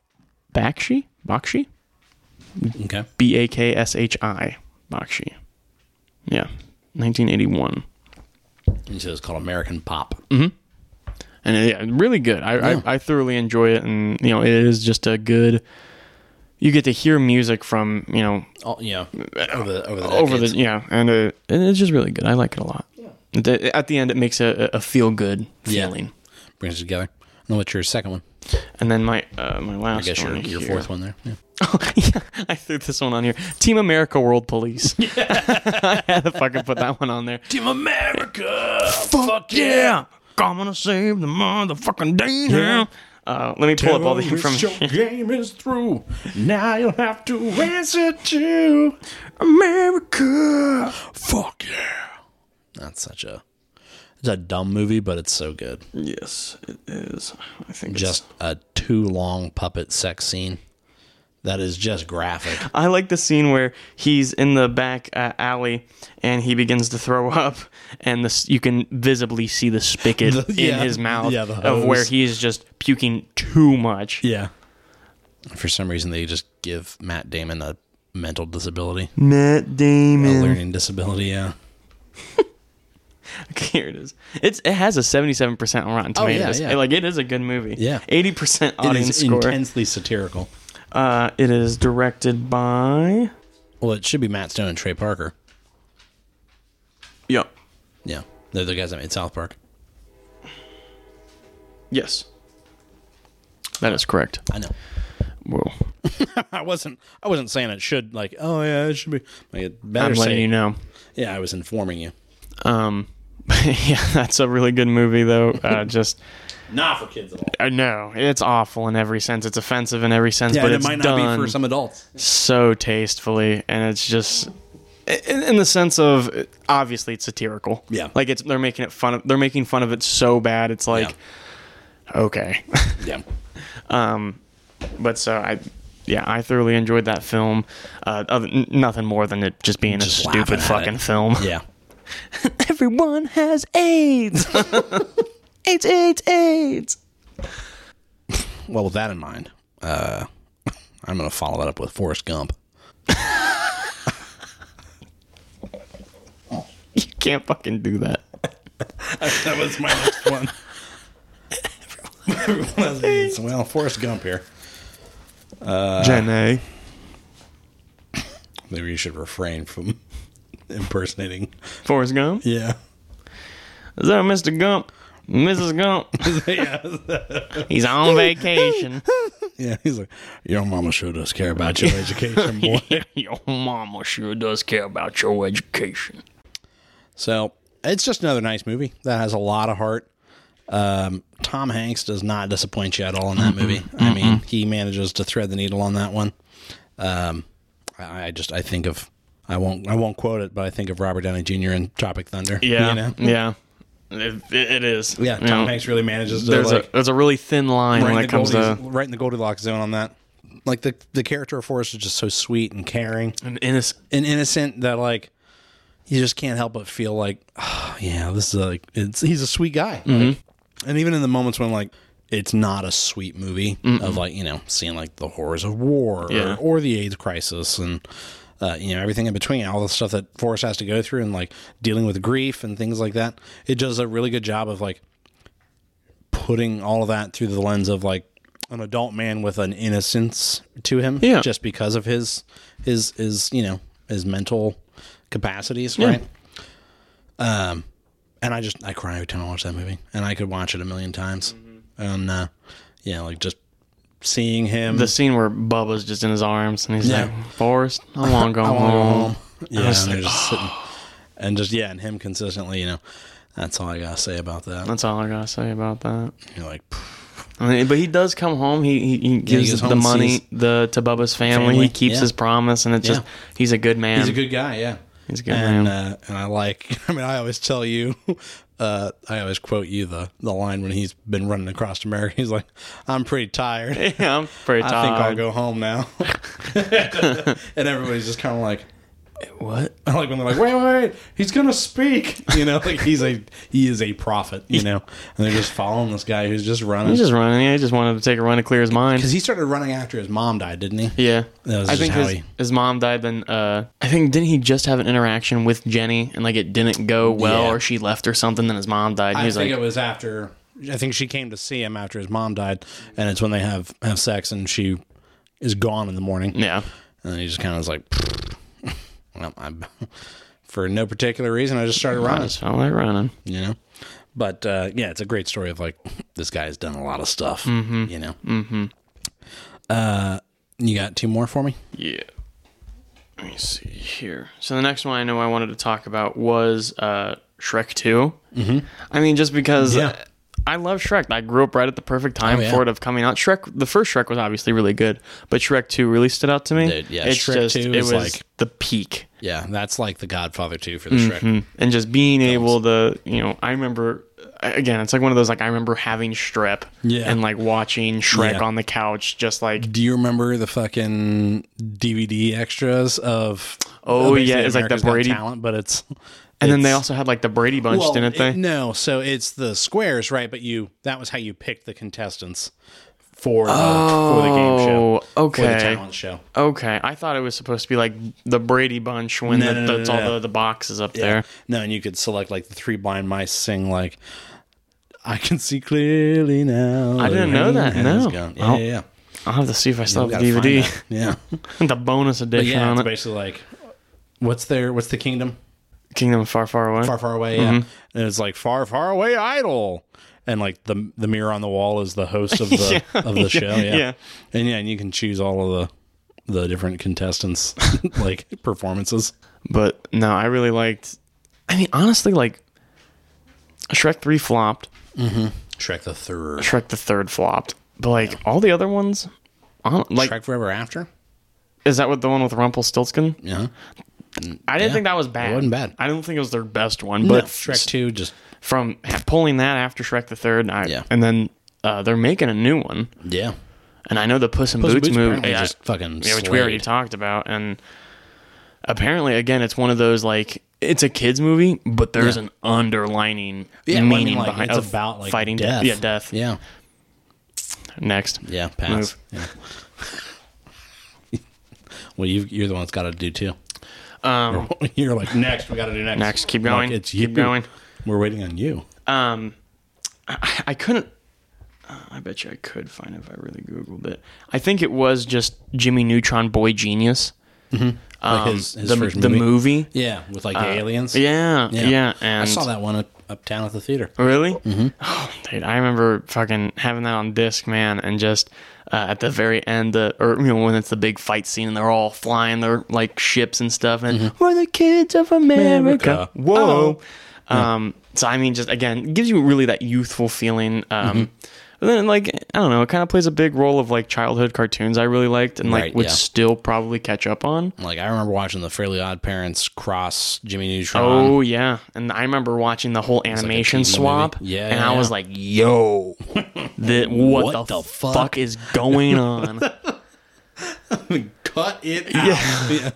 Speaker 2: bakshi bakshi
Speaker 1: Okay.
Speaker 2: B A K S H I Bakshi. Yeah. 1981.
Speaker 1: You said it's called American Pop.
Speaker 2: Mm. And uh, yeah, really good. I,
Speaker 1: Yeah.
Speaker 2: I, I thoroughly enjoy it. And, you know, it is just a good. You get to hear music from, you know,
Speaker 1: All, you know, over the over the
Speaker 2: Uh, over the.
Speaker 1: decades.
Speaker 2: Yeah. And, uh, and it's just really good. I like it a lot. At the- At the end, it makes a, a feel good
Speaker 1: Yeah.
Speaker 2: feeling.
Speaker 1: brings it together. And then what's your second one?
Speaker 2: And then my uh, my last
Speaker 1: I guess your
Speaker 2: one
Speaker 1: your
Speaker 2: here-
Speaker 1: fourth one there. Yeah.
Speaker 2: Oh, yeah, I threw this one on here. Team America World Police. I had to fucking put that one on there.
Speaker 1: Team America. Fuck
Speaker 2: Yeah, I'm gonna save the motherfucking day now. Uh, let me pull up all the information.
Speaker 1: game is through. Now you'll have to answer to
Speaker 2: America.
Speaker 1: Fuck yeah. That's such a it's a dumb movie, but it's so good.
Speaker 2: Yes, it is. I think
Speaker 1: Just a too long puppet sex scene. That is just graphic.
Speaker 2: It's, I like the scene where he's in the back uh, alley and he begins to throw up, and this you can visibly see the spigot
Speaker 1: The-
Speaker 2: in
Speaker 1: yeah,
Speaker 2: his mouth
Speaker 1: yeah, the
Speaker 2: of where
Speaker 1: hose.
Speaker 2: he is just puking too much.
Speaker 1: Yeah. For some reason, they just give Matt Damon a mental disability,
Speaker 2: Matt Damon.
Speaker 1: a learning disability. Yeah.
Speaker 2: Here it is. It's it has a seventy seven percent on Rotten
Speaker 1: Oh, yeah,
Speaker 2: Tomatoes.
Speaker 1: yeah.
Speaker 2: It- Like it is a good movie.
Speaker 1: Yeah.
Speaker 2: eighty percent audience
Speaker 1: it is
Speaker 2: score.
Speaker 1: intensely satirical.
Speaker 2: Uh, it is directed by.
Speaker 1: Well, it should be Matt Stone and Trey Parker.
Speaker 2: Yep.
Speaker 1: Yeah, they're the guys that made South Park.
Speaker 2: Yes. That is correct.
Speaker 1: I know.
Speaker 2: Whoa.
Speaker 1: I wasn't. I wasn't saying it should. Like, oh yeah, it should be. Like, it better
Speaker 2: I'm letting
Speaker 1: say-
Speaker 2: you know.
Speaker 1: Yeah, I was informing you.
Speaker 2: Um, yeah, that's a really good movie though. Uh, just
Speaker 1: Not for kids at all.
Speaker 2: I know it's awful in every sense. It's offensive in every sense,
Speaker 1: Yeah,
Speaker 2: but
Speaker 1: and
Speaker 2: it's
Speaker 1: it might not
Speaker 2: done
Speaker 1: be for some adults.
Speaker 2: so tastefully, and it's just. In, in the sense of obviously it's satirical
Speaker 1: Yeah.
Speaker 2: like it's they're making it fun of they're making fun of it so bad it's like okay
Speaker 1: Yeah.
Speaker 2: but so I, yeah, I thoroughly enjoyed that film. Uh, other, n- nothing more than it just being
Speaker 1: Just
Speaker 2: a
Speaker 1: laughing
Speaker 2: stupid
Speaker 1: at
Speaker 2: fucking
Speaker 1: it.
Speaker 2: film.
Speaker 1: Yeah.
Speaker 2: Everyone has AIDS. AIDS, AIDS, AIDS.
Speaker 1: Well, with that in mind, uh, I'm going to follow that up with Forrest Gump.
Speaker 2: You can't fucking do that.
Speaker 1: That was my next one. Everyone has AIDS. Well, Forrest Gump here.
Speaker 2: Gen A.
Speaker 1: Maybe you should refrain from impersonating.
Speaker 2: Forrest Gump.
Speaker 1: Yeah.
Speaker 2: Is that Mr. Gump? Mrs. Gump.
Speaker 1: yeah.
Speaker 2: He's on vacation.
Speaker 1: Yeah. He's like, your mama sure does care about your education, boy.
Speaker 2: Your mama sure does care about your education.
Speaker 1: So it's just another nice movie that has a lot of heart. Um, Tom Hanks does not disappoint you at all in that movie. I mean, he manages to thread the needle on that one. Um, I, I just I think of I won't I won't quote it, but I think of Robert Downey Jr. in Tropic Thunder.
Speaker 2: Yeah.
Speaker 1: you know?
Speaker 2: Yeah. It, it- it is.
Speaker 1: yeah.
Speaker 2: You
Speaker 1: Tom
Speaker 2: know,
Speaker 1: Hanks really manages to
Speaker 2: There's
Speaker 1: like
Speaker 2: a there's a really thin line
Speaker 1: right,
Speaker 2: when
Speaker 1: in the
Speaker 2: it comes
Speaker 1: Goldies-
Speaker 2: to
Speaker 1: right in the Goldilocks zone on that. Like the the character of Forrest is just so sweet and caring
Speaker 2: an innocent.
Speaker 1: and innocent that like you just can't help but feel like oh, yeah this is like it's he's a sweet guy Like, and even in the moments when like it's not a sweet movie of like you know seeing like the horrors of war
Speaker 2: Yeah.
Speaker 1: or, or the aids crisis and uh, you know everything in between all the stuff that forrest has to go through and like dealing with grief and things like that it does a really good job of like putting all of that through the lens of like an adult man with an innocence to him
Speaker 2: Yeah.
Speaker 1: just because of his his his you know his mental capacities right um and I just I cry every time I watch that movie, and I could watch it a million times.
Speaker 2: Mm-hmm.
Speaker 1: And uh, yeah, like just seeing him.
Speaker 2: The scene where Bubba's just in his arms and he's
Speaker 1: Yeah.
Speaker 2: like, "Forrest, I want to go home."
Speaker 1: Yeah,
Speaker 2: was
Speaker 1: and they're just sitting, and just yeah, and him consistently. You know, that's all I gotta say about that.
Speaker 2: That's all I gotta say about that.
Speaker 1: You're like, pff,
Speaker 2: I mean, but he does come home. He he, he gives
Speaker 1: goes home
Speaker 2: the
Speaker 1: and
Speaker 2: money
Speaker 1: sees-
Speaker 2: the to Bubba's family.
Speaker 1: Family,
Speaker 2: He keeps
Speaker 1: yeah.
Speaker 2: his promise, and it's just
Speaker 1: Yeah.
Speaker 2: he's a good man.
Speaker 1: he's a good guy. Yeah,
Speaker 2: He's a good
Speaker 1: and,
Speaker 2: man.
Speaker 1: Uh, and I like. I mean, I always tell you. Uh, I always quote you the the line when he's been running across America. He's like, "I'm pretty tired.
Speaker 2: yeah, I'm pretty tired.
Speaker 1: I think I'll go home now." and everybody's just kind of like,
Speaker 2: What?
Speaker 1: I like when they're like, wait, wait, wait, he's gonna speak. You know, like he's a he is a prophet. You know, and they're just following this guy who's just running
Speaker 2: He's just running. He just wanted to take a run to clear his mind.
Speaker 1: because he started running after his mom died, didn't he?
Speaker 2: Yeah,
Speaker 1: That was
Speaker 2: I
Speaker 1: just
Speaker 2: think
Speaker 1: how
Speaker 2: his,
Speaker 1: he-
Speaker 2: his mom died. Then uh, I think didn't he just have an interaction with Jenny and like it didn't go well
Speaker 1: Yeah.
Speaker 2: or she left or something. Then his mom died. And
Speaker 1: I
Speaker 2: he was
Speaker 1: think
Speaker 2: like,
Speaker 1: it was after. I think she came to see him after his mom died, and it's when they have have sex, and she is gone in the morning,
Speaker 2: yeah,
Speaker 1: and then he just kind of was like, well, I'm, for no particular reason, I just started
Speaker 2: I
Speaker 1: running.
Speaker 2: just felt like running.
Speaker 1: you know but uh, yeah it's a great story of like this guy's done a lot of stuff you know mm-hmm. uh, you got two more for me
Speaker 2: Yeah. Let me see here. So the next one I know I wanted to talk about was uh, Shrek 2 Mm-hmm. I mean, just because
Speaker 1: Yeah.
Speaker 2: uh, I love Shrek. I grew up right at the perfect time
Speaker 1: Oh, yeah.
Speaker 2: for it of coming out. Shrek, the first Shrek was obviously really good, but Shrek Two really stood out to me.
Speaker 1: Dude, yeah, Shrek 2
Speaker 2: it
Speaker 1: is
Speaker 2: was
Speaker 1: like-
Speaker 2: the peak.
Speaker 1: yeah that's like the godfather 2 for the shrek
Speaker 2: and just being able to you know i remember again it's like one of those like i remember having strep
Speaker 1: Yeah.
Speaker 2: and like watching shrek
Speaker 1: Yeah.
Speaker 2: on the couch just like
Speaker 1: do you remember the fucking dvd extras of
Speaker 2: Oh,
Speaker 1: basically
Speaker 2: yeah, it's like the
Speaker 1: America's Got
Speaker 2: Brady-
Speaker 1: talent but it's
Speaker 2: and then they
Speaker 1: it's-
Speaker 2: also had like the brady bunch
Speaker 1: well,
Speaker 2: didn't they
Speaker 1: it- no so it's the squares right but you that was how you picked the contestants for the, for the game show
Speaker 2: Oh,
Speaker 1: for the
Speaker 2: okay.
Speaker 1: talent show
Speaker 2: okay i thought it was supposed to be like the brady bunch when
Speaker 1: No,
Speaker 2: the,
Speaker 1: no, no,
Speaker 2: that's
Speaker 1: no,
Speaker 2: all
Speaker 1: no.
Speaker 2: The, the boxes up there
Speaker 1: No, and you could select like the three blind mice sing like I can see clearly now.
Speaker 2: I didn't know that, no.
Speaker 1: Yeah, yeah,
Speaker 2: I'll-
Speaker 1: yeah.
Speaker 2: i'll have to see if i still
Speaker 1: We
Speaker 2: have
Speaker 1: gotta
Speaker 2: the
Speaker 1: find
Speaker 2: dvd
Speaker 1: that. Yeah.
Speaker 2: the bonus edition
Speaker 1: yeah,
Speaker 2: on
Speaker 1: it's
Speaker 2: it
Speaker 1: basically like what's their what's the kingdom?
Speaker 2: kingdom of far far away
Speaker 1: Far far away, yeah.
Speaker 2: Mm-hmm.
Speaker 1: And it's like far far away idol. And like the the mirror on the wall is the host of the of the show, yeah.
Speaker 2: yeah.
Speaker 1: And yeah, and you can choose all of the the different contestants like performances.
Speaker 2: But no, I really liked. I mean, honestly, like Shrek three flopped,
Speaker 1: Shrek the third.
Speaker 2: Shrek the third flopped, but like all the other ones, hon- like
Speaker 1: Shrek Forever After?
Speaker 2: is that what the one with Rumpelstiltskin?
Speaker 1: Yeah.
Speaker 2: I didn't
Speaker 1: Yeah.
Speaker 2: think that was bad.
Speaker 1: It wasn't bad.
Speaker 2: I don't think it was their best one,
Speaker 1: But
Speaker 2: but
Speaker 1: Shrek two just
Speaker 2: from ha- pulling that after Shrek the third, I,
Speaker 1: Yeah.
Speaker 2: and then uh, they're making a new one,
Speaker 1: yeah.
Speaker 2: and I know the Puss in
Speaker 1: Puss in
Speaker 2: Boots,
Speaker 1: Boots
Speaker 2: movie,
Speaker 1: apparently
Speaker 2: yeah,
Speaker 1: just fucking
Speaker 2: yeah, which we already
Speaker 1: slayed.
Speaker 2: talked about, and apparently, again, it's one of those like. It's a kids movie, but there's an underlining
Speaker 1: Yeah, well, I
Speaker 2: meaning
Speaker 1: mean, like,
Speaker 2: behind
Speaker 1: it's
Speaker 2: of
Speaker 1: about like
Speaker 2: fighting
Speaker 1: death.
Speaker 2: Yeah, death.
Speaker 1: Yeah.
Speaker 2: Next.
Speaker 1: Yeah. Pass. Yeah. well, you you're the one that's got to do too.
Speaker 2: Um,
Speaker 1: you're like next. We got to do next.
Speaker 2: Next, keep
Speaker 1: Like,
Speaker 2: going,
Speaker 1: it's you.
Speaker 2: keep going.
Speaker 1: We're waiting on you.
Speaker 2: um, I, I couldn't. uh, I bet you I could find it if I really Googled it. I think it was just Jimmy Neutron Boy Genius.
Speaker 1: Like
Speaker 2: Um,
Speaker 1: his, his
Speaker 2: the,
Speaker 1: first
Speaker 2: the
Speaker 1: movie.
Speaker 2: movie.
Speaker 1: Yeah, with like the aliens.
Speaker 2: Yeah, yeah. and
Speaker 1: I saw that one up, uptown at the theater.
Speaker 2: Really? Mm-hmm. Oh, dude, I remember fucking having that on disc, man, and just uh, at the very end, uh, or you know, when it's the big fight scene and they're all flying their like ships and stuff, and we're the kids of America.
Speaker 1: Mm-hmm. America. Oh.
Speaker 2: Whoa. Um, so I mean, just again, it gives you really that youthful feeling. Um,
Speaker 1: Mm-hmm.
Speaker 2: and then like I don't know, it kind of plays a big role of like childhood cartoons I really liked and like
Speaker 1: Right,
Speaker 2: would
Speaker 1: yeah.
Speaker 2: still probably catch up on.
Speaker 1: Like I remember watching the Fairly Odd Parents cross Jimmy Neutron.
Speaker 2: Oh yeah, and I remember watching the whole animation
Speaker 1: teen movie.
Speaker 2: swap.
Speaker 1: Yeah,
Speaker 2: and
Speaker 1: yeah,
Speaker 2: I was
Speaker 1: yeah.
Speaker 2: like, "Yo, the, what,
Speaker 1: What
Speaker 2: the,
Speaker 1: the
Speaker 2: fuck?
Speaker 1: fuck?
Speaker 2: is going on?
Speaker 1: cut it out. Yeah.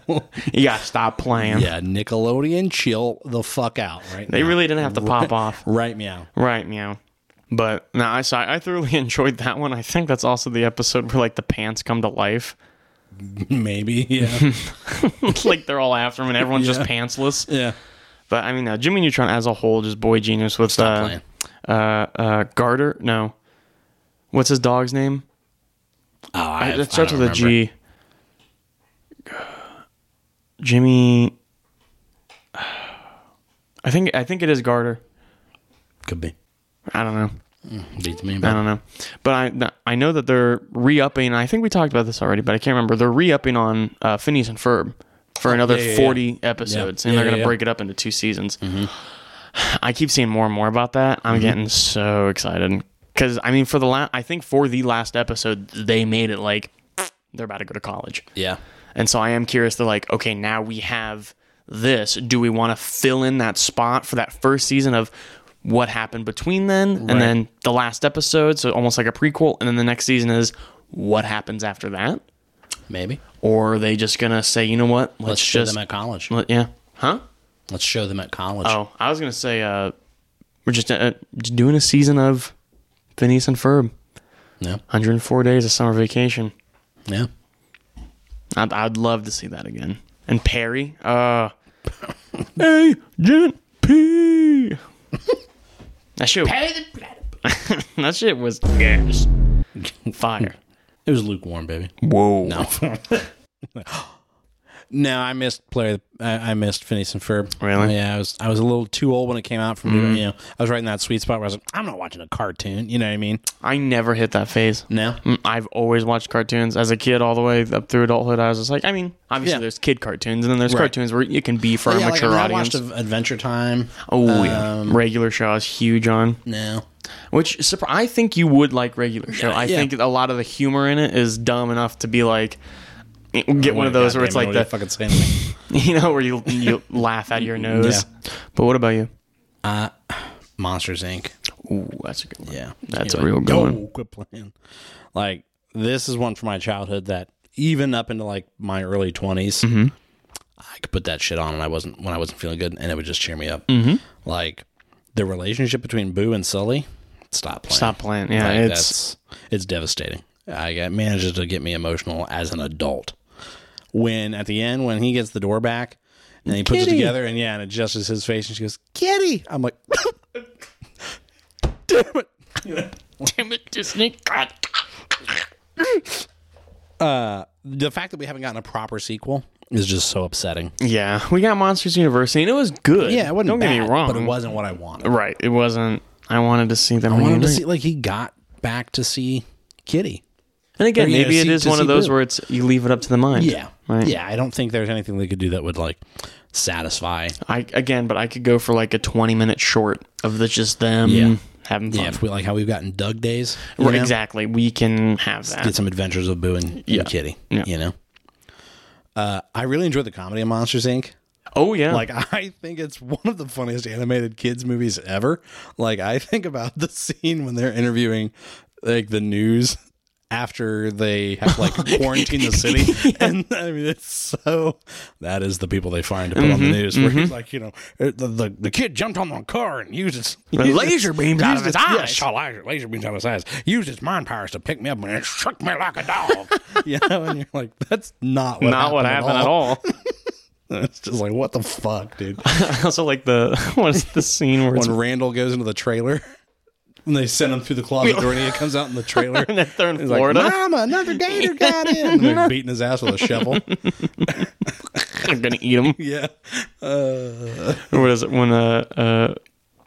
Speaker 2: you gotta stop playing."
Speaker 1: yeah, Nickelodeon, chill the fuck out right
Speaker 2: They
Speaker 1: now.
Speaker 2: really didn't have to pop off,
Speaker 1: right meow.
Speaker 2: right? Meow. But no, I saw. I thoroughly enjoyed that one. I think that's also the episode where like the pants come to life.
Speaker 1: Maybe. Yeah.
Speaker 2: It's like they're all after him, and everyone's just pantsless.
Speaker 1: yeah.
Speaker 2: But I mean, no, Jimmy Neutron as a whole, just boy genius with uh,
Speaker 1: playing.
Speaker 2: uh, uh, Garter. No, what's his dog's name?
Speaker 1: Oh, I,
Speaker 2: it starts
Speaker 1: I
Speaker 2: with
Speaker 1: don't
Speaker 2: a
Speaker 1: remember.
Speaker 2: G. Jimmy. I think I think it is Garter.
Speaker 1: Could be.
Speaker 2: I don't know.
Speaker 1: Beats me.
Speaker 2: I
Speaker 1: But
Speaker 2: don't know. But I th- I know that they're re-upping. I think we talked about this already, but I can't remember. They're re-upping on uh, Phineas and Ferb for another
Speaker 1: Oh, yeah, yeah.
Speaker 2: 40 episodes,
Speaker 1: Yeah.
Speaker 2: and
Speaker 1: Yeah, yeah, Mm-hmm.
Speaker 2: they're going to
Speaker 1: yeah.
Speaker 2: break it up into two seasons. I keep seeing more and more about that.
Speaker 1: Mm-hmm.
Speaker 2: I'm getting so excited because I mean, for the last, I think for the last episode, they made it like they're about to go to college,
Speaker 1: yeah.
Speaker 2: and so I am curious. They're like, okay, now we have this. Do we want to fill in that spot for that first season of what happened between then and then the last episode? So almost like a prequel. And then the next season is what happens after that?
Speaker 1: Maybe.
Speaker 2: Or are they just going to say, you know what? Let's,
Speaker 1: Let's show
Speaker 2: just.
Speaker 1: them at college.
Speaker 2: let- yeah. Huh?
Speaker 1: Let's show them at college.
Speaker 2: Oh, I was going to say, uh, we're just uh, just doing a season of Phineas and Ferb.
Speaker 1: Yeah.
Speaker 2: 104 days of summer vacation.
Speaker 1: Yeah.
Speaker 2: I'd, I'd love to see that again. And Perry, uh, Agent P. That shit. that shit was gas. Fire.
Speaker 1: It was lukewarm, baby.
Speaker 2: Whoa.
Speaker 1: No, I missed player. I, I missed Phineas and Ferb.
Speaker 2: Really? Mm-hmm.
Speaker 1: Yeah, I was I was a little too old when it came out. From you know, I was right in that sweet spot where I was like, I'm not watching a cartoon. You know what I mean?
Speaker 2: I never hit that phase.
Speaker 1: No.
Speaker 2: Mm, I've always watched cartoons as a kid, all the way up through adulthood. I was just like, I mean, obviously
Speaker 1: Yeah.
Speaker 2: there's kid cartoons, and then there's cartoons where it can be for a
Speaker 1: Yeah, like, I,
Speaker 2: mature
Speaker 1: mean, I
Speaker 2: audience.
Speaker 1: watched Adventure Time. Um,
Speaker 2: oh, yeah. regular Shaw is huge on.
Speaker 1: No.
Speaker 2: Which surpri- I think you would like regular show. I
Speaker 1: yeah.
Speaker 2: think a lot of the humor in it is dumb enough to be like
Speaker 1: Oh
Speaker 2: get one of those where it's like
Speaker 1: that.
Speaker 2: the
Speaker 1: Fucking saying. to me?
Speaker 2: you know where you you laugh out of your nose. But what about you?
Speaker 1: Monsters Inc.
Speaker 2: Ooh, that's a good one.
Speaker 1: Yeah,
Speaker 2: That's
Speaker 1: You're
Speaker 2: a real
Speaker 1: like,
Speaker 2: good one.
Speaker 1: "Yo, Quit playing. Like this is one from my childhood that even up into like my early 20s
Speaker 2: Mm-hmm.
Speaker 1: I could put that shit on and I wasn't when I wasn't feeling good, and it would just cheer me up.
Speaker 2: Mm-hmm.
Speaker 1: Like the relationship between Boo and Sully, stop playing.
Speaker 2: Stop playing. Yeah,
Speaker 1: Like,
Speaker 2: it's
Speaker 1: that's it's devastating. I it manages to get me emotional as an adult. When at the end, when he gets the door back and he puts it
Speaker 2: Kitty.
Speaker 1: together, and yeah, and adjusts his face, and she goes, "Kitty," I'm like, "Damn it!"
Speaker 2: damn it, Disney. God.
Speaker 1: Uh, the fact that we haven't gotten a proper sequel is just so upsetting.
Speaker 2: Yeah, we got Monsters University, and it was good.
Speaker 1: Yeah, it wasn't
Speaker 2: Don't
Speaker 1: bad,
Speaker 2: get me wrong,
Speaker 1: but it wasn't what I wanted.
Speaker 2: right. It wasn't. I wanted to see them.
Speaker 1: I wanted to
Speaker 2: reunite.
Speaker 1: see like he got back to see Kitty.
Speaker 2: and again,
Speaker 1: or, you know,
Speaker 2: maybe it
Speaker 1: see-
Speaker 2: is
Speaker 1: to
Speaker 2: one of
Speaker 1: see
Speaker 2: those
Speaker 1: Boo.
Speaker 2: where it's you leave it up to the mind.
Speaker 1: Yeah,
Speaker 2: right.
Speaker 1: yeah. I don't think there's anything they could do that would like satisfy.
Speaker 2: I again, but I could go for like a twenty minute short of the, just them
Speaker 1: Yeah.
Speaker 2: having fun.
Speaker 1: Yeah, if we like how we've gotten Doug days, you
Speaker 2: Right,
Speaker 1: know?
Speaker 2: Exactly, we can have that.
Speaker 1: Get some adventures of Boo and, and
Speaker 2: Yeah.
Speaker 1: Kitty.
Speaker 2: Yeah.
Speaker 1: You know, uh, I really enjoyed the comedy of Monsters Inc.
Speaker 2: oh yeah,
Speaker 1: Like I think it's one of the funniest animated kids movies ever. Like I think about the scene when they're interviewing like the news after they have to, like quarantine the city and I mean it's so that is the people they find to put
Speaker 2: Mm-hmm,
Speaker 1: on the news where he's like you know uh, the, the the kid jumped on the car and used its used its-
Speaker 2: laser beams out of
Speaker 1: used
Speaker 2: its
Speaker 1: yeah,
Speaker 2: eyes.
Speaker 1: shot laser, laser beams out of its eyes used its mind powers to pick me up and it shook me like a dog you know and you're like that's not what
Speaker 2: not what happened at all.
Speaker 1: it's just like what the fuck dude
Speaker 2: I also like the what is the scene where it's
Speaker 1: when Randall goes into the trailer and they send him through the closet door and he comes out in the trailer.
Speaker 2: and that they're in
Speaker 1: He's like,
Speaker 2: Florida.
Speaker 1: Mama, another gator got in. And they're beating his ass with a shovel.
Speaker 2: I'm gonna eat them.
Speaker 1: Yeah.
Speaker 2: What is it when uh, uh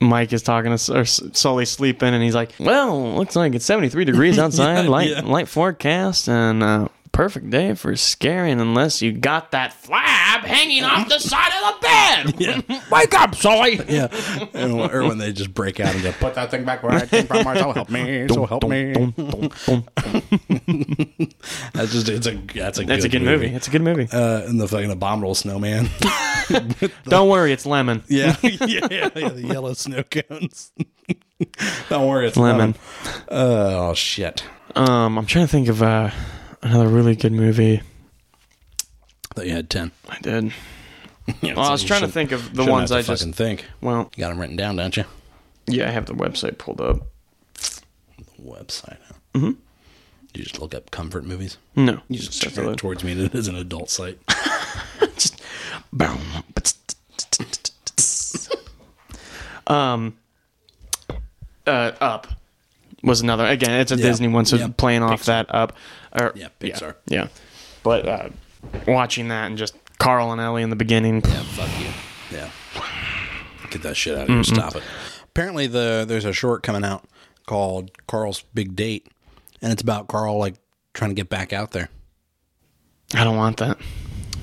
Speaker 2: Mike is talking to S- or S- Sully's sleeping and he's like, "Well, looks like it's 73 degrees outside, light
Speaker 1: yeah.
Speaker 2: light forecast, and uh, perfect day for scaring unless you got that flab hanging off the side of the bed."
Speaker 1: Wake up, Sully. Yeah. And, or when they just break out and go, put that thing back where I came from, or so help me. So help me. That's just, it's a, that's a,
Speaker 2: That's a good movie. It's a good movie.
Speaker 1: Uh, and the fucking abominable snowman.
Speaker 2: Don't worry, it's lemon.
Speaker 1: Yeah. yeah, yeah, The yellow snow cones. Don't worry, it's
Speaker 2: Lemon.
Speaker 1: Oh, shit.
Speaker 2: Um, I'm trying to think of uh, another really good movie
Speaker 1: thought you had 10.
Speaker 2: I did.
Speaker 1: Yeah,
Speaker 2: Well, I
Speaker 1: so
Speaker 2: was
Speaker 1: you
Speaker 2: trying to
Speaker 1: shouldn't-
Speaker 2: think of the
Speaker 1: shouldn't
Speaker 2: ones
Speaker 1: have
Speaker 2: I
Speaker 1: to
Speaker 2: just.
Speaker 1: fucking think.
Speaker 2: Well,
Speaker 1: You got them written down, don't you?
Speaker 2: yeah, I have the website pulled up.
Speaker 1: Website. Huh? Mm-hmm. You just look up comfort movies.
Speaker 2: No,
Speaker 1: You just turn it towards me. It is an adult site.
Speaker 2: Um, uh, up was another. Again, it's a Disney one, so
Speaker 1: Yeah.
Speaker 2: playing off that up. Or,
Speaker 1: Yeah, Pixar.
Speaker 2: Yeah, but uh, watching that and just Carl and Ellie in the beginning.
Speaker 1: Yeah, fuck you. Yeah. Get that shit out of here. Stop it. Apparently, the there's a short coming out called Carl's Big Date, and it's about Carl like trying to get back out there.
Speaker 2: I don't want that.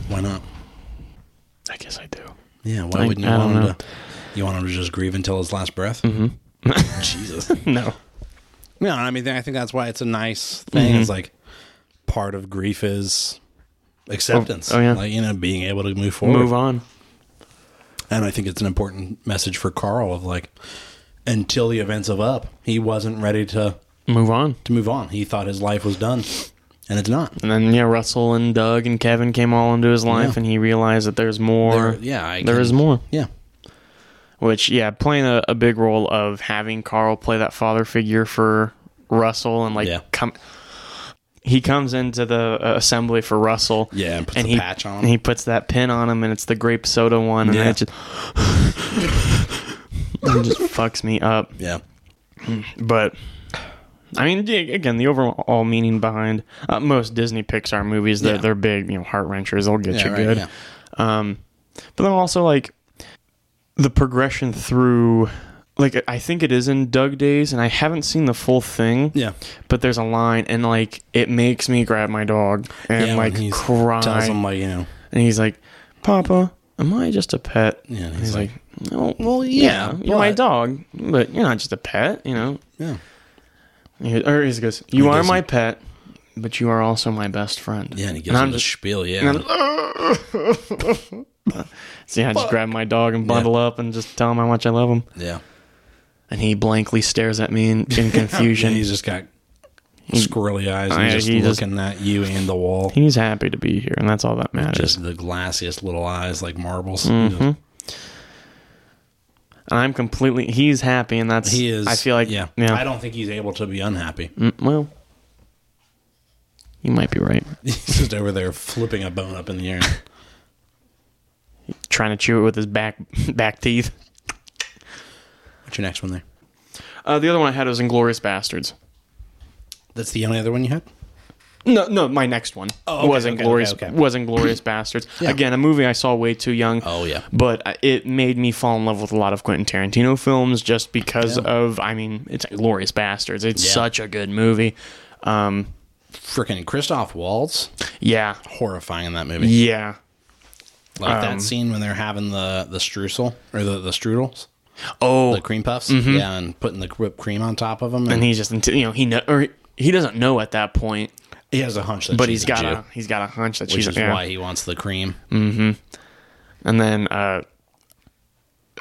Speaker 1: Why not?
Speaker 2: I guess I do.
Speaker 1: Yeah, why
Speaker 2: I-
Speaker 1: wouldn't you
Speaker 2: I
Speaker 1: want
Speaker 2: don't
Speaker 1: him
Speaker 2: know. Mm-hmm.
Speaker 1: to? You want him to just grieve until his last breath? Jesus.
Speaker 2: No.
Speaker 1: No, I mean, I think that's why it's a nice thing.
Speaker 2: Mm-hmm.
Speaker 1: It's like part of grief is acceptance.
Speaker 2: Oh, oh, yeah.
Speaker 1: Like, you know, being able to move forward.
Speaker 2: Move on.
Speaker 1: And I think it's an important message for Carl of like, until the events of Up, he wasn't ready to,
Speaker 2: Move on.
Speaker 1: to move on. He thought his life was done, and it's not.
Speaker 2: And then yeah, Russell and Doug and Kevin came all into his life,
Speaker 1: Yeah.
Speaker 2: and he realized that there's more.
Speaker 1: There- yeah, I
Speaker 2: there
Speaker 1: can-
Speaker 2: is more.
Speaker 1: Yeah.
Speaker 2: Which yeah, playing a, a big role of having Carl play that father figure for Russell, and like
Speaker 1: Yeah.
Speaker 2: come. He comes into the uh, assembly for Russell.
Speaker 1: Yeah, and puts the
Speaker 2: he,
Speaker 1: patch on him.
Speaker 2: and he puts that pin on him, and it's the grape soda one, and
Speaker 1: Yeah.
Speaker 2: it just, it just fucks me up.
Speaker 1: Yeah.
Speaker 2: But I mean, yeah, again, the overall meaning behind uh, most Disney Pixar movies, they're,
Speaker 1: Yeah.
Speaker 2: they're big, you know, heart wrenchers. They'll get
Speaker 1: Yeah,
Speaker 2: you
Speaker 1: right,
Speaker 2: good.
Speaker 1: yeah.
Speaker 2: Um, but then also like the progression through, like I think it is in Doug Days, and I haven't seen the full thing.
Speaker 1: Yeah.
Speaker 2: But there's a line, and like it makes me grab my dog and
Speaker 1: yeah, when
Speaker 2: like
Speaker 1: he's-
Speaker 2: cry.
Speaker 1: Tells him, like, you know,
Speaker 2: and he's like, "Papa, am I just a pet?"
Speaker 1: Yeah, and
Speaker 2: And
Speaker 1: he's
Speaker 2: he's, like, "No,
Speaker 1: well,
Speaker 2: well,
Speaker 1: yeah,
Speaker 2: yeah, you're my
Speaker 1: but-"
Speaker 2: dog, but you're not just a pet, you know."
Speaker 1: yeah.
Speaker 2: He- or he goes, "You are
Speaker 1: gives
Speaker 2: my
Speaker 1: him-
Speaker 2: pet, but you are also my best friend."
Speaker 1: Yeah. And he gives him
Speaker 2: I'm
Speaker 1: the
Speaker 2: just,
Speaker 1: spiel. Yeah.
Speaker 2: and I'm- so yeah, I just grab my dog and bundle up and just tell him how much I love him,
Speaker 1: yeah.
Speaker 2: and he blankly stares at me in, in confusion.
Speaker 1: And he's just got squirrely eyes and
Speaker 2: Yeah,
Speaker 1: just
Speaker 2: he just-
Speaker 1: looking at you and the wall.
Speaker 2: he's happy to be here, and that's all that matters.
Speaker 1: Just the glassiest little eyes, like marbles.
Speaker 2: Mm-hmm. and I'm completely. He's happy, and that's
Speaker 1: He is.
Speaker 2: I feel like
Speaker 1: yeah. I don't think he's able to be unhappy.
Speaker 2: Mm, well, you might be right.
Speaker 1: He's just over there flipping a bone up in the air.
Speaker 2: Trying to chew it with his back back teeth.
Speaker 1: What's your next one there?
Speaker 2: Uh, the other one I had was Inglorious Bastards.
Speaker 1: That's the only other one you had.
Speaker 2: No, no, my next one
Speaker 1: Oh, okay,
Speaker 2: was
Speaker 1: okay,
Speaker 2: Inglorious
Speaker 1: okay, okay.
Speaker 2: was Inglorious Bastards.
Speaker 1: Yeah.
Speaker 2: Again, a movie I saw way too young.
Speaker 1: Oh, yeah.
Speaker 2: but I- it made me fall in love with a lot of Quentin Tarantino films just because
Speaker 1: Yeah.
Speaker 2: of. I mean, it's Inglorious Bastards. It's
Speaker 1: Yeah.
Speaker 2: such a good movie. Um,
Speaker 1: Freaking Christoph Waltz,
Speaker 2: yeah,
Speaker 1: horrifying in that movie.
Speaker 2: yeah.
Speaker 1: Like
Speaker 2: um,
Speaker 1: that scene when they're having the the streusel or the the strudels,
Speaker 2: Oh,
Speaker 1: the cream puffs. Yeah, and putting the whipped cream on top of them. And,
Speaker 2: and
Speaker 1: he,
Speaker 2: he's just you know he know or he, he doesn't know at that point,
Speaker 1: has a hunch that,
Speaker 2: but
Speaker 1: she's
Speaker 2: he's got
Speaker 1: a,
Speaker 2: a,
Speaker 1: Jew,
Speaker 2: he's got a hunch that
Speaker 1: which
Speaker 2: she's
Speaker 1: is
Speaker 2: yeah.
Speaker 1: why he wants the cream.
Speaker 2: and then uh,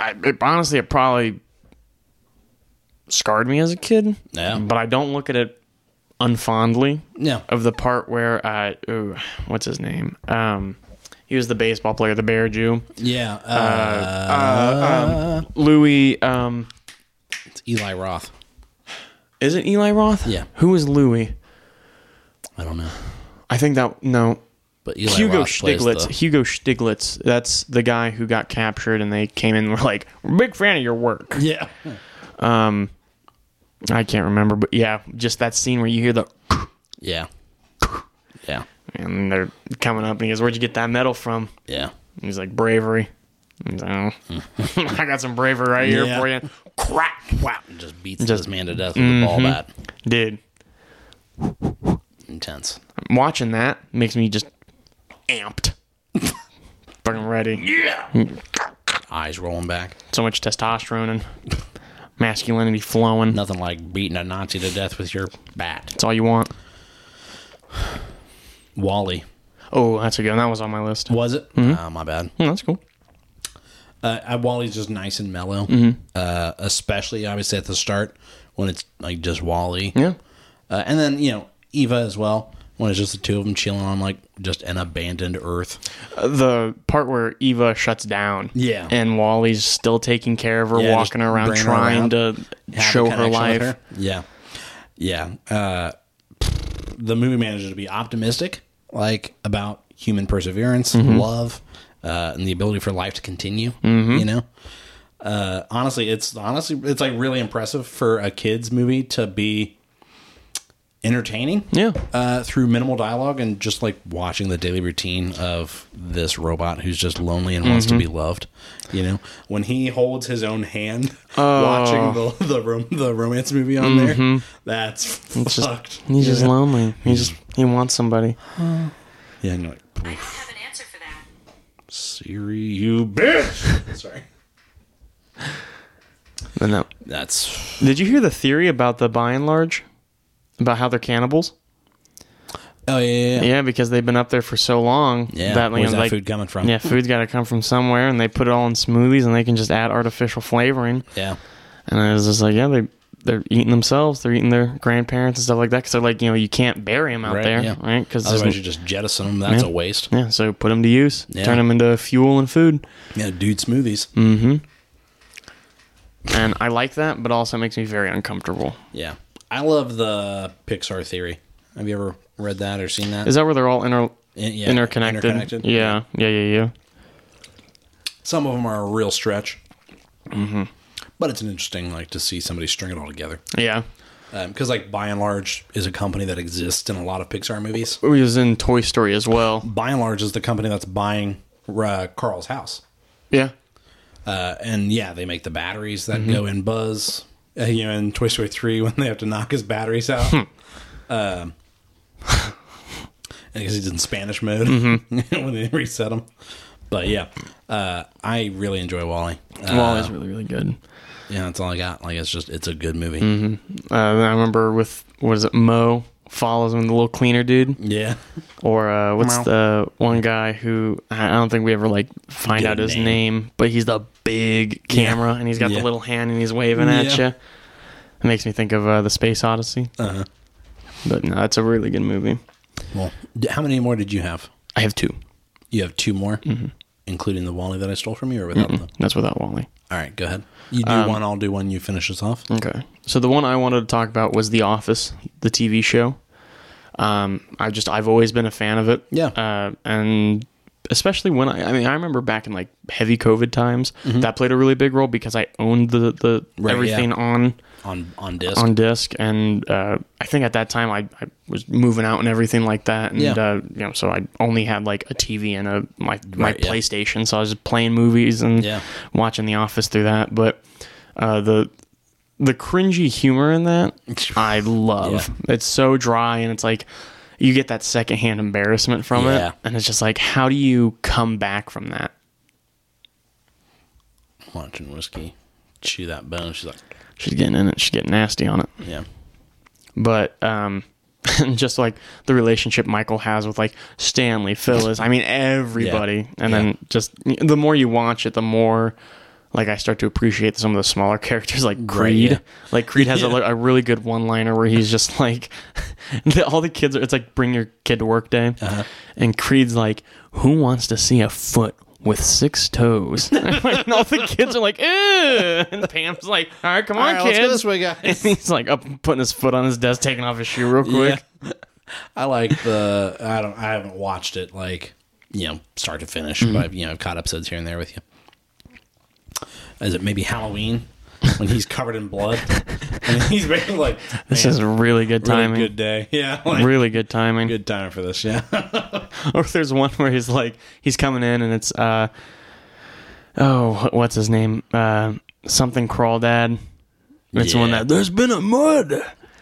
Speaker 2: I, it, honestly, it probably scarred me as a kid.
Speaker 1: Yeah.
Speaker 2: But I don't look at it unfondly
Speaker 1: Yeah,
Speaker 2: of the part where uh, ooh, what's his name? Um, he was the baseball player, the Bear Jew,
Speaker 1: yeah. Uh,
Speaker 2: Louis. Um,
Speaker 1: it's Eli Roth.
Speaker 2: is it Eli Roth?
Speaker 1: Yeah.
Speaker 2: Who is Louis?
Speaker 1: I don't know,
Speaker 2: I think that no.
Speaker 1: but Eli
Speaker 2: Hugo
Speaker 1: Roth plays
Speaker 2: Stiglitz.
Speaker 1: the-
Speaker 2: Hugo Stiglitz. That's the guy who got captured, and they came in and were like, "We're a big fan of your work."
Speaker 1: yeah,
Speaker 2: I can't remember, but yeah, just that scene where you hear the
Speaker 1: yeah, yeah,
Speaker 2: and they're coming up, and he goes, "Where'd you get that medal from?"
Speaker 1: yeah.
Speaker 2: And he's like, "Bravery." And he's like, "Oh." I got some bravery right here
Speaker 1: Yeah.
Speaker 2: for you.
Speaker 1: Crack! Wow! And just Mm-hmm. beats
Speaker 2: Just-
Speaker 1: this man to death with a ball bat.
Speaker 2: Dude,
Speaker 1: Intense.
Speaker 2: watching that makes me just amped. Fucking ready.
Speaker 1: Eyes rolling back.
Speaker 2: So much testosterone and masculinity flowing.
Speaker 1: Nothing like beating a Nazi to death with your bat.
Speaker 2: That's all you want.
Speaker 1: Wally.
Speaker 2: Oh, that's a good one. That was on my list.
Speaker 1: Was it? Ah, my bad.
Speaker 2: Hmm, that's cool.
Speaker 1: Uh, uh, Wally's just nice and mellow, uh, especially obviously at the start when it's like just Wally.
Speaker 2: Yeah.
Speaker 1: Uh, and then, you know, Eva as well, when it's just the two of them chilling on like just an abandoned earth.
Speaker 2: Uh, The part where Eva shuts down.
Speaker 1: Yeah.
Speaker 2: And Wally's still taking care of her,
Speaker 1: Yeah,
Speaker 2: walking
Speaker 1: just
Speaker 2: around,
Speaker 1: bring her
Speaker 2: trying to
Speaker 1: have a
Speaker 2: show her
Speaker 1: connection with
Speaker 2: life.
Speaker 1: her. Yeah, yeah. Uh, the movie manages to be optimistic, like about human perseverance,
Speaker 2: Mm-hmm.
Speaker 1: love, uh, and the ability for life to continue.
Speaker 2: Mm-hmm.
Speaker 1: You know, uh, honestly, it's honestly it's like really impressive for a kids movie to be entertaining
Speaker 2: Yeah.
Speaker 1: uh, through minimal dialogue and just like watching the daily routine of this robot who's just lonely and wants to be
Speaker 2: Mm-hmm.
Speaker 1: loved. You know, when he holds his own hand, watching
Speaker 2: Oh.
Speaker 1: the the, rom- the romance movie on there, that's
Speaker 2: Mm-hmm. It's just-
Speaker 1: fucked.
Speaker 2: He's
Speaker 1: you
Speaker 2: just
Speaker 1: know?
Speaker 2: lonely. He just he wants somebody.
Speaker 1: yeah, and you're like,
Speaker 4: I don't have an answer for that.
Speaker 1: Siri, you bitch. Sorry,
Speaker 2: Then that-
Speaker 1: that's
Speaker 2: Did you hear the theory about the by and large? About how they're cannibals?
Speaker 1: oh yeah, yeah, yeah.
Speaker 2: Yeah, because they've been up there for so long.
Speaker 1: Yeah,
Speaker 2: That, you
Speaker 1: where's
Speaker 2: know,
Speaker 1: that
Speaker 2: like-
Speaker 1: food coming from?
Speaker 2: Yeah, food's got to come from somewhere, and they put it all in smoothies, and they can just add artificial flavoring.
Speaker 1: yeah.
Speaker 2: And I was just like, yeah, they they're eating themselves, they're eating their grandparents and stuff like that, because they're like, you know, you can't bury them out
Speaker 1: Right,
Speaker 2: there,
Speaker 1: yeah.
Speaker 2: right? Because
Speaker 1: Otherwise, you just jettison them. That's
Speaker 2: Yeah.
Speaker 1: a waste.
Speaker 2: yeah, so put them to use,
Speaker 1: Yeah.
Speaker 2: turn them into fuel and food.
Speaker 1: Yeah, dude, smoothies.
Speaker 2: Mm. And I like that, but also it makes me very uncomfortable.
Speaker 1: Yeah, I love the Pixar theory. Have you ever read that or seen that?
Speaker 2: Is that where they're all inter
Speaker 1: In- yeah,
Speaker 2: interconnected?
Speaker 1: interconnected.
Speaker 2: Yeah, yeah, yeah, yeah.
Speaker 1: Some of them are a real stretch. Mm-hmm. But it's an interesting like to see somebody string it all together
Speaker 2: Yeah,
Speaker 1: because like by and large is a company that exists in a lot of Pixar movies.
Speaker 2: it was in Toy Story as well.
Speaker 1: By and large is the company that's buying uh, Carl's house,
Speaker 2: Yeah,
Speaker 1: uh, and yeah, they make the batteries that go in Buzz. Uh, you know, in Toy Story three when they have to knock his batteries out. Um, I guess he's in Spanish mode when they reset him. But yeah, uh, I really enjoy Wally. Uh,
Speaker 2: well, it's really, really good.
Speaker 1: Yeah, that's all I got. Like it's just it's a good movie.
Speaker 2: Uh, then I remember with what is it? Mo follows him, the little cleaner dude,
Speaker 1: Yeah,
Speaker 2: or uh, what's the one guy who I I don't think we ever like find
Speaker 1: Get
Speaker 2: out
Speaker 1: a
Speaker 2: his
Speaker 1: name.
Speaker 2: name. but he's the big camera and he's got
Speaker 1: Yeah.
Speaker 2: the little hand and he's waving at
Speaker 1: Yeah.
Speaker 2: you. It makes me think of uh, the Space Odyssey.
Speaker 1: Uh-huh.
Speaker 2: But no, it's a really good movie.
Speaker 1: Well, d- how many more did you have?
Speaker 2: I have two.
Speaker 1: You have two more, including the Wally that I stole from you, or without them.
Speaker 2: Mm, That's without Wally.
Speaker 1: All right, go ahead. You do one. I'll do one. You finish us off.
Speaker 2: Okay. So the one I wanted to talk about was The Office, the TV show. Um, I just I've always been a fan of it.
Speaker 1: Yeah.
Speaker 2: Uh, and especially when I I mean I remember back in like heavy COVID times that played a really big role because I owned the the
Speaker 1: Mm-hmm. Right,
Speaker 2: everything
Speaker 1: yeah.
Speaker 2: on
Speaker 1: on on disc.
Speaker 2: on disc and uh, I think at that time I, I was moving out and everything like that and
Speaker 1: Yeah.
Speaker 2: uh, you know so I only had like a TV and a my my
Speaker 1: Right, yeah.
Speaker 2: PlayStation so I was just playing movies and
Speaker 1: Yeah.
Speaker 2: watching The Office through that but uh, the the cringy humor in that I love it's so dry and it's like you get that secondhand embarrassment from
Speaker 1: Yeah.
Speaker 2: it and it's just like how do you come back from that
Speaker 1: Watching whiskey, chew that bone. She's like,
Speaker 2: she's getting in it she's getting nasty on it
Speaker 1: yeah,
Speaker 2: but um just like the relationship Michael has with like Stanley, Phyllis, I mean everybody. And
Speaker 1: Yeah.
Speaker 2: then just the more you watch it, the more like I start to appreciate some of the smaller characters like Creed.
Speaker 1: yeah.
Speaker 2: Like Creed has a
Speaker 1: Yeah.
Speaker 2: a, a really good one-liner where he's just like the, all the kids are it's like bring your kid to work day.
Speaker 1: Uh-huh.
Speaker 2: And Creed's like who wants to see a foot with six toes? and all the kids are like, "Ew!" And Pam's like, "All right, come on, kids,
Speaker 1: way,
Speaker 2: and
Speaker 1: guys.
Speaker 2: he's like up putting his foot on his desk, taking off his shoe real quick.
Speaker 1: I like the. I don't. I haven't watched it like you know start to finish,
Speaker 2: Mm-hmm.
Speaker 1: but I've, you know I've caught episodes here and there with you. Is it maybe Halloween when he's covered in blood and he's basically like,
Speaker 2: This is really good
Speaker 1: really
Speaker 2: timing. Really
Speaker 1: good
Speaker 2: good,
Speaker 1: day, yeah, like,
Speaker 2: timing.
Speaker 1: good time for this, yeah.
Speaker 2: Or there's one where he's like, he's coming in and it's, uh, oh, wh- what's his name? Uh, something crawl dad. It's one
Speaker 1: Yeah.
Speaker 2: that there's been a mud.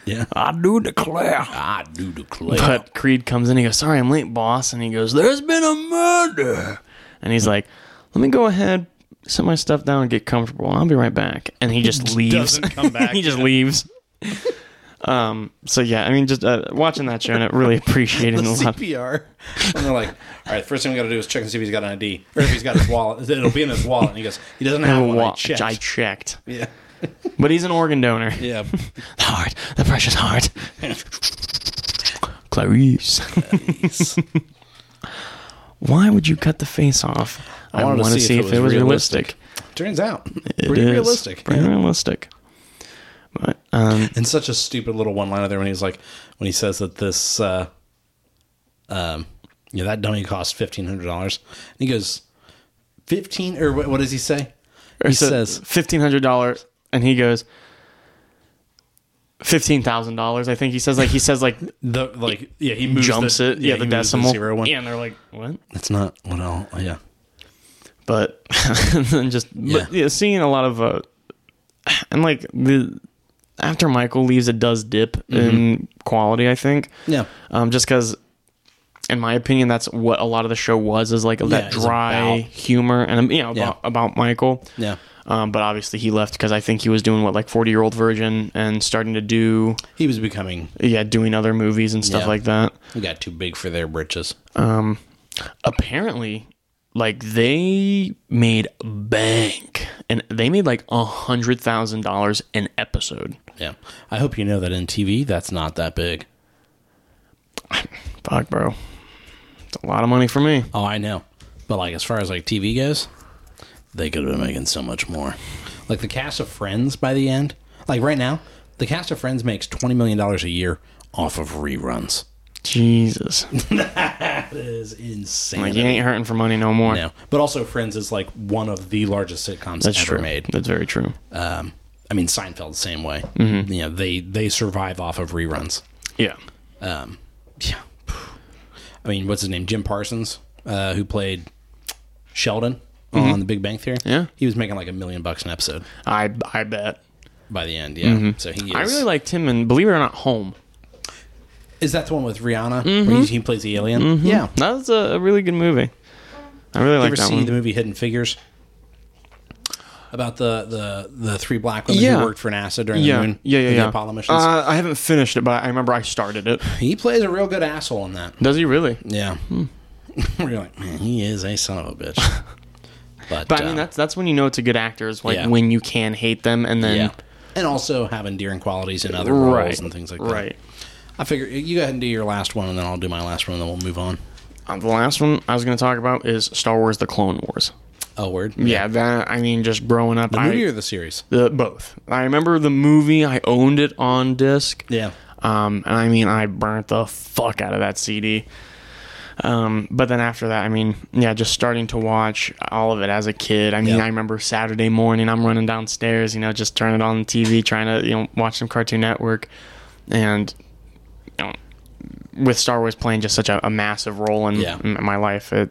Speaker 1: yeah,
Speaker 2: I do declare.
Speaker 1: I do declare.
Speaker 2: But Creed comes in, he goes, Sorry, I'm late, boss. And he goes, There's been a murder. And he's like, Let me go ahead, set my stuff down, and get comfortable, and I'll be right back. And he just leaves.
Speaker 1: doesn't come back.
Speaker 2: he just leaves. Um. So yeah, I mean, just uh, watching that show and it really appreciating a lot.
Speaker 1: CPR. And they're like, all right, first thing we got to do is check and see if he's got an ID or if he's got his wallet. It'll be in his wallet. And he goes, he doesn't have one. I
Speaker 2: Watch,
Speaker 1: checked.
Speaker 2: I checked,
Speaker 1: yeah.
Speaker 2: but he's an organ donor.
Speaker 1: Yeah.
Speaker 2: The heart, the precious heart. Clarice, why would you cut the face off? I,
Speaker 1: wanted to
Speaker 2: wanna
Speaker 1: see if it was realistic. Turns out, pretty
Speaker 2: It is
Speaker 1: realistic.
Speaker 2: Pretty realistic. But um,
Speaker 1: And such a stupid little one liner there when he's like, when he says that this, uh, um, yeah, that dummy cost fifteen hundred dollars. And he goes, fifteen or what, what does he say? He says,
Speaker 2: fifteen thousand dollars. I think he says like he says like
Speaker 1: The like yeah, he moves
Speaker 2: jumps
Speaker 1: the,
Speaker 2: it. Yeah,
Speaker 1: he
Speaker 2: the
Speaker 1: moves
Speaker 2: decimal.
Speaker 1: zero one.
Speaker 2: Yeah, and they're like what?
Speaker 1: That's not what I'll yeah.
Speaker 2: But and then just
Speaker 1: Yeah.
Speaker 2: but yeah, seeing a lot of uh, and like the after Michael leaves, it does dip
Speaker 1: Mm-hmm.
Speaker 2: in quality. I think.
Speaker 1: Yeah.
Speaker 2: um, just because in my opinion that's what a lot of the show was is like that
Speaker 1: it's
Speaker 2: dry
Speaker 1: about-
Speaker 2: humor and um, you know about,
Speaker 1: Yeah.
Speaker 2: about michael
Speaker 1: Yeah.
Speaker 2: um, but obviously he left because i think he was doing what like 40 year old virgin and starting to do
Speaker 1: He was becoming
Speaker 2: yeah doing other movies and stuff
Speaker 1: Yeah.
Speaker 2: like that
Speaker 1: he got too big for their britches.
Speaker 2: um, apparently like they made bank and they made like a hundred thousand dollars an episode
Speaker 1: Yeah. I hope you know that in TV that's not that big.
Speaker 2: fuck bro it's a lot of money for me
Speaker 1: Oh, I know. But like as far as like TV goes, they could have been making so much more. Like the cast of Friends by the end, like right now, the cast of Friends makes twenty million dollars a year off of reruns.
Speaker 2: jesus
Speaker 1: That is insane.
Speaker 2: like you ain't hurting for money no more
Speaker 1: No, but also Friends is like one of the largest sitcoms
Speaker 2: That's
Speaker 1: ever
Speaker 2: true.
Speaker 1: made.
Speaker 2: That's very true.
Speaker 1: Um, I mean Seinfeld the same way.
Speaker 2: Mm-hmm.
Speaker 1: You know they they survive off of reruns.
Speaker 2: yeah.
Speaker 1: Um, yeah. I mean, what's his name? Jim Parsons, uh, who played Sheldon on The Big Bang Theory.
Speaker 2: Mm-hmm. Yeah.
Speaker 1: he was making like a million bucks an episode
Speaker 2: I I bet.
Speaker 1: by the end. Yeah, so he. Is,
Speaker 2: I really liked him and believe it or not, Home.
Speaker 1: Is that the one with Rihanna
Speaker 2: Mm-hmm.
Speaker 1: where he, he plays the alien? Yeah.
Speaker 2: That was a, a really good movie. I really
Speaker 1: You ever
Speaker 2: like Mm-hmm. that
Speaker 1: see
Speaker 2: one.
Speaker 1: the movie Hidden Figures? About the the the three black women
Speaker 2: Yeah.
Speaker 1: who worked for NASA during
Speaker 2: yeah.
Speaker 1: the moon,
Speaker 2: yeah, yeah,
Speaker 1: the
Speaker 2: yeah.
Speaker 1: Apollo missions.
Speaker 2: Uh, I haven't finished it, but I remember I started it.
Speaker 1: he plays a real good asshole in that.
Speaker 2: Does he really?
Speaker 1: Yeah. We're like, man, he is a son of a bitch. But,
Speaker 2: But I
Speaker 1: uh,
Speaker 2: mean, that's that's when you know it's a good actor is like
Speaker 1: Yeah.
Speaker 2: when you can hate them and then
Speaker 1: yeah, and also have endearing qualities in other roles
Speaker 2: right
Speaker 1: and things like that.
Speaker 2: Right.
Speaker 1: I figure you go ahead and do your last one, and then I'll do my last one, and then we'll move on.
Speaker 2: Uh, the last one I was going to talk about is Star Wars: The Clone Wars.
Speaker 1: Oh, word.
Speaker 2: Yeah, that I mean, just growing up,
Speaker 1: The
Speaker 2: I,
Speaker 1: movie or the series?
Speaker 2: the both. I remember the movie. I owned it on disc.
Speaker 1: Yeah.
Speaker 2: Um, and I mean, I burnt the fuck out of that CD. Um, but then after that, I mean, yeah, just starting to watch all of it as a kid. I mean,
Speaker 1: Yeah.
Speaker 2: I remember Saturday morning, I'm running downstairs, you know, just turning on the TV, trying to, you know, watch some Cartoon Network. And, you know, with Star Wars playing just such a, a massive role in,
Speaker 1: Yeah.
Speaker 2: in my life, it,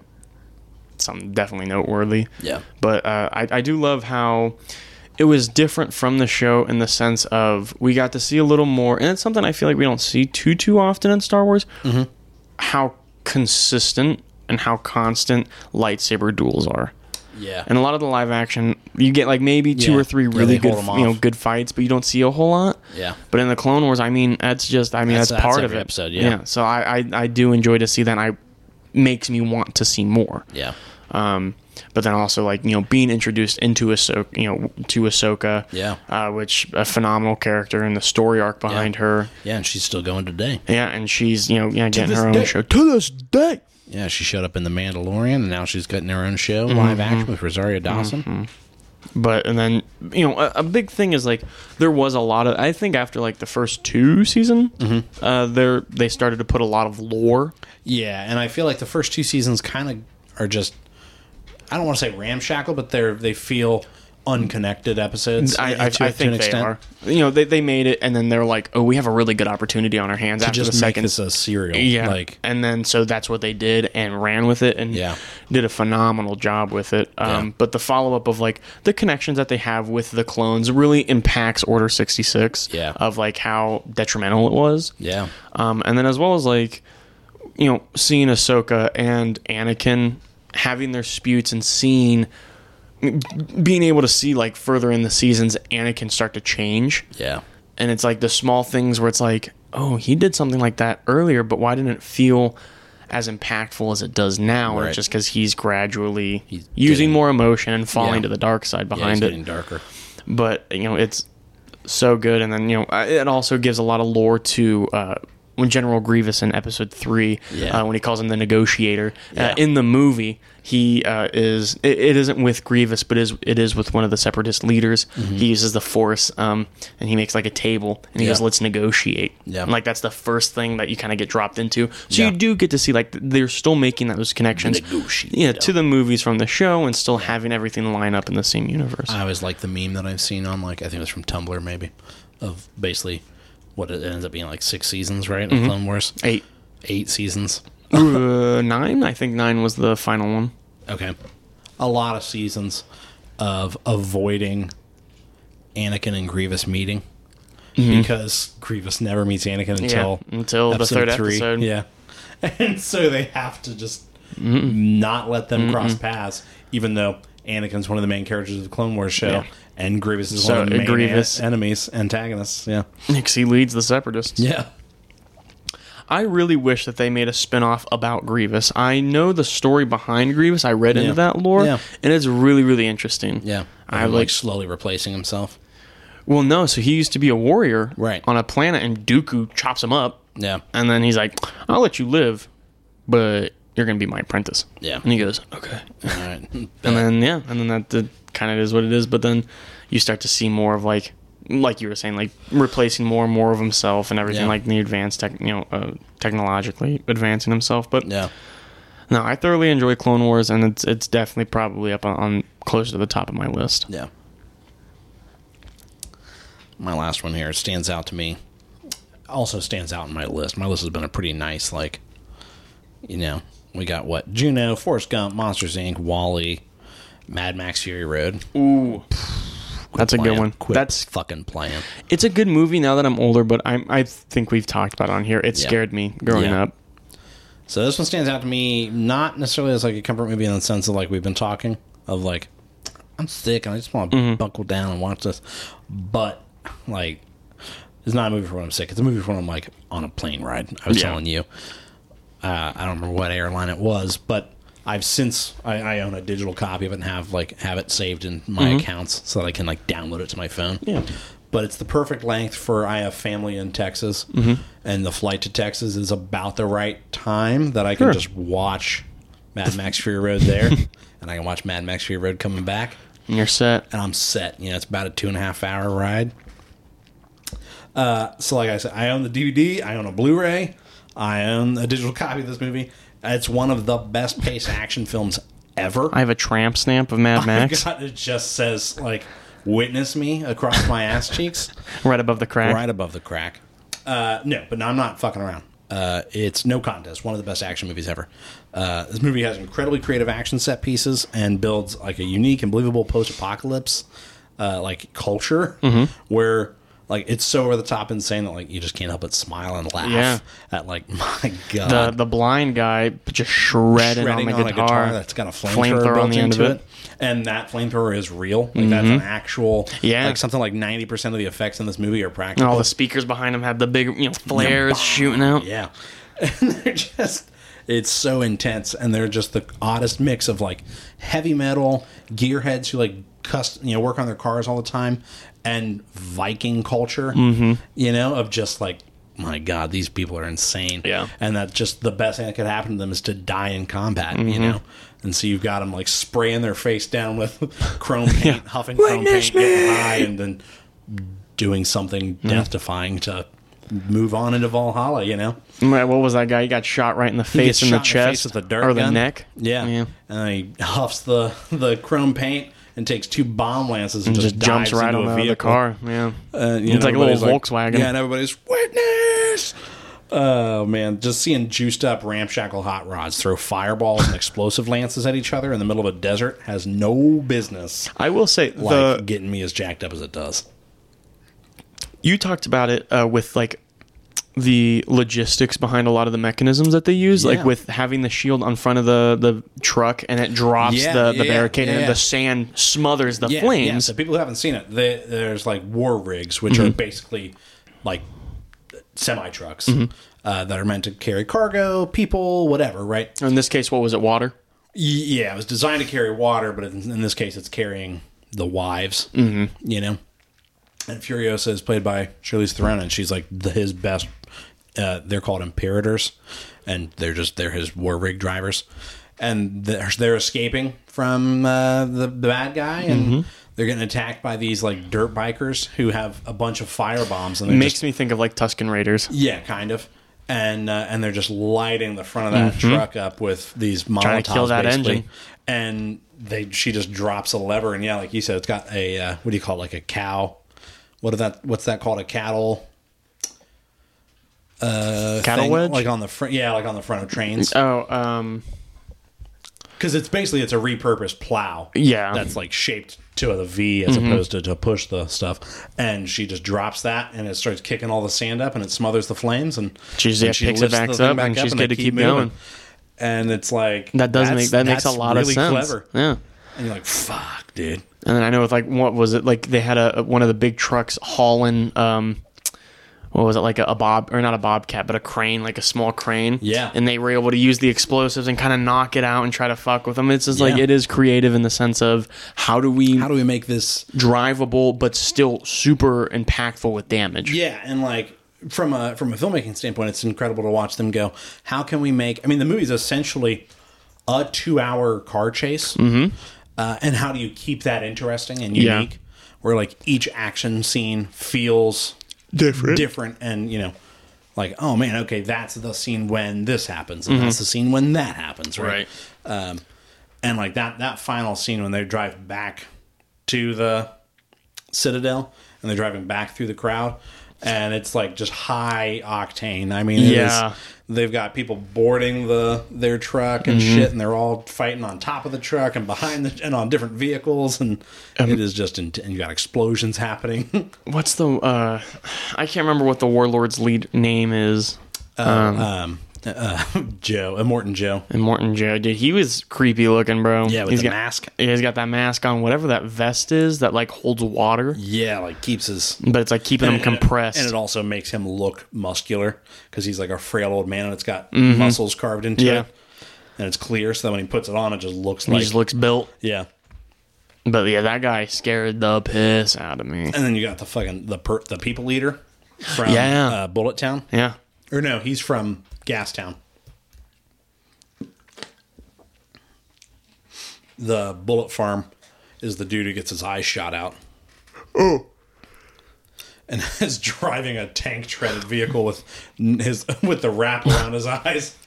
Speaker 2: something definitely noteworthy.
Speaker 1: Yeah.
Speaker 2: But uh, I, I do love how it was different from the show in the sense of we got to see a little more, and it's something I feel like we don't see too too often in Star Wars.
Speaker 1: Mm-hmm.
Speaker 2: How consistent and how constant lightsaber duels are.
Speaker 1: Yeah.
Speaker 2: And a lot of the live action, you get like maybe two
Speaker 1: Yeah.
Speaker 2: or three
Speaker 1: Yeah, they
Speaker 2: really
Speaker 1: hold
Speaker 2: good,
Speaker 1: 'em
Speaker 2: you know,
Speaker 1: off.
Speaker 2: good fights, but you don't see a whole lot.
Speaker 1: yeah.
Speaker 2: But in the Clone Wars, I mean, that's just, I mean,
Speaker 1: That's- that's
Speaker 2: that's, part of
Speaker 1: every
Speaker 2: it.
Speaker 1: episode, yeah.
Speaker 2: So I, I, I do enjoy to see that. And I makes me want to see more.
Speaker 1: Yeah.
Speaker 2: Um, but then also like you know being introduced into Ahsoka, you know to Ahsoka,
Speaker 1: Yeah.
Speaker 2: uh, which a phenomenal character and the story arc behind
Speaker 1: Yeah.
Speaker 2: her,
Speaker 1: Yeah, and she's still going today.
Speaker 2: yeah, and she's you know yeah getting
Speaker 1: this
Speaker 2: her own
Speaker 1: day.
Speaker 2: show to this day.
Speaker 1: Yeah, she showed up in The Mandalorian, and now she's getting her own show,
Speaker 2: Mm-hmm.
Speaker 1: live action with Rosario Dawson.
Speaker 2: But and then you know a, a big thing is like there was a lot of I think after like the first two season,
Speaker 1: Mm-hmm.
Speaker 2: uh, there they started to put a lot of lore.
Speaker 1: Yeah, and I feel like the first two seasons kind of are just I don't want to say ramshackle, but they're they feel unconnected episodes.
Speaker 2: I,
Speaker 1: to-
Speaker 2: I, I
Speaker 1: to an
Speaker 2: think they
Speaker 1: extent.
Speaker 2: are. You know they, they made it and then they're like oh we have a really good opportunity on our hands
Speaker 1: To
Speaker 2: after
Speaker 1: just
Speaker 2: the
Speaker 1: make
Speaker 2: second
Speaker 1: this a serial.
Speaker 2: Yeah.
Speaker 1: Like
Speaker 2: and then so that's what they did and ran with it and
Speaker 1: Yeah.
Speaker 2: did a phenomenal job with it. Um,
Speaker 1: Yeah.
Speaker 2: But the follow up of like the connections that they have with the clones really impacts Order 66
Speaker 1: Yeah.
Speaker 2: of like how detrimental it was.
Speaker 1: Yeah.
Speaker 2: Um, and then as well as like, you know, seeing Ahsoka and Anakin having their disputes and seeing being able to see like further in the seasons Anakin start to change
Speaker 1: Yeah.
Speaker 2: and it's like the small things where it's like oh he did something like that earlier but why didn't it feel as impactful as it does now and
Speaker 1: Right.
Speaker 2: it's just because he's gradually
Speaker 1: He's
Speaker 2: using
Speaker 1: getting-
Speaker 2: more emotion and falling
Speaker 1: Yeah.
Speaker 2: to the dark side
Speaker 1: Yeah, it's
Speaker 2: behind
Speaker 1: getting
Speaker 2: it
Speaker 1: darker.
Speaker 2: but you know it's so good and then you know I- it also gives a lot of lore to uh when General Grievous in episode three,
Speaker 1: Yeah.
Speaker 2: uh, when he calls him the Negotiator,
Speaker 1: Yeah.
Speaker 2: uh, in the movie he uh, is it, it isn't with Grievous, but is it is with one of the separatist leaders.
Speaker 1: Mm-hmm.
Speaker 2: He uses the Force, um, and he makes like a table, and he
Speaker 1: Yeah.
Speaker 2: goes, "Let's negotiate."
Speaker 1: Yeah.
Speaker 2: And, like that's the first thing that you kind of get dropped into. So
Speaker 1: Yeah.
Speaker 2: you do get to see like th- they're still making those connections,
Speaker 1: Negotiate.
Speaker 2: yeah, to the movies from the show, and still having everything line up in the
Speaker 1: Uh,
Speaker 2: same universe.
Speaker 1: I always like the meme that I've seen on like I think it was from Tumblr maybe, of basically what it ends up being like six seasons, right?
Speaker 2: Mm-hmm.
Speaker 1: Of Clone Wars,
Speaker 2: Eight.
Speaker 1: eight seasons.
Speaker 2: uh, nine? I think nine was the final one.
Speaker 1: Okay, a lot of seasons of avoiding Anakin and Grievous meeting because Grievous never meets Anakin until
Speaker 2: Mm-hmm. until the third episode.
Speaker 1: Yeah, and so they have to just not let them cross paths, even though Anakin's one of the main characters of the Clone Wars show,
Speaker 2: Yeah.
Speaker 1: and Grievous is
Speaker 2: So, uh,
Speaker 1: one of the main
Speaker 2: Grievous-
Speaker 1: en- enemies, antagonists. Yeah,
Speaker 2: Nixie leads the Separatists.
Speaker 1: yeah.
Speaker 2: I really wish that they made a spin-off about Grievous. I know the story behind Grievous. I read into that lore,
Speaker 1: Yeah.
Speaker 2: and it's really, really interesting.
Speaker 1: Yeah.
Speaker 2: I
Speaker 1: And,
Speaker 2: like.
Speaker 1: slowly replacing himself.
Speaker 2: Well, no. So he used to be a warrior,
Speaker 1: Right.
Speaker 2: on a planet, and Dooku chops him up,
Speaker 1: Yeah.
Speaker 2: and then he's like, "I'll let you live, but you're gonna be my apprentice."
Speaker 1: Yeah.
Speaker 2: And he goes, "Okay."
Speaker 1: All right.
Speaker 2: And then yeah, and then that, that kind of is what it is. But then you start to see more of like, like you were saying, like replacing more and more of himself and everything,
Speaker 1: Yeah.
Speaker 2: like the advanced tech, you know, uh, technologically advancing himself. But
Speaker 1: yeah.
Speaker 2: no, I thoroughly enjoy Clone Wars, and it's it's definitely probably up on, on close to the top of my list.
Speaker 1: Yeah. My last one here it stands out to me. Also stands out in my list. My list has been a pretty nice, like, you know, we got what? Juno, Forrest Gump, Monsters Inc., Wally, Mad Max Fury Road.
Speaker 2: Ooh, that's a good
Speaker 1: Plan.
Speaker 2: one.
Speaker 1: Quit
Speaker 2: That's
Speaker 1: fucking playing.
Speaker 2: it's a good movie now that I'm older, but I I think we've talked about it on here. It
Speaker 1: Yeah.
Speaker 2: scared me growing
Speaker 1: Yeah.
Speaker 2: up.
Speaker 1: So this one stands out to me not necessarily as like a comfort movie in the sense of like we've been talking of like I'm sick and I just want to buckle down and watch this, but like it's not a movie for when I'm sick. It's a movie for when I'm like on a plane ride. I was
Speaker 2: Yeah.
Speaker 1: telling you, uh, I don't remember what airline it was, but I've since I, I own a digital copy of it and have like have it saved in my accounts so that I can like download it to my phone
Speaker 2: Mm-hmm. Yeah.
Speaker 1: but it's the perfect length for I have family in Texas,
Speaker 2: Mm-hmm.
Speaker 1: and the flight to Texas is about the right time that I can
Speaker 2: Sure.
Speaker 1: just watch Mad Max Fury Road there, and I can watch Mad Max Fury Road coming back,
Speaker 2: And you're set.
Speaker 1: and I'm set. You know, it's about a two and a half hour ride. Uh, so, like I said, I own the DVD, I own a Blu-ray, I own a digital copy of this movie. It's one of the best paced action films ever.
Speaker 2: I have a tramp stamp of
Speaker 1: Oh
Speaker 2: Mad Max
Speaker 1: God, it just says like "Witness me" across my ass cheeks
Speaker 2: right above the crack.
Speaker 1: right above the crack. Uh, no, but no, I'm not fucking around. Uh, it's no contest. One of the best action movies ever. Uh, this movie has incredibly creative action set pieces and builds like a unique and believable post-apocalypse uh, like culture
Speaker 2: Mm-hmm.
Speaker 1: where like it's so over the top insane that like you just can't help but smile and laugh
Speaker 2: Yeah.
Speaker 1: at like my
Speaker 2: the
Speaker 1: god
Speaker 2: the blind guy just shredding,
Speaker 1: shredding
Speaker 2: on the guitar.
Speaker 1: that's got a
Speaker 2: Flamethrower
Speaker 1: flamethrower, built
Speaker 2: on the end of
Speaker 1: into
Speaker 2: it. Mm-hmm.
Speaker 1: it. and that flamethrower is real. Like that's an actual
Speaker 2: Yeah.
Speaker 1: like something like ninety percent of the effects in this movie are
Speaker 2: And
Speaker 1: practical.
Speaker 2: all the speakers behind him have the big you know flares shooting out.
Speaker 1: Yeah. And they're just it's so intense and they're just the oddest mix of like heavy metal, gearheads who like cust you know, work on their cars all the time and Viking culture.
Speaker 2: Mm-hmm.
Speaker 1: You know, of just like my God, these people are insane.
Speaker 2: Yeah.
Speaker 1: And that just the best thing that could happen to them is to die in combat,
Speaker 2: Mm-hmm.
Speaker 1: you know? And so you've got them like spraying their face down with chrome paint, huffing chrome
Speaker 2: Witness
Speaker 1: paint, getting high, and then doing something death defying to move on into Valhalla, you know?
Speaker 2: Right, What was that guy? He got shot right in the face
Speaker 1: Gets
Speaker 2: and the
Speaker 1: shot in
Speaker 2: chest
Speaker 1: face with a dart
Speaker 2: or the
Speaker 1: gun.
Speaker 2: neck.
Speaker 1: Yeah.
Speaker 2: yeah.
Speaker 1: And then he huffs the, the chrome paint and takes two bomb lances and just,
Speaker 2: Just jumps
Speaker 1: dives
Speaker 2: right
Speaker 1: into
Speaker 2: on
Speaker 1: a
Speaker 2: the other
Speaker 1: vehicle.
Speaker 2: car. Yeah.
Speaker 1: Uh, you
Speaker 2: It's
Speaker 1: know,
Speaker 2: like a little
Speaker 1: everybody's
Speaker 2: Volkswagen.
Speaker 1: Yeah, and everybody's witness. Oh man, just seeing juiced up ramshackle hot rods throw fireballs and explosive lances at each other in the middle of a desert has no business
Speaker 2: I will say
Speaker 1: like
Speaker 2: the
Speaker 1: getting me as jacked up as it does.
Speaker 2: you talked about it uh, with like the logistics behind a lot of the mechanisms that they use,
Speaker 1: Yeah.
Speaker 2: like with having the shield on front of the, the truck and it drops
Speaker 1: Yeah,
Speaker 2: the, the
Speaker 1: yeah,
Speaker 2: barricade
Speaker 1: yeah,
Speaker 2: and
Speaker 1: yeah.
Speaker 2: the sand smothers the
Speaker 1: Yeah, Yeah.
Speaker 2: flames. Mm-hmm.
Speaker 1: So people who haven't seen it, they, there's like war rigs, which are basically like semi trucks uh, that are meant to carry cargo, people, whatever, right?
Speaker 2: In this case, what was it? Water.
Speaker 1: Y- Yeah, it was designed to carry water, but in, in this case, it's carrying the wives. Mm-hmm. You know, and Furiosa is played by Charlize Theron, and she's like the, his best. Uh, they're called Imperators, and they're just they're his war rig drivers, and they're, they're escaping from uh, the, the bad guy, and they're getting attacked by these like dirt bikers who have a bunch of fire bombs, and they're
Speaker 2: Makes
Speaker 1: just
Speaker 2: me think of like Tuscan Raiders.
Speaker 1: yeah, kind of. And uh, and they're just lighting the front of that truck up with these Molotovs,
Speaker 2: Mm-hmm. to kill that
Speaker 1: basically.
Speaker 2: engine.
Speaker 1: And they she just drops a lever, and yeah, like you said, it's got a uh, what do you call it, like a cow? What is that? What's that called? A cattle? uh,
Speaker 2: Cattle wedge?
Speaker 1: like on the front. Yeah, like on the front of trains
Speaker 2: Oh, um,
Speaker 1: because it's basically it's a repurposed plow.
Speaker 2: Yeah. Mm-hmm.
Speaker 1: that's like shaped to the V as opposed to to push the stuff. And she just drops that, and it starts kicking all the sand up, and it smothers the flames. And
Speaker 2: She's-
Speaker 1: and
Speaker 2: yeah, picks it
Speaker 1: lifts
Speaker 2: back
Speaker 1: the thing
Speaker 2: up, and she's
Speaker 1: they
Speaker 2: good to keep going.
Speaker 1: And it's like
Speaker 2: that does
Speaker 1: that's-
Speaker 2: make that makes a
Speaker 1: that's
Speaker 2: lot
Speaker 1: really
Speaker 2: of sense.
Speaker 1: Clever.
Speaker 2: Yeah.
Speaker 1: And you're like, fuck, dude.
Speaker 2: And then I know with like what was it like they had a one of the big trucks hauling um what was it like a, a bob or not a bobcat but a crane like a small crane
Speaker 1: Yeah.
Speaker 2: and they were able to use the explosives and kind of knock it out and try to fuck with them it's just like
Speaker 1: Yeah.
Speaker 2: it is creative in the sense of how do we
Speaker 1: How do we make this
Speaker 2: drivable but still super impactful with damage
Speaker 1: Yeah, and like from a from a filmmaking standpoint, it's incredible to watch them go. How can we make? I mean, the movie's essentially a two hour car chase, mm-hmm. uh, and how do you keep that interesting and
Speaker 2: Yeah.
Speaker 1: unique? Where like each action scene feels different, different, and you know, like oh man, okay, that's the scene when this happens, and that's the scene when that happens, Mm-hmm. right? Um, and like that that final scene when they drive back to the Citadel and they're driving back through the crowd and it's like just high octane. I mean, it is-
Speaker 2: Yeah.
Speaker 1: they've got people boarding the their truck and
Speaker 2: Mm-hmm.
Speaker 1: shit and they're all fighting on top of the truck and behind the and on different vehicles and
Speaker 2: Um,
Speaker 1: it is just int- and you got explosions happening.
Speaker 2: what's the uh I can't remember what the warlord's lead name is
Speaker 1: um uh, Joe, uh, Morton Joe.
Speaker 2: and Morton Joe dude he was creepy looking bro
Speaker 1: Yeah, with
Speaker 2: He's
Speaker 1: the
Speaker 2: got-
Speaker 1: mask.
Speaker 2: Yeah, he's got that mask on, whatever that vest is that like holds water,
Speaker 1: Yeah, like keeps his
Speaker 2: but it's like keeping him compressed.
Speaker 1: and it also makes him look muscular because he's like a frail old man and it's got muscles carved into
Speaker 2: Mm-hmm. Yeah.
Speaker 1: it, and it's clear. So that when he puts it on, it just looks
Speaker 2: he
Speaker 1: like
Speaker 2: just looks built.
Speaker 1: yeah.
Speaker 2: But yeah, that guy scared the piss out of me.
Speaker 1: And then you got the fucking the per, the people eater from
Speaker 2: Yeah.
Speaker 1: uh, Bullet Town,
Speaker 2: Yeah.
Speaker 1: or no, he's from Gastown. The Bullet Farm is the dude who gets his eye shot out. Oh. And is driving a tank treaded vehicle with his with the wrap around his eyes,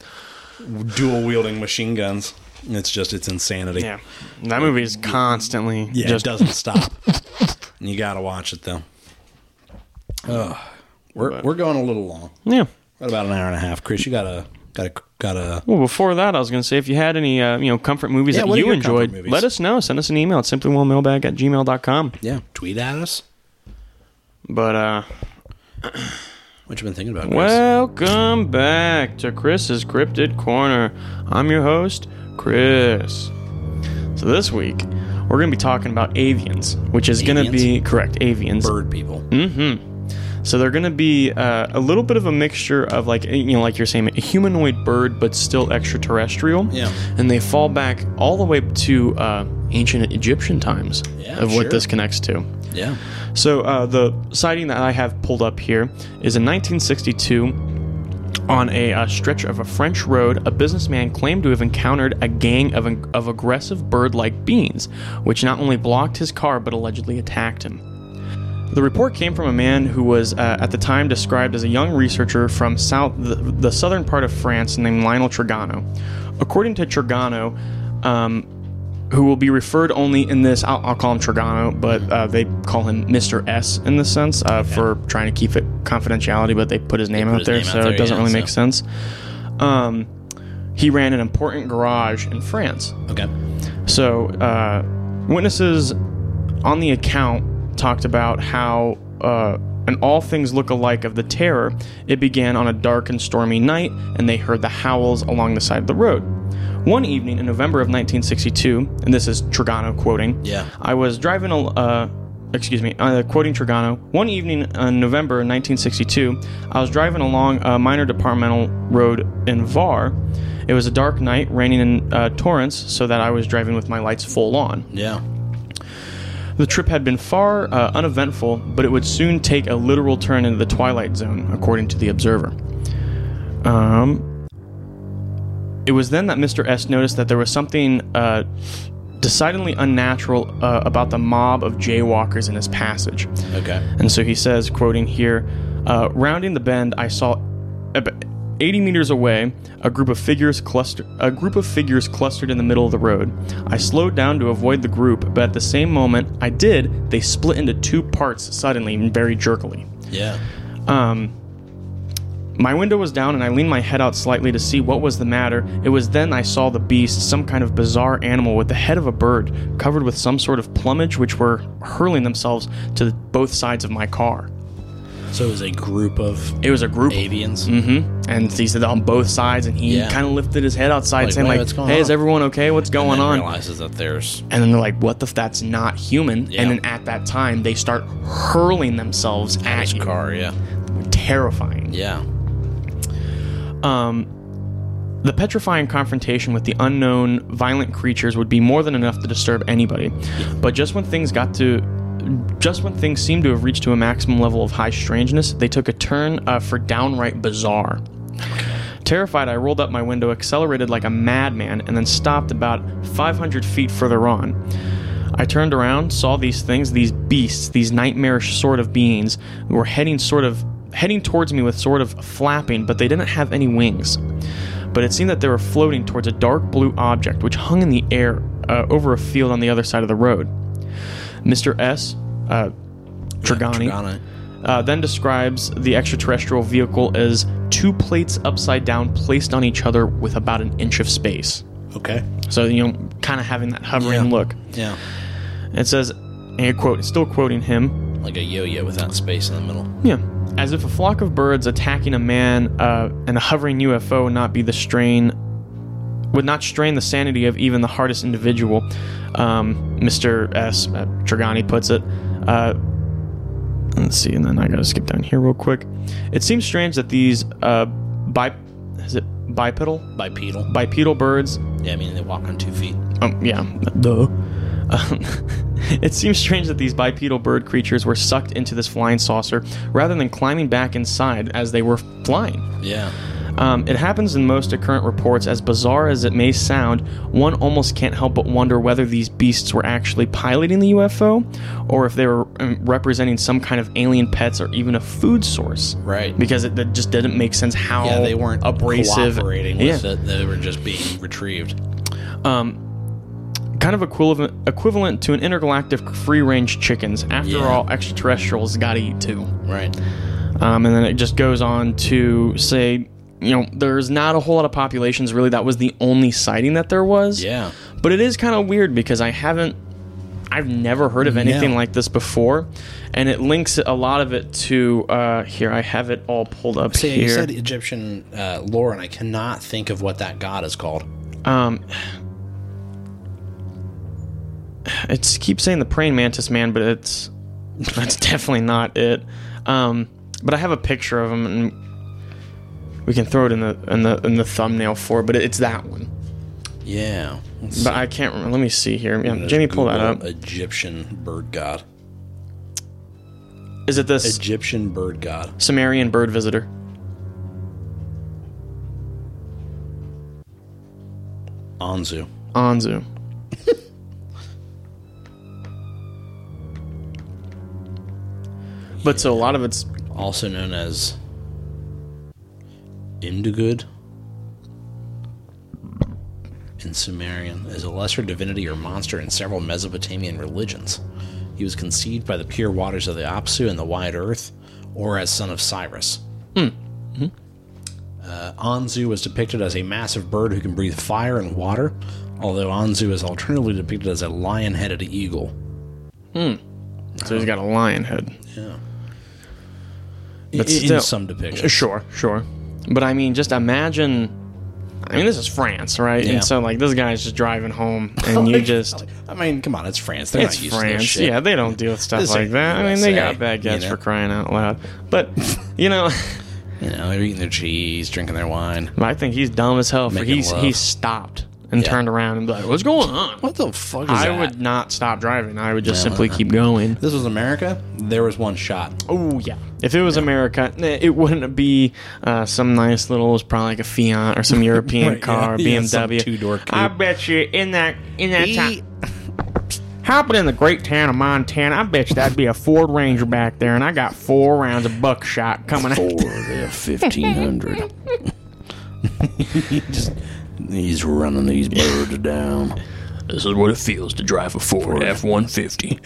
Speaker 1: dual wielding machine guns. It's just it's insanity.
Speaker 2: Yeah. That movie is constantly
Speaker 1: Yeah,
Speaker 2: just
Speaker 1: it doesn't stop. And you got to watch it though. Ugh. we're we're going a little long.
Speaker 2: Yeah.
Speaker 1: What about an hour and a half, Chris? You got a got a got a
Speaker 2: Well, before that, I was going to say if you had any, uh, you know, comfort movies
Speaker 1: Yeah,
Speaker 2: that
Speaker 1: what are
Speaker 2: you
Speaker 1: your comfort
Speaker 2: enjoyed,
Speaker 1: movies?
Speaker 2: let us know. Send us an email at simplywellmailbag at gmail.com.
Speaker 1: yeah tweet at us.
Speaker 2: But, uh,
Speaker 1: What you been thinking about? Chris?
Speaker 2: welcome back to Chris's Cryptid Corner. I'm your host, Chris. So this week, we're going to be talking about avians, which is going to be, correct, avians.
Speaker 1: bird people.
Speaker 2: So they're going to be uh, a little bit of a mixture of like you know, like you're saying, a humanoid bird, but still extraterrestrial.
Speaker 1: Yeah.
Speaker 2: And they fall back all the way to uh, ancient Egyptian times
Speaker 1: Yeah,
Speaker 2: of
Speaker 1: sure.
Speaker 2: what this connects to.
Speaker 1: Yeah,
Speaker 2: So uh, the sighting that I have pulled up here is in 1962. On a uh, stretch of a French road, a businessman claimed to have encountered a gang of, of aggressive bird like beings, which not only blocked his car but allegedly attacked him. The report came from a man who was uh, at the time described as a young researcher from south the, the southern part of France named Lionel Tregano. According to Tregano, um, who will be referred only in this, I'll, I'll call him Tregano, but uh, they call him Mr. S in this sense uh, for trying to keep it confidentiality, but they put his name out
Speaker 1: his
Speaker 2: there,
Speaker 1: name out
Speaker 2: so
Speaker 1: there,
Speaker 2: it doesn't
Speaker 1: yeah,
Speaker 2: really
Speaker 1: so-
Speaker 2: make sense. Um, he ran an important garage in France.
Speaker 1: okay.
Speaker 2: So, uh, witnesses on the account talked about how, uh, and all things look alike of the terror, it began on a dark and stormy night, and they heard the howls along the side of the road. One evening in November of 1962, and this is Tregano quoting.
Speaker 1: Yeah.
Speaker 2: I was driving, al- uh, excuse me, uh, quoting Tregano. One evening in November 1962, I was driving along a minor departmental road in Var. It was a dark night, raining in uh, torrents, so that I was driving with my lights full on.
Speaker 1: Yeah,
Speaker 2: The trip had been far uh, uneventful, but it would soon take a literal turn into the twilight zone, according to the observer. Um, it was then that Mr. S noticed that there was something uh, decidedly unnatural uh, about the mob of jaywalkers in his passage.
Speaker 1: okay.
Speaker 2: And so he says, quoting here, uh, rounding the bend, I saw ab- 80 meters away a group of figures cluster a group of figures clustered in the middle of the road. I slowed down to avoid the group, but at the same moment I did, they split into two parts suddenly and very jerkily.
Speaker 1: Yeah,
Speaker 2: Um, My window was down and I leaned my head out slightly to see what was the matter. It was then I saw the beast, some kind of bizarre animal with the head of a bird, covered with some sort of plumage, which were hurling themselves to the, both sides of my car.
Speaker 1: So it was a group of
Speaker 2: It was a group.
Speaker 1: avians.
Speaker 2: hmm And he said on both sides, and he
Speaker 1: Yeah.
Speaker 2: kind of lifted his head outside,
Speaker 1: Like,
Speaker 2: saying
Speaker 1: "Wait,
Speaker 2: like,
Speaker 1: what's going
Speaker 2: "Hey, is
Speaker 1: on?"
Speaker 2: everyone okay? What's going
Speaker 1: And
Speaker 2: on?"
Speaker 1: realizes that there's
Speaker 2: And then they're like, "What the? F- that's not human."
Speaker 1: Yeah.
Speaker 2: And then at that time, they start hurling themselves at
Speaker 1: his
Speaker 2: you.
Speaker 1: car. Yeah,
Speaker 2: Terrifying.
Speaker 1: yeah.
Speaker 2: Um, the petrifying confrontation with the unknown, violent creatures would be more than enough to disturb anybody. But just when things got to. Just when things seemed to have reached to a maximum level of high strangeness, they took a turn uh, for downright bizarre. Terrified, I rolled up my window, accelerated like a madman, and then stopped about 500 feet further on. I turned around, saw these things, these beasts, these nightmarish sort of beings, were heading sort of heading towards me with sort of flapping, but they didn't have any wings. But it seemed that they were floating towards a dark blue object which hung in the air uh, over a field on the other side of the road. Mr. S. Uh, Dragani
Speaker 1: Dragana.
Speaker 2: uh, then describes the extraterrestrial vehicle as two plates upside down placed on each other with about an inch of space.
Speaker 1: Okay.
Speaker 2: So, you know, kind of having that hovering
Speaker 1: Yeah.
Speaker 2: look.
Speaker 1: Yeah.
Speaker 2: It says, and I quote, still quoting him,
Speaker 1: Like a yo-yo without space in the middle.
Speaker 2: yeah, as if a flock of birds attacking a man uh, and a hovering UFO would not be the strain, would not strain the sanity of even the hardest individual, um, Mr. S. Uh, Dragani puts it. Uh, let's see, and then I gotta skip down here real quick. It seems strange that these uh, bi- is it bipedal
Speaker 1: Bipedal.
Speaker 2: bipedal birds
Speaker 1: Yeah, I mean they walk on two feet.
Speaker 2: Um, yeah. Duh. Um, it seems strange that these bipedal bird creatures were sucked into this flying saucer rather than climbing back inside as they were flying.
Speaker 1: Yeah.
Speaker 2: Um, it happens in most of current reports. As bizarre as it may sound, one almost can't help but wonder whether these beasts were actually piloting the UFO or if they were um, representing some kind of alien pets or even a food source.
Speaker 1: Right.
Speaker 2: Because it, that just didn't make sense how
Speaker 1: Yeah, they weren't
Speaker 2: abrasive.
Speaker 1: cooperating with
Speaker 2: Yeah.
Speaker 1: it. They were just being retrieved.
Speaker 2: kind of equivalent equivalent to an intergalactic free-range chickens. After
Speaker 1: Yeah.
Speaker 2: all, extraterrestrials got to eat too.
Speaker 1: Right.
Speaker 2: Um, and then it just goes on to say, you know, there's not a whole lot of populations really. That was the only sighting that there was.
Speaker 1: Yeah.
Speaker 2: But it is kind of weird because I haven't, I've never heard of anything
Speaker 1: No.
Speaker 2: like this before, and it links a lot of it to uh, here. I have it all pulled up
Speaker 1: See,
Speaker 2: here.
Speaker 1: you said Egyptian uh, lore, and I cannot think of what that god is called.
Speaker 2: Um, it keeps saying the praying mantis man, but it's that's definitely not it. Um, but I have a picture of him, and we can throw it in the in the in the thumbnail for. it, But it's that one.
Speaker 1: Yeah. Let's
Speaker 2: But I can't. remember. Let me see here. Yeah,
Speaker 1: just
Speaker 2: Jamie, pull that
Speaker 1: Google
Speaker 2: up.
Speaker 1: Egyptian bird god.
Speaker 2: Is it this
Speaker 1: Egyptian bird god.
Speaker 2: Sumerian bird visitor?
Speaker 1: Anzu.
Speaker 2: Anzu. but so a lot of it's
Speaker 1: Also known as Indigud. In Sumerian, is a lesser divinity or monster in several Mesopotamian religions. He was conceived by the pure waters of the Apsu and the wide earth, or as son of Cyrus. Uh, Anzu was depicted as a massive bird who can breathe fire and water, although Anzu is alternatively depicted as a lion headed eagle.
Speaker 2: so he's got a lion head. But
Speaker 1: in, in
Speaker 2: still-
Speaker 1: some depictions.
Speaker 2: Sure, sure. But I mean, just imagine. I mean, this is France, right?
Speaker 1: Yeah.
Speaker 2: And so, like, this guy's just driving home, and you just.
Speaker 1: I mean, come on, it's France. They're
Speaker 2: It's
Speaker 1: not used to
Speaker 2: France.
Speaker 1: this shit.
Speaker 2: Yeah, they don't deal with stuff
Speaker 1: This
Speaker 2: like
Speaker 1: ain't
Speaker 2: that. I mean, they got
Speaker 1: USA,
Speaker 2: baguettes
Speaker 1: you know?
Speaker 2: for crying out loud. But, you know,
Speaker 1: You know, they're eating their cheese, drinking their wine.
Speaker 2: I think he's dumb as hell for
Speaker 1: Making
Speaker 2: he's,
Speaker 1: love.
Speaker 2: he stopped and
Speaker 1: Yeah.
Speaker 2: turned around and be like, what's going on?
Speaker 1: What the fuck is
Speaker 2: I
Speaker 1: that? uh,
Speaker 2: would not stop driving. I would just simply keep going.
Speaker 1: This was America. There was one shot.
Speaker 2: Oh, yeah. If it was America, eh, it wouldn't be uh, some nice little, it was probably like a Fiat or some European
Speaker 1: Right,
Speaker 2: car,
Speaker 1: yeah. Yeah, some
Speaker 2: BMW.
Speaker 1: two-door coupe.
Speaker 2: I bet you in that in that time, hopping in the great town of Montana, I bet you that'd be a Ford Ranger back there, and I got four rounds of buckshot coming out.
Speaker 1: fifteen hundred. he's running these birds down.
Speaker 4: This is what it feels to drive a Ford F 150.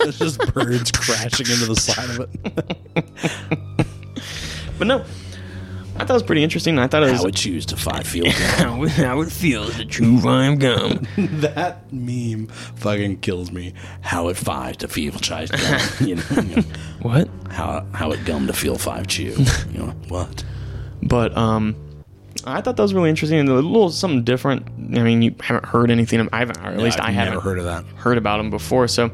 Speaker 1: It's just birds crashing into the side of it.
Speaker 2: But no, I thought it was pretty interesting. I thought it was
Speaker 1: How it choose to five field goal.
Speaker 2: how, how it feels to chew rhyme gum.
Speaker 1: that meme fucking kills me. How it five to feel child gum. You know, you know,
Speaker 2: what?
Speaker 1: how how it gum to feel five chew. You know what?
Speaker 2: But um, I thought that was really interesting and a little something different. I mean, you haven't heard anything. Of, I haven't, or at least I
Speaker 1: I've
Speaker 2: haven't
Speaker 1: never heard of that.
Speaker 2: heard about him before. So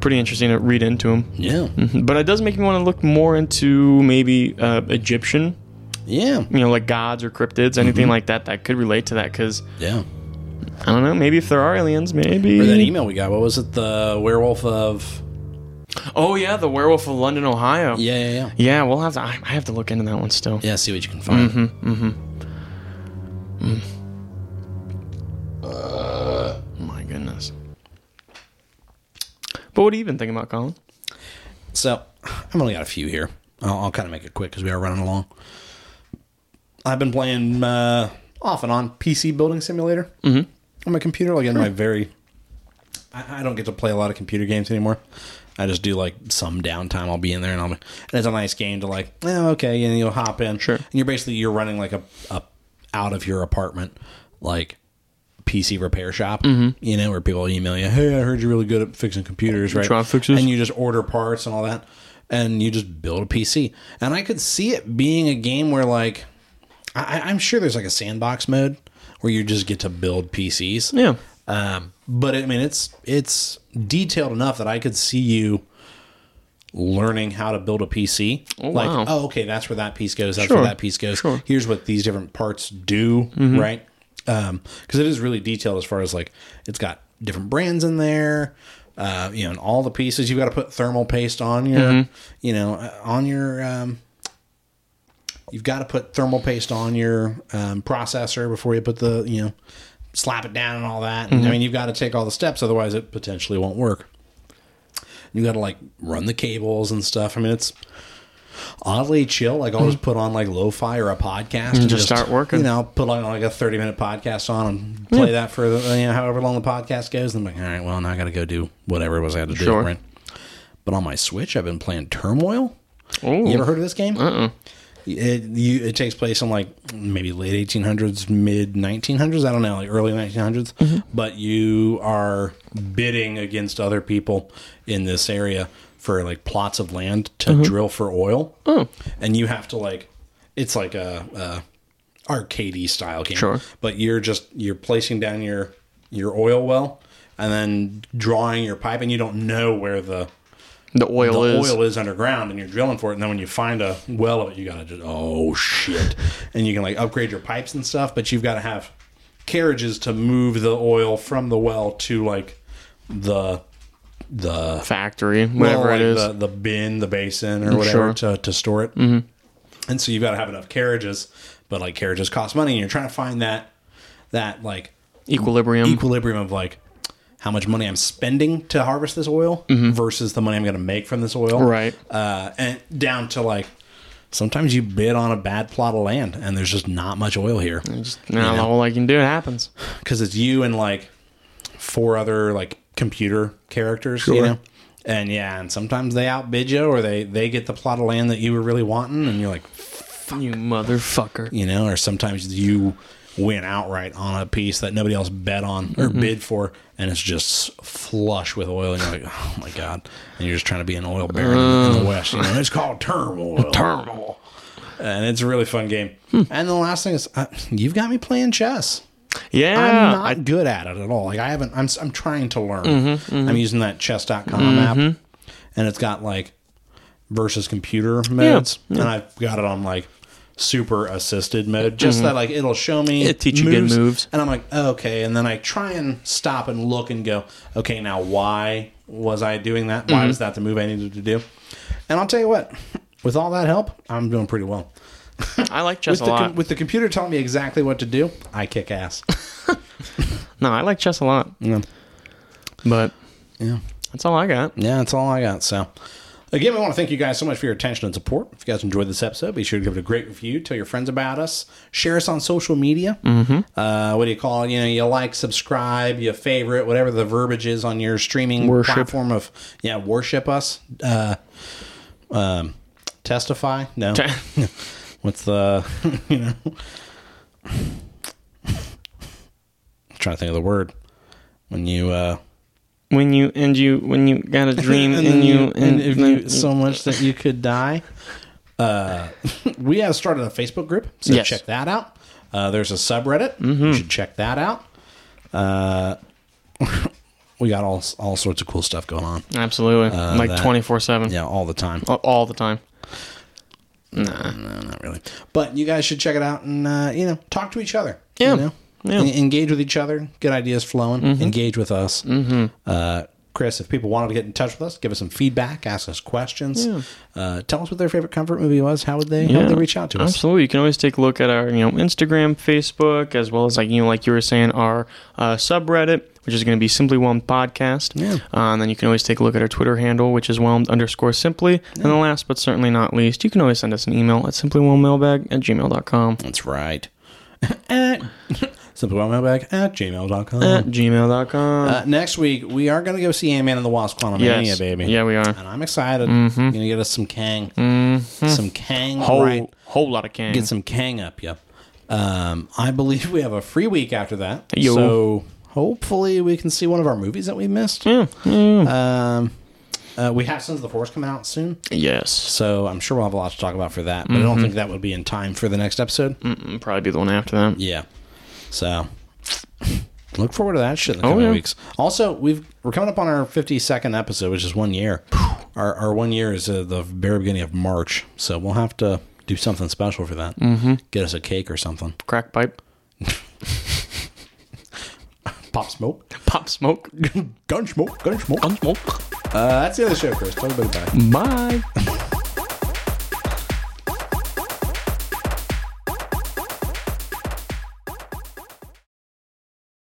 Speaker 2: pretty interesting to read into him.
Speaker 1: Yeah,
Speaker 2: But it does make me want to look more into maybe uh, Egyptian,
Speaker 1: yeah,
Speaker 2: you know, like gods or cryptids, anything
Speaker 1: Mm-hmm.
Speaker 2: like that that could relate to that. Because
Speaker 1: yeah.
Speaker 2: I don't know, maybe if there are aliens,
Speaker 1: Or that
Speaker 2: maybe.
Speaker 1: email we got. What was it? The werewolf of
Speaker 2: Oh yeah, the werewolf of London, Ohio.
Speaker 1: yeah, yeah, yeah.
Speaker 2: Yeah, we'll have to. I I have to look into that one still.
Speaker 1: Yeah, see what you can find.
Speaker 2: Mm-hmm. My goodness. But what do you even think about Colin?
Speaker 1: So I've only got a few here. I'll, I'll kind of make it quick because we are running along. I've been playing uh, off and on PC Building Simulator mm-hmm. on my computer. Like in my very, I, I don't get to play a lot of computer games anymore. I just do like some downtime. I'll be in there and I'll. Be, and it's a nice game to like. Oh, okay, and you'll hop in.
Speaker 2: Sure.
Speaker 1: And you're basically you're running like a, a out of your apartment like PC repair shop.
Speaker 2: Mm-hmm.
Speaker 1: You know where people email you, hey, I heard you're really good at fixing computers, right?
Speaker 2: Try and fix this.
Speaker 1: And you just order parts and all that, and you just build a PC. And I could see it being a game where, like, I, I'm sure there's like a sandbox mode where you just get to build PCs.
Speaker 2: Yeah.
Speaker 1: Um, but I mean, it's it's detailed enough that I could see you learning how to build a PC. like,
Speaker 2: wow.
Speaker 1: oh, okay, that's where that piece goes. That's
Speaker 2: Sure.
Speaker 1: where that piece goes.
Speaker 2: Sure. Mm-hmm.
Speaker 1: Here's what these different parts do, right? Because it is really detailed as far as like it's got different brands in there. Uh, you know, and all the pieces you've got to put thermal paste on your,
Speaker 2: Mm-hmm.
Speaker 1: you know, uh, on your um, you've got to put thermal paste on your um, processor before you put the you know slap it down and all that
Speaker 2: Mm-hmm.
Speaker 1: and i mean you've got to take all the steps otherwise it potentially won't work you got to like run the cables and stuff i mean it's oddly chill like i'll just put on like lo-fi or a podcast and,
Speaker 2: Mm. just start working.
Speaker 1: you know put on like a 30 minute podcast on and play that for the, you know however long the podcast goes and i'm like all right well now i gotta go do whatever it was i had to
Speaker 2: Sure.
Speaker 1: do right but on my switch i've been playing turmoil
Speaker 2: Oh,
Speaker 1: you ever heard of this game? It you, it takes place in like maybe late 1800s, mid 1900s. I don't know, like early 1900s. But you are bidding against other people in this area for like plots of land to drill for oil. Oh. and you have to like it's like a, a arcadey style game.
Speaker 2: Sure.
Speaker 1: but you're just you're placing down your your oil well and then drawing your pipe, and you don't know where the
Speaker 2: the oil
Speaker 1: the
Speaker 2: is.
Speaker 1: oil is underground and you're drilling for it and then when you find a well of it you gotta just oh shit and you can like upgrade your pipes and stuff but you've got to have carriages to move the oil from the well to like the the
Speaker 2: factory, whatever
Speaker 1: well,
Speaker 2: it is. Mm,
Speaker 1: like The, the bin, the basin, or whatever to, to store it.
Speaker 2: Mm-hmm.
Speaker 1: And so you've got to have enough carriages, but like carriages cost money, and you're trying to find that that like
Speaker 2: Equilibrium.
Speaker 1: equilibrium of like how much money I'm spending to harvest this oil versus the money I'm going to make from this oil.
Speaker 2: Mm-hmm. Right.
Speaker 1: Uh, and down to like sometimes you bid on a bad plot of land and there's just not much oil here
Speaker 2: now all I can do, it happens.
Speaker 1: because it's you and like four other like computer characters, you
Speaker 2: Sure.
Speaker 1: know. And yeah, and sometimes they outbid you or they they get the plot of land that you were really wanting, and you're like,
Speaker 2: You motherfucker.
Speaker 1: you know, or sometimes you win outright on a piece that nobody else bet on or bid for, and it's just flush with oil, and you're like, oh my god, and you're just trying to be an oil baron in the West. You know, it's called turmoil. Turmoil. And it's a really fun game. And the last thing is, uh, you've got me playing chess.
Speaker 2: Yeah.
Speaker 1: I'm not
Speaker 2: I-
Speaker 1: good at it at all. Like I haven't. I'm s- I'm trying to learn.
Speaker 2: Mm-hmm,
Speaker 1: I'm using that chess.com app, and it's got like versus computer modes, and I've got it on like super assisted mode. Just that like it'll show me
Speaker 2: Mm-hmm. It teach you good moves.
Speaker 1: and I'm like okay, and then I try and stop and look and go okay, now why was I doing that? Why
Speaker 2: Mm-hmm.
Speaker 1: was that the move I needed to do? And I'll tell you what, with all that help, I'm doing pretty well.
Speaker 2: I like chess
Speaker 1: With
Speaker 2: a
Speaker 1: the,
Speaker 2: lot.
Speaker 1: com- with the computer telling me exactly what to do, I kick ass.
Speaker 2: no, I like chess a lot.
Speaker 1: Yeah.
Speaker 2: But
Speaker 1: yeah.
Speaker 2: that's all I got.
Speaker 1: Yeah, that's all I got. So, again, we want to thank you guys so much for your attention and support. If you guys enjoyed this episode, be sure to give it a great review. Tell your friends about us. Share us on social media. Mm-hmm. Uh, what do you call it? You know, you like, subscribe, you favorite, whatever the verbiage is on your streaming
Speaker 2: Worship.
Speaker 1: platform of yeah, worship us. Uh, um,
Speaker 5: Testify? No.
Speaker 2: Te-
Speaker 5: What's the you know? I'm trying to think of the word when you uh
Speaker 2: when you and you when you got a dream and,
Speaker 5: then
Speaker 2: you
Speaker 5: and if
Speaker 2: then-
Speaker 5: you so much that you could die. Uh, we have started a Facebook group, so
Speaker 2: Yes. Mm-hmm.
Speaker 5: check that out. Uh, there's a subreddit, you should check that out. Uh, we got all all sorts of cool stuff going on.
Speaker 2: absolutely like
Speaker 5: Uh, that-
Speaker 2: twenty four seven
Speaker 5: Yeah, all the time.
Speaker 2: all the time.
Speaker 5: No, not really. But you guys should check it out and uh, you know talk to each other.
Speaker 2: Yeah.
Speaker 5: You know?
Speaker 2: Yeah.
Speaker 5: En- engage with each other. Get ideas flowing. Engage with us. Mm-hmm. Uh, Chris, if people wanted to get in touch with us, give us some feedback, ask us questions, uh, tell us what their favorite comfort movie was. How would they how would they reach out to us?
Speaker 2: Absolutely, you can always take a look at our you know Instagram, Facebook, as well as like you know like you were saying our uh, subreddit, which is going to be Simply Whelmed Podcast.
Speaker 5: Yeah.
Speaker 2: Uh, and then you can always take a look at our Twitter handle, which is Whelmed underscore Simply. And then last but certainly not least, you can always send us an email at simplywhelmedmailbag at gmail.com.
Speaker 5: That's right. at simplywellmailbag at gmail.com.
Speaker 2: At gmail.com.
Speaker 5: uh, next week, we are going to go see Ant Man and the Wasp Quantum Mania, baby.
Speaker 2: Yeah, we are.
Speaker 5: And I'm excited. Going to get us some Kang. Some Kang.
Speaker 2: Whole,
Speaker 5: right.
Speaker 2: whole lot of can.
Speaker 5: get some Kang up you. Um, I believe we have a free week after that.
Speaker 2: Yo.
Speaker 5: So hopefully we can see one of our movies that we missed.
Speaker 2: yeah.
Speaker 5: Um, uh, we have Sons of the Force coming out soon,
Speaker 2: Yes.
Speaker 5: so I'm sure we'll have a lot to talk about for that. But I
Speaker 2: Mm-hmm.
Speaker 5: don't think that would be in time for the next episode.
Speaker 2: It'll probably be the one after that.
Speaker 5: Yeah. So look forward to that shit in the
Speaker 2: Oh,
Speaker 5: coming
Speaker 2: yeah.
Speaker 5: weeks. Also, we've we're coming up on our 52nd episode, which is one year. Our, our one year is uh, the very beginning of March, so we'll have to do something special for that. Mm-hmm. Get us a cake or something.
Speaker 2: Crack pipe.
Speaker 5: Pop smoke.
Speaker 2: Pop smoke.
Speaker 5: Gun smoke, gun smoke.
Speaker 2: Gun smoke.
Speaker 5: Uh, that's the other show, Chris. Tell everybody bye.
Speaker 2: Bye.